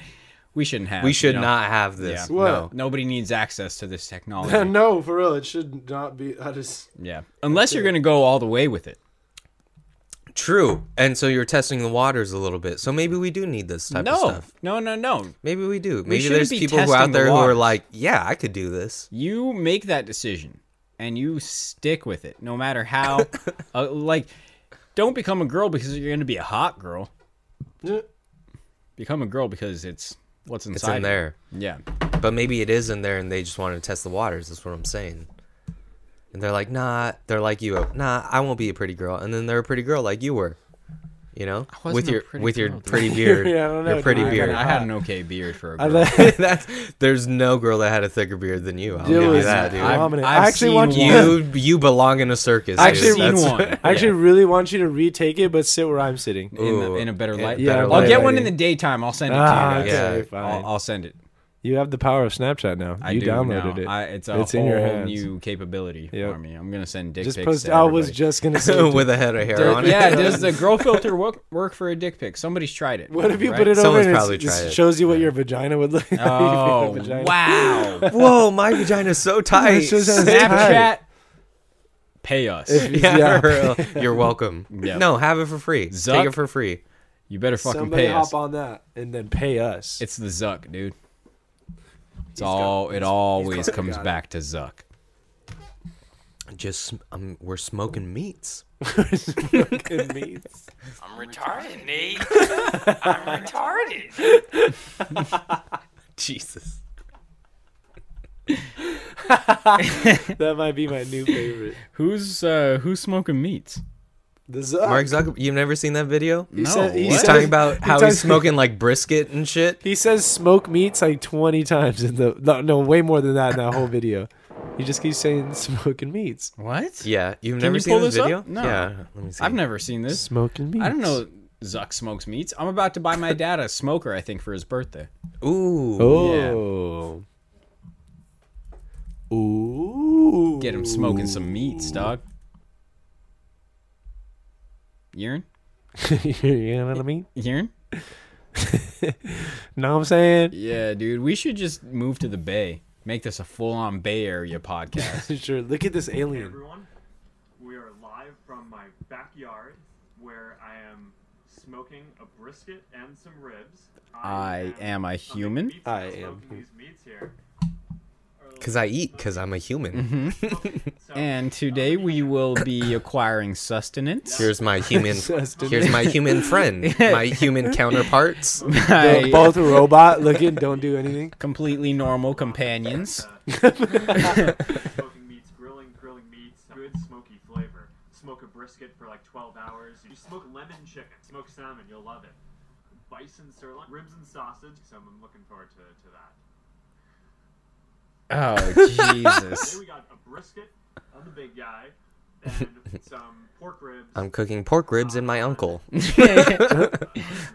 S1: we shouldn't have.
S3: We should
S1: you know?
S3: not have this.
S1: Yeah.
S2: What?
S3: No.
S1: Nobody needs access to this technology.
S2: no, for real, it should not be. I just
S1: yeah, unless you're gonna go all the way with it.
S3: True. And so you're testing the waters a little bit. So maybe we do need this type of
S1: No,
S3: stuff.
S1: no, no, no.
S3: Maybe we do. Maybe
S1: shouldn't
S3: there's
S1: be
S3: people who
S1: testing
S3: out
S1: the
S3: there who are
S1: waters.
S3: like, yeah, I could do this.
S1: You make that decision and you stick with it, no matter how. uh, like, don't become a girl because you're gonna be a hot girl. Become a girl because it's what's
S3: It's
S1: inside
S3: in
S1: you.
S3: there.
S1: Yeah.
S3: But maybe it is in there and they just want to test the waters. That's what I'm saying. And they're like, nah, they're like you. Nah, I won't be a pretty girl. And then they're a pretty girl like you were. You know?
S1: wasn't
S3: with
S1: a
S3: your
S1: pretty
S3: with your
S1: girl, dude.
S3: pretty beard.
S2: Yeah, I don't know,
S3: Your pretty
S2: dude. I
S3: beard.
S1: I had an okay beard for a girl.
S3: That's there's no girl that had a thicker beard than you. I'll
S2: It
S3: give you
S2: was
S3: that, dude.
S2: dominant.
S1: I've-
S2: I
S1: I've
S2: actually
S1: seen
S2: want
S1: one.
S2: you.
S3: you you belong in a circus.
S2: I've
S3: dude.
S2: seen
S3: That's-
S1: one.
S2: I actually really want you to retake it, but sit where I'm sitting.
S1: in, the,
S3: Ooh,
S1: in a better
S3: in
S1: light.
S3: better
S1: I'll
S3: light,
S1: get one in
S2: lady.
S1: the daytime. I'll send it
S2: Ah,
S1: to you. guys.
S2: okay,
S3: Yeah.
S2: fine.
S1: I'll, I'll send it.
S2: You have the power of Snapchat now.
S1: I
S2: you
S1: do
S2: downloaded
S1: now.
S2: it.
S1: I, it's a
S2: It's
S1: whole
S2: in your hands.
S1: new capability
S2: Yep.
S1: for me. I'm gonna send dick
S2: just
S1: pics.
S2: post.
S1: to
S2: I was
S1: everybody.
S2: just gonna say. dude,
S3: with a head of hair on
S1: Does-
S3: it.
S1: yeah, does the girl filter work, work for a dick pic? Somebody's tried it.
S2: what if you
S1: right?
S2: put it
S3: Someone's
S2: over?
S3: probably
S2: and it's-
S3: tried
S2: it
S3: it.
S2: shows you what your vagina would look. like.
S1: Oh
S2: Your vagina.
S1: wow!
S3: Whoa, my vagina's so tight.
S2: It's just-
S1: Snapchat, pay us.
S3: yeah,
S2: Yeah.
S3: for real. You're welcome.
S1: Yeah.
S3: No, have it for free. Take
S1: Zuck.
S3: it for free.
S1: You better fucking
S2: Somebody
S1: pay
S2: hop
S1: us.
S2: on that and then pay us.
S1: It's the Zuck, dude. It's all. It always comes back to Zuck.
S3: Just um, we're smoking meats.
S2: Good meats.
S5: I'm retarded, Nate. I'm retarded.
S3: Jesus.
S2: that might be my new favorite.
S1: Who's uh, who's smoking meats?
S2: The Zuck.
S3: Mark Zuckerberg, you've never seen that video?
S1: No,
S2: said- he
S1: what?
S3: He's
S2: said-
S3: talking about how
S2: talks-
S3: he's smoking like brisket and shit.
S2: He says smoke meats like 20 times in the no, no way more than that in that whole video. He just keeps saying smoking meats.
S1: What?
S3: Yeah, you've never
S1: you
S3: seen
S1: pull
S3: this
S1: this
S3: video?
S1: up? No.
S3: Yeah, let me see.
S1: I've never seen this.
S2: Smoking meats.
S1: I don't know. Zuck smokes meats. I'm about to buy my dad a smoker. I think for his birthday.
S3: Ooh.
S2: Oh. Ooh.
S1: Get him smoking some meats, dog. Urine.
S8: you know what I mean?
S1: Hearing?
S8: Know what I'm saying?
S1: Yeah, dude. We should just move to the Bay. Make this a full-on Bay Area podcast.
S2: sure. Look at this alien.
S10: everyone. We are live from my backyard where I am smoking a brisket and some ribs.
S1: I am a human.
S2: I
S10: I'm
S2: am.
S10: smoking These meats here.
S3: Because I eat, because I'm a human.
S10: So,
S1: And today we will be acquiring sustenance.
S3: Here's my human.
S2: Sustenance.
S3: here's my human friend. My human counterparts.
S1: My
S2: Both robot looking, don't do anything.
S1: completely normal companions.
S10: smoking meats, grilling, grilling meats, good smoky flavor. Smoke a brisket for like 12 hours. You smoke lemon chicken, smoke salmon, you'll love it. Bison sirloin, ribs and sausage. So I'm looking forward to, to that.
S1: Oh
S10: Today
S1: Jesus!
S10: we got a brisket on the big guy and some pork ribs.
S3: I'm cooking pork ribs in my uncle.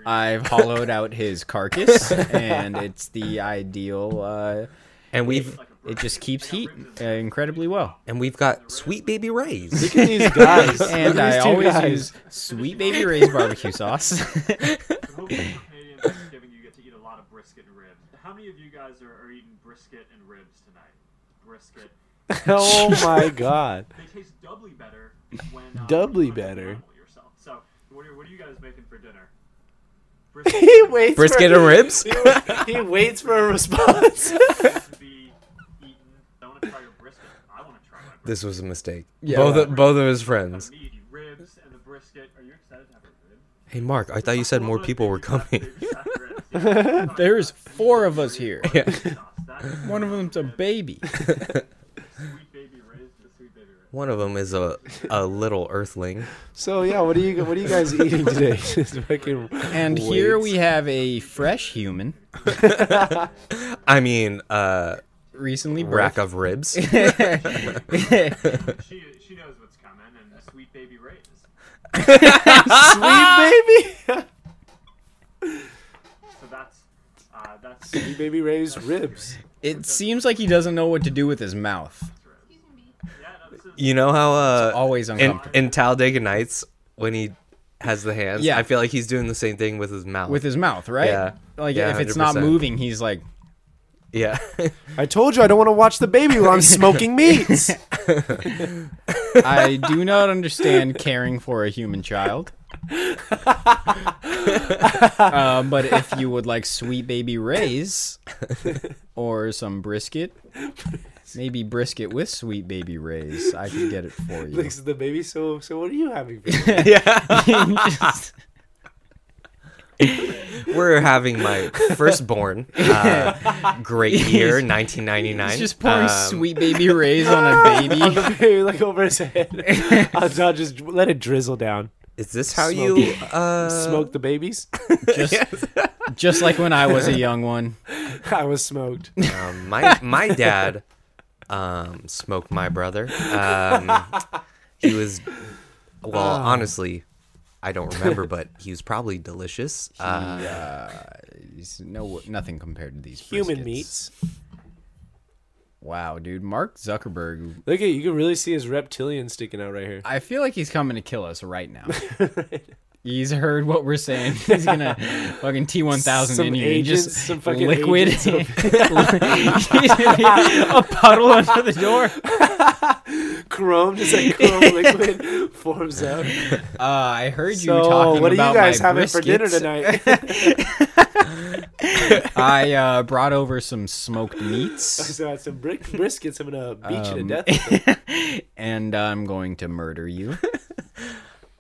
S1: I've hollowed out his carcass, and it's the ideal. Uh,
S3: And we've
S1: it just keeps heat uh, incredibly well.
S3: and we've got sweet baby rays.
S2: Look at these guys.
S1: And I
S2: these two
S1: always
S2: guys.
S1: use Sweet Baby Ray's barbecue sauce.
S10: Hopefully for Canadian Thanksgiving you get to eat a lot of brisket and ribs. How many of you guys are, are eating brisket and ribs tonight? Brisket.
S2: oh my god.
S10: They taste doubly better when uh,
S2: Doubly
S10: you cook them
S2: better.
S10: normally yourself. So what are, what are you guys making for dinner? Brisket
S2: He waits
S3: Brisket
S2: for,
S3: and ribs.
S2: He waits for a response.
S10: to be eaten. I want to try your brisket. I want to try my brisket.
S3: This was a mistake. both of, both of his friends.
S10: The meat, the ribs, and the brisket. Are you excited to have a rib?
S3: Hey Mark, I thought you said more people were coming.
S1: There's four of us here.
S3: Yeah.
S1: One of them's a baby.
S3: One of them is a a little earthling.
S2: so yeah, what are you what are you guys eating today? Just fucking
S1: And here we have a fresh human,
S3: I mean, uh,
S1: recently
S3: rack
S1: birthed.
S3: of ribs.
S10: She, she knows what's coming, and a sweet baby raised.
S2: Ah! sweet baby.
S10: So that's uh, that's
S2: Sweet baby Ray's ribs.
S1: It seems like he doesn't know what to do with his mouth.
S10: yeah. No, this is
S3: You know how uh,
S1: Always
S3: in,
S1: uncomfortable
S3: in Talladega Nights when he has the hands.
S1: Yeah.
S3: I feel like he's doing the same thing with his mouth.
S1: with his mouth, right?
S3: Yeah.
S1: Like
S3: Yeah,
S1: if it's not
S3: 100%.
S1: moving, he's like,
S3: yeah.
S2: I told you I don't want to watch the baby while I'm smoking meats.
S1: I do not understand caring for a human child. um, but if you would like sweet baby rays or some brisket, maybe brisket with sweet baby rays, I could get it for you.
S2: Looks at the baby. So so what are you having? For dinner?
S1: Just-
S3: We're having my firstborn uh, great year, 1999.
S1: he's just pouring
S3: Um,
S1: sweet baby rays on a baby.
S2: the baby like over his head. I'll, I'll just let it drizzle down.
S3: Is this how
S2: Smoke.
S3: you uh,
S2: Smoke the babies.
S1: Just, just like when I was a young one.
S2: I was smoked.
S3: Um, my my dad um, smoked my brother. Um, he was well,
S2: Ah.
S3: honestly, I don't remember, but he was probably delicious. Uh,
S1: He's no nothing compared to these
S2: Human
S1: briskets.
S2: meats.
S1: Wow, dude, Mark Zuckerberg
S2: Look at you can really see his reptilian sticking out right here.
S1: I feel like he's coming to kill us right now. He's heard what we're saying. He's gonna fucking T one thousand in
S2: Some
S1: you. and
S2: agents-
S1: just
S2: some fucking
S1: liquid
S2: agents of-
S1: a puddle under the door.
S2: Chrome, just like chrome liquid forms up.
S1: Uh, I heard you
S2: So
S1: talking
S2: what are you
S1: about
S2: guys
S1: my
S2: having for dinner
S1: briskets.
S2: tonight?
S1: I uh, brought over some smoked meats,
S2: so I had some brick briskets. I'm gonna beat you to
S1: Um,
S2: death. with them.
S1: and I'm going to murder you.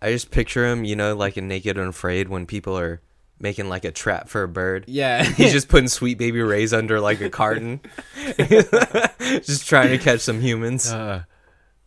S3: I just picture him, you know, like in Naked and Afraid when people are making like a trap for a bird.
S1: Yeah,
S3: He's just putting sweet baby rays under like a carton, just trying to catch some humans.
S2: Uh.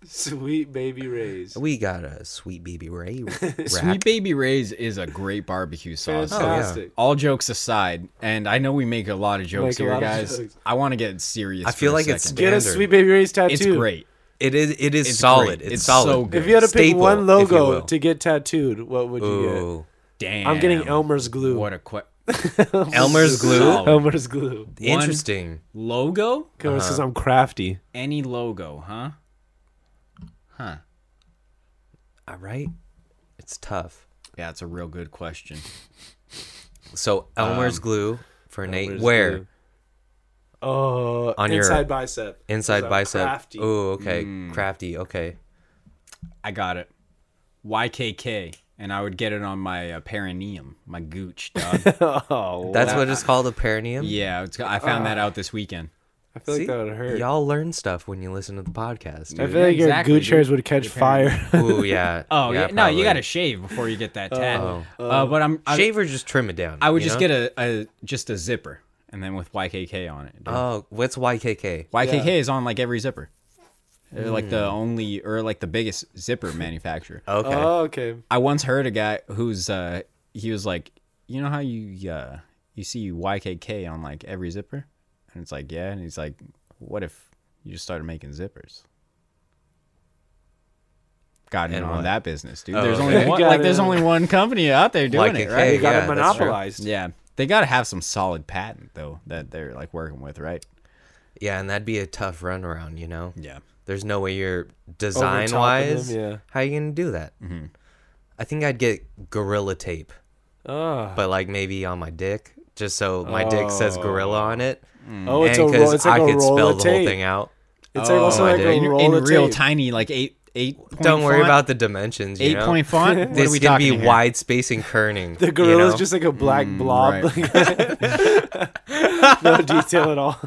S2: Sweet baby
S1: Oh,
S2: rays.
S3: we got a sweet baby ray. Rack.
S1: Sweet Baby Ray's is a great barbecue sauce.
S2: Fantastic.
S1: All jokes aside, and I know we make a lot of jokes
S2: Make a
S1: here,
S2: lot of
S1: guys.
S2: jokes.
S1: I want to get serious.
S3: I feel
S1: for a
S3: like it's
S1: second.
S2: Get a
S3: Standard.
S2: sweet baby rays tattoo.
S1: it's great.
S3: It is. It is
S1: It's
S3: solid.
S1: great.
S3: It's,
S1: It's
S3: solid.
S1: so good.
S2: If you had to pick
S3: Staple, if
S2: one
S3: you will.
S2: logo to get tattooed, what would you
S3: Ooh.
S1: Damn.
S2: get? I'm getting Elmer's glue.
S1: What a quick
S3: Elmer's glue.
S1: Solid.
S2: Elmer's glue.
S3: Interesting.
S1: logo.
S2: Because I'm crafty.
S1: Any logo, huh?
S3: All right. It's tough.
S1: Yeah, it's a real good question.
S3: So Elmer's
S1: Um,
S3: glue for Nate.
S2: Elmer's
S3: Where
S2: glue. Oh,
S3: On your-
S2: inside bicep.
S3: inside
S2: 'Cause I'm
S3: bicep?
S2: crafty.
S3: Oh, okay,
S1: Mm.
S3: crafty. Okay,
S1: I got it. YKK, and I would get it on my uh, perineum, my gooch, dog.
S8: Oh,
S3: that's what it's called, a perineum.
S1: yeah, it's, I found
S2: Ah.
S1: that out this weekend.
S2: I feel like that would hurt.
S3: Y'all learn stuff when you listen to the podcast.
S8: I
S3: Dude.
S8: feel like your
S1: Exactly,
S8: gooch
S1: dude.
S8: hairs would catch
S1: Your
S8: fire.
S3: Ooh, yeah.
S1: Oh yeah, no,
S3: probably. Oh.
S1: you gotta shave before you get that
S2: Oh.
S1: tat. uh, but I'm I,
S3: shave or just trim it down.
S1: I would
S3: you
S1: just
S3: know?
S1: get a, a just a zipper, and then with YKK on it. dude.
S3: Oh, what's YKK?
S1: YKK is on like every zipper. They're like the
S3: Hmm.
S1: only or like the biggest zipper manufacturer.
S3: Okay.
S2: Oh, okay.
S1: I once heard a guy who's uh he was like, you know how you uh you see YKK on like every zipper, and it's like yeah, and he's like, what if you just started making zippers? Got in
S3: And
S1: on
S3: what?
S1: that business, dude.
S3: Oh,
S1: there's
S3: okay.
S1: only one,
S2: Got
S1: like there's
S2: in.
S1: only one company out there doing it, right?
S2: They got
S3: yeah,
S2: it
S3: that's true.
S2: monopolized.
S1: Yeah, they got to have some solid patent though that they're like working with, right?
S3: Yeah, and that'd be a tough runaround, you know?
S1: Yeah.
S3: There's no way you're
S2: top
S3: design
S2: of
S3: wise.
S2: them, yeah.
S3: How you gonna do that?
S1: Mm-hmm.
S3: I think I'd get gorilla tape,
S2: Oh,
S3: but like maybe on my dick, just so my dick says gorilla on it,
S1: Mm.
S2: oh it's a
S3: and
S2: roll.
S3: because
S2: It's like
S3: I
S2: a
S3: could
S2: roll
S3: spell
S2: of
S3: the
S2: tape.
S3: whole thing out. Oh,
S2: It's like also
S3: I
S2: like
S3: did.
S2: a
S1: in,
S2: roll
S1: in
S2: of
S1: real
S2: tape.
S1: tiny, like eight eight. Point
S3: Don't worry
S1: font-
S3: about the dimensions. You
S1: eight
S3: know?
S1: point font. What
S3: This
S1: are we
S3: could be
S1: talking here?
S3: wide spacing kerning.
S2: The
S3: you
S2: gorilla's
S3: know?
S2: just like a black
S3: Mm,
S2: blob,
S1: right.
S2: like- no detail at all.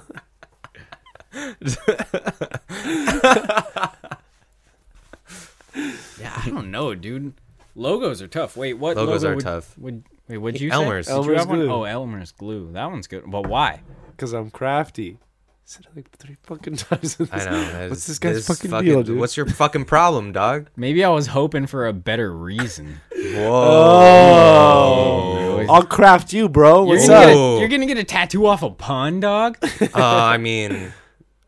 S1: Yeah, I don't know, dude. Logos are tough. Wait, what?
S3: Logos
S1: logo
S3: are
S1: would-
S3: tough.
S1: Would wait? What'd you
S3: Elmer's.
S1: say? Did you
S2: Elmer's
S1: have one?
S2: glue.
S1: Oh, Elmer's glue. That one's good. But why?
S2: Because I'm crafty. Said it like three fucking times. in
S3: I
S2: this-
S3: know. that
S2: What's
S3: is-
S2: this guy's
S3: is
S2: fucking, deal, dude?
S3: What's your fucking problem, dog?
S1: Maybe I was hoping for a better reason.
S2: Oh, I'll craft you, bro.
S1: You're
S2: What's
S1: gonna, get
S2: up?
S3: Oh.
S1: a, you're gonna get a tattoo off a pun, dog.
S3: Uh, I mean,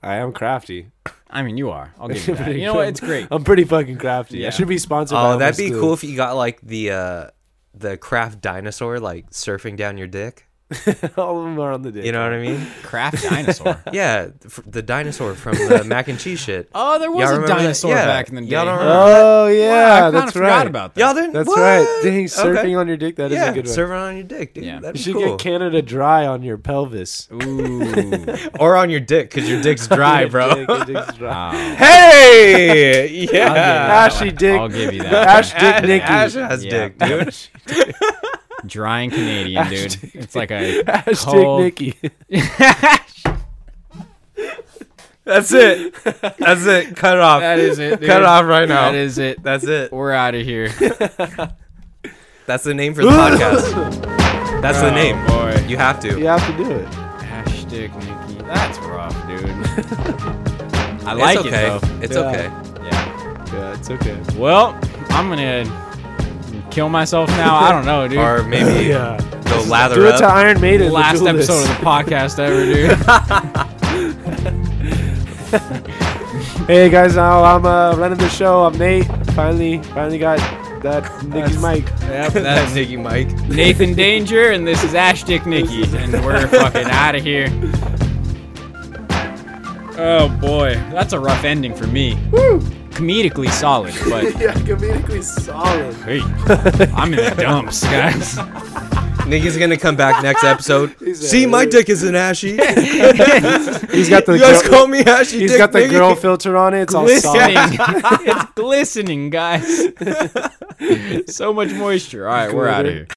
S2: I am crafty.
S1: I mean, you are. I'll give you that. You know what? It's great.
S2: I'm pretty fucking crafty.
S1: Yeah.
S2: I should be sponsored. by
S3: oh, that'd
S2: Elmer's
S3: be
S2: Glue.
S3: cool if you got like the uh the craft dinosaur like surfing down your dick.
S2: All of them are on the dick.
S3: You know what I mean?
S1: Craft dinosaur.
S3: Yeah, the f- the dinosaur from the mac and cheese shit.
S1: Oh, there was
S3: Y'all
S1: a
S3: remember that?
S1: dinosaur
S3: Yeah.
S1: back in the day.
S3: Y'all don't
S1: huh?
S3: remember-
S2: Oh yeah,
S1: Wow, I kind of
S2: that's
S1: forgot
S2: right.
S1: about that.
S3: Y'all didn't.
S2: That's
S3: what?
S2: right. Dang, surfing
S3: Okay.
S2: on your dick. That is
S3: yeah,
S2: a good one.
S3: surfing on your dick, dude.
S1: Yeah.
S3: That'd
S2: you
S3: be
S2: should
S3: cool.
S2: get Canada Dry on your pelvis.
S1: Ooh.
S3: or on your dick because your dick's dry, bro.
S2: Dick, your dick's dry.
S3: hey, yeah.
S2: Ashy dick.
S1: I'll give you that.
S2: Ash dick Nicky.
S3: Ash has
S1: Yeah.
S3: dick, dude.
S1: Dry and Canadian, dude. It's like a
S2: Ash dick
S1: cold-
S2: Nicky.
S3: That's it. That's it. Cut it off.
S1: That is it. Dude.
S3: Cut it off right now.
S1: That is it.
S3: That's it.
S1: We're out of here.
S3: That's the name for the podcast. That's the
S1: Uh,
S3: name.
S1: Oh, Boy.
S3: You have to.
S2: You have to do it.
S1: Ash dick, Nikki. That's rough, dude. I
S3: It's
S1: like
S3: okay.
S1: it though.
S3: It's
S2: Yeah.
S3: okay.
S1: Yeah.
S2: Yeah, it's okay.
S1: Well, I'm gonna kill myself now. I don't know, dude.
S3: Or maybe
S2: Yeah.
S3: they'll lather
S2: Do it to
S3: up.
S2: Iron Maiden.
S1: Last
S2: Let's do
S1: episode
S2: this.
S1: of the podcast ever, dude.
S2: Hey guys, now I'm uh, running the show. I'm Nate. Finally, finally got that Nicky's mic.
S1: yep,
S3: That's
S1: that's
S3: Nikki Mike.
S1: Nathan Danger, and this is Ash Dick Nikki, and we're fucking out of here. Oh boy, that's a rough ending for me. Woo! Comedically solid, but
S2: Yeah, comedically solid.
S1: hey, I'm in the dumps, guys.
S3: Nikki's gonna come back next episode. See, my dick isn't ashy. you
S2: He's got the
S3: guys
S2: girl,
S3: call me ashy.
S2: he's
S3: dick,
S2: got the
S3: Nikki.
S2: girl filter on it. It's all solid.
S1: glistening. it's glistening, guys. so much moisture. All right, we're out of
S2: Glitter.
S1: here.